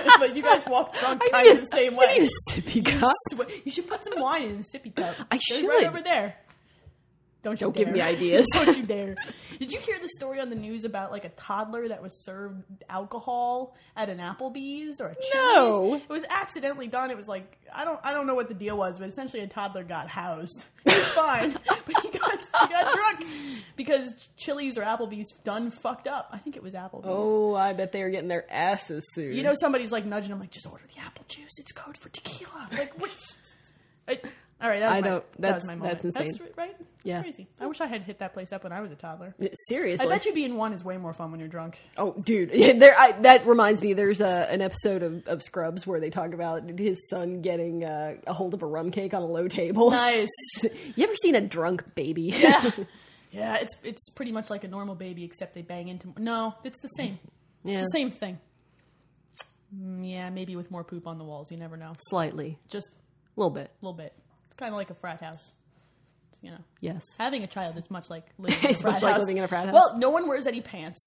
but you guys walk drunk
I
kind
need-
of the same
I need
way.
a sippy cup.
Sw- You should put some wine in a sippy cup.
I
They're Right
should.
over there. Don't you
Don't give
dare.
me ideas.
Don't you dare. Did you hear the story on the news about like a toddler that was served alcohol at an Applebee's or a Chili's?
No.
It was accidentally done. It was like I don't I don't know what the deal was, but essentially a toddler got housed. It was fine, but he got he got drunk because Chili's or Applebee's done fucked up. I think it was Applebee's.
Oh, I bet they are getting their asses sued.
You know, somebody's like nudging him, like, just order the apple juice. It's code for tequila. Like, what? I, all right, that was
I
my,
don't-
that was
that's-
my moment.
that's insane.
That's right. That's
Yeah.
crazy. I wish I had hit that place up when I was a toddler. I
seriously.
bet you being one is way more fun when you're drunk.
Oh, dude, there. I, that reminds me. There's a, an episode of, of Scrubs where they talk about his son getting uh, a hold of a rum cake on a low table.
Nice.
You ever seen a drunk baby?
yeah. Yeah, it's it's pretty much like a normal baby, except they bang into. No, it's the same.
Yeah.
It's the same thing. Mm, Yeah, maybe with more poop on the walls. You never know.
Slightly,
Just
a little bit.
a little bit. It's kind of like a frat house. You know.
Yes.
Having a child is much like living in a
It's
frat
much like
house.
living in a frat house.
Well, no one wears any pants.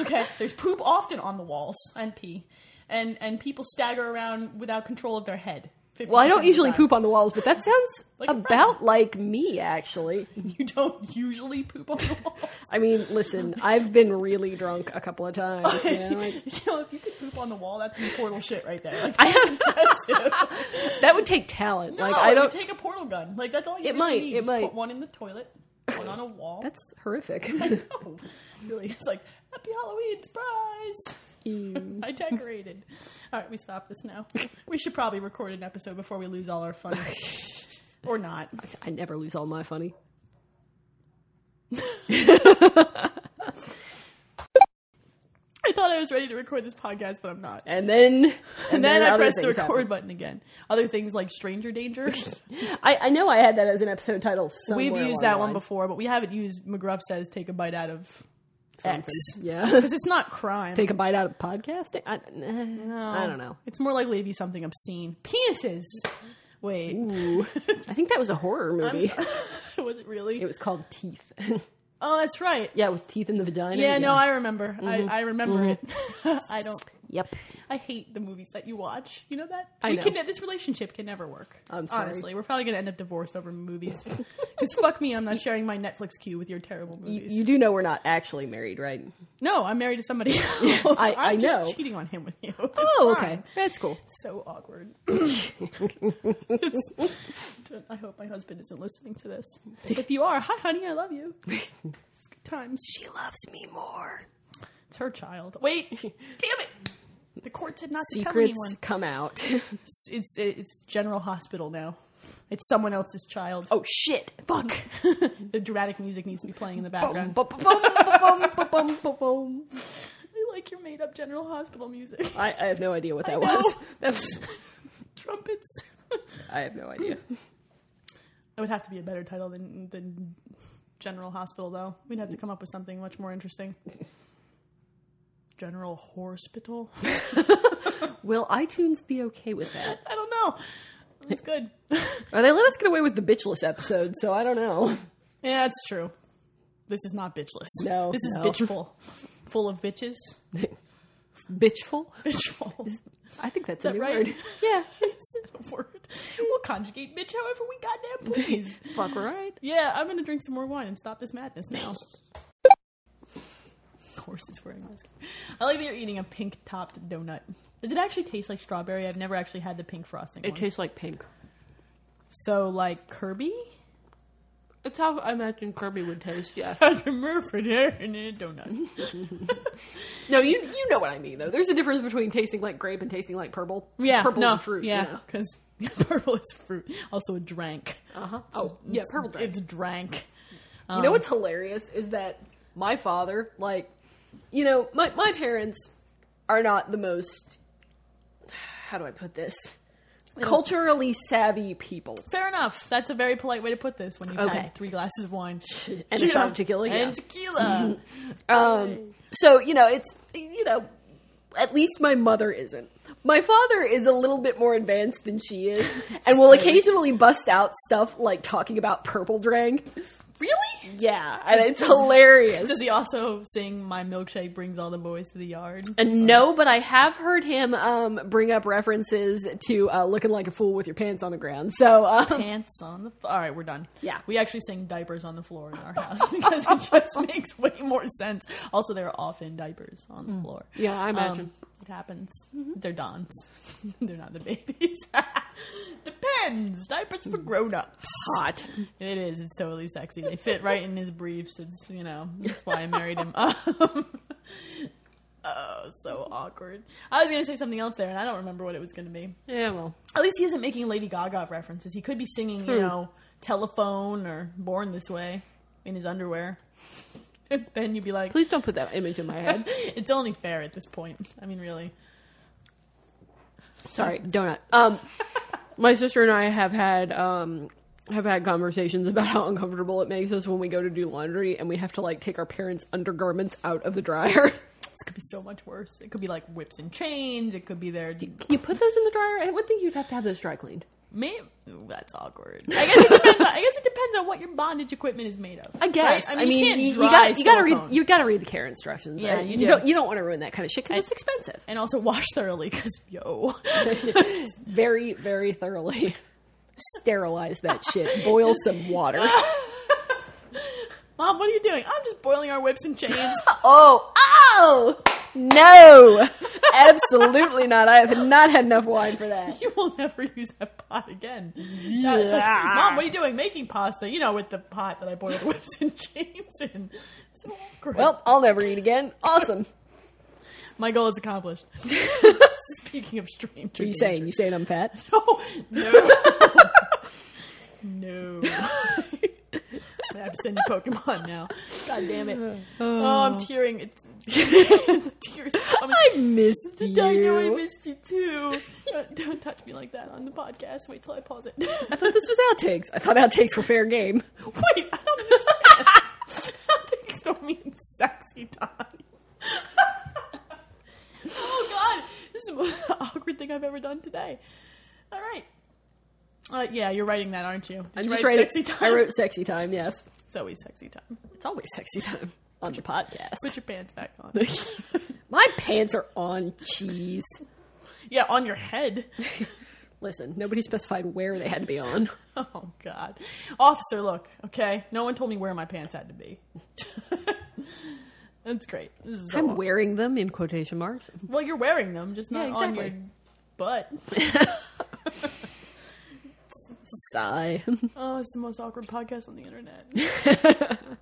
okay, there's poop often on the walls and pee, and and people stagger around without control of their head.
Well,
50%
I
of
don't
the
usually
time.
poop on the walls, but that sounds
Like a friend.
about like me, actually.
You don't usually poop on the walls.
I mean, listen, I've been really drunk a couple of times. You know? like,
you know, if you could poop on the wall, that's some portal shit right there. Like,
I have, that would take talent. like
no,
I
you
don't.
take a portal gun. Like that's all you.
It
really
might,
Need.
it
Just
might.
Put one in the toilet. One on a wall.
That's horrific.
no, really. It's like happy Halloween surprise.
Ew.
I decorated. All right, we stop this now. We should probably record an episode before we lose all our fun. or not.
I never lose all my funny.
I thought I was ready to record this podcast, but I'm not. And,
And then, and,
then, I
other
pressed the
things
record
happen.
button again. Other things like Stranger Danger.
I, I know I had that as an episode title. Somewhere
We've
along
used
the
that one
line.
before, but we haven't used McGruff says take a bite out of X.
Yeah,
Because it's not crime.
take a bite out of podcasting. I, I don't know.
It's more likely to be something obscene. Penises! Wait,
Ooh. I think that was a horror movie.
was it really?
It was called Teeth.
Oh, that's right.
Yeah, with teeth in the vagina.
Yeah, Mm-hmm. no, I remember. I, I remember it. I don't.
Yep.
I hate the movies that you watch. You know that
I
we
know.
can. This relationship can never work.
I'm sorry.
Honestly, we're probably gonna end up divorced over movies. Because fuck me, I'm not sharing my Netflix queue with your terrible
You,
movies.
you do know we're not actually married, right?
no, I'm married to somebody. else.
I-
I'm
I
just
know.
cheating on him with you. It's
oh,
fine.
okay. That's cool.
So awkward. I hope my husband isn't listening to this. If you are, hi honey, I love you. It's good times.
She loves me more.
It's her child. Wait, damn it! The court said not to tell
Secrets
anyone.
come out.
It's, it's it's General Hospital now. It's someone else's child.
oh shit.
fuck! the dramatic music needs to be playing in the
Bum,
background.
bum, bum, bum, bum, bum, bum, bum, bum.
I like your made-up General Hospital music.
I, I have no idea what that
know.
was. That was.
Trumpets.
I have no idea.
It would have to be a better title than than General Hospital, though. We'd have to come up with something much more interesting. General Hospital.
Will iTunes be okay with that?
I don't know. It's good.
Or they let us get away with the bitchless episode, so I don't know.
Yeah, it's true. This is not bitchless.
No,
this is
no.
bitchful, full of bitches.
Bitchful?
Bitchful.
I think that's
that
a new
right?
word. Yeah.
Is that a word? We'll conjugate bitch however we goddamn please.
Fuck right.
yeah, I'm gonna drink some more wine and stop this madness now. Of course, it's wearing mask. I like that you're eating a pink topped donut. Does it actually taste like strawberry? I've never actually had the pink frosting
It
one.
tastes like pink.
so, like Kirby?
It's how I imagine Kirby would taste, yes.
Murphy in a donut.
No, you you know what I mean though. There's a difference between tasting like grape and tasting like purple.
Yeah,
purple
no,
is fruit. you
Yeah,
know.
because purple is fruit. Also, a drank.
Uh-huh. Oh, yeah, purple grape.
It's drank.
you know what's hilarious is that my father, like, you know, my my parents are not the most. How do I put this? Culturally savvy people.
Fair enough. That's a very polite way to put this when you've
Okay.
had three glasses of wine
And a shot of tequila, yeah.
And tequila.
Um, so you know, it's you know, at least my mother isn't. My father is a little bit more advanced than she is, and will occasionally bust out stuff like talking about purple drink.
really?
Yeah, and it's hilarious.
Does he also sing "My milkshake brings all the boys to the yard"?
And no, but I have heard him um, bring up references to uh, looking like a fool with your pants on the ground. So um,
Pants on the. All right, we're done.
Yeah.
we actually sing diapers on the floor in our house because it just makes way more sense. Also, there are often diapers on the floor.
Mm. Yeah, I
Um,
imagine. Mm-hmm.
it happens. They're dons. They're not the babies. Depends. Diapers for grown-ups.
Mm. hot.
It is. It's totally sexy. They fit right in his briefs. It's you know that's why I married him. Um, oh, so awkward. I was gonna say something else there, and I don't remember what it was gonna be.
Yeah, well,
At least he isn't making Lady Gaga references. He could be singing, you know, Telephone or Born This Way in his underwear. then you'd be like,
please don't put that image in my head.
it's only fair at this point. I mean, really.
Sorry, donut. Um, my sister and I have had um, have had conversations about how uncomfortable it makes us when we go to do laundry and we have to like take our parents' undergarments out of the dryer.
This could be so much worse. It could be like whips and chains. It could be their
Can you put those in the dryer? I would think you'd have to have those dry cleaned.
Maybe that's awkward. I guess it depends. On, I guess it depends on what your bondage equipment is made of.
I guess.
Right?
I mean,
can't
you, you
dry
got you got to read
silicone.
you got to read the care instructions.
Yeah,
Uh,
you
you,
do.
don't you don't want to ruin that kind of shit because it's expensive.
and also wash thoroughly because yo,
Very very thoroughly sterilize that shit. Boil some water.
mom, what are you doing? I'm just boiling our whips and chains.
Oh, oh, no, absolutely not. I have not had enough wine for that.
you will never use that pot again. That is like,
Yeah.
Mom, what are you doing? Making pasta? You know, with the pot that I boiled the whips and chains in. So awkward.
Well, I'll never eat again. Awesome.
my goal is accomplished. Speaking of stranger,
What are you saying? You saying I'm fat?
No, no, no. I have to send you Pokemon now. God damn it! Oh, I'm tearing. It's, tears coming.
I missed you.
I know I missed you too. Don't, don't touch me like that on the podcast. Wait till I pause it.
I thought this was outtakes. I thought outtakes were fair game.
Wait, I don't understand. Outtakes don't mean sexy time. oh god, this is the most awkward thing I've ever done today. All right. Uh, yeah, you're writing that, aren't you? Did
I
you
just
write
wrote-
sexy time?
I wrote sexy time. Yes.
It's always sexy time.
It's always sexy time on the podcast.
Put your pants back on.
My pants are on cheese.
yeah, on your head.
Listen, nobody specified where they had to be on.
Oh God, officer, look. Okay, no one told me where my pants had to be. That's great. This is so
I'm
aw-
wearing them in quotation marks.
well, you're wearing them, just not
Yeah,
on your
exactly.
butt.
Sigh.
Oh, it's the most awkward podcast on the internet.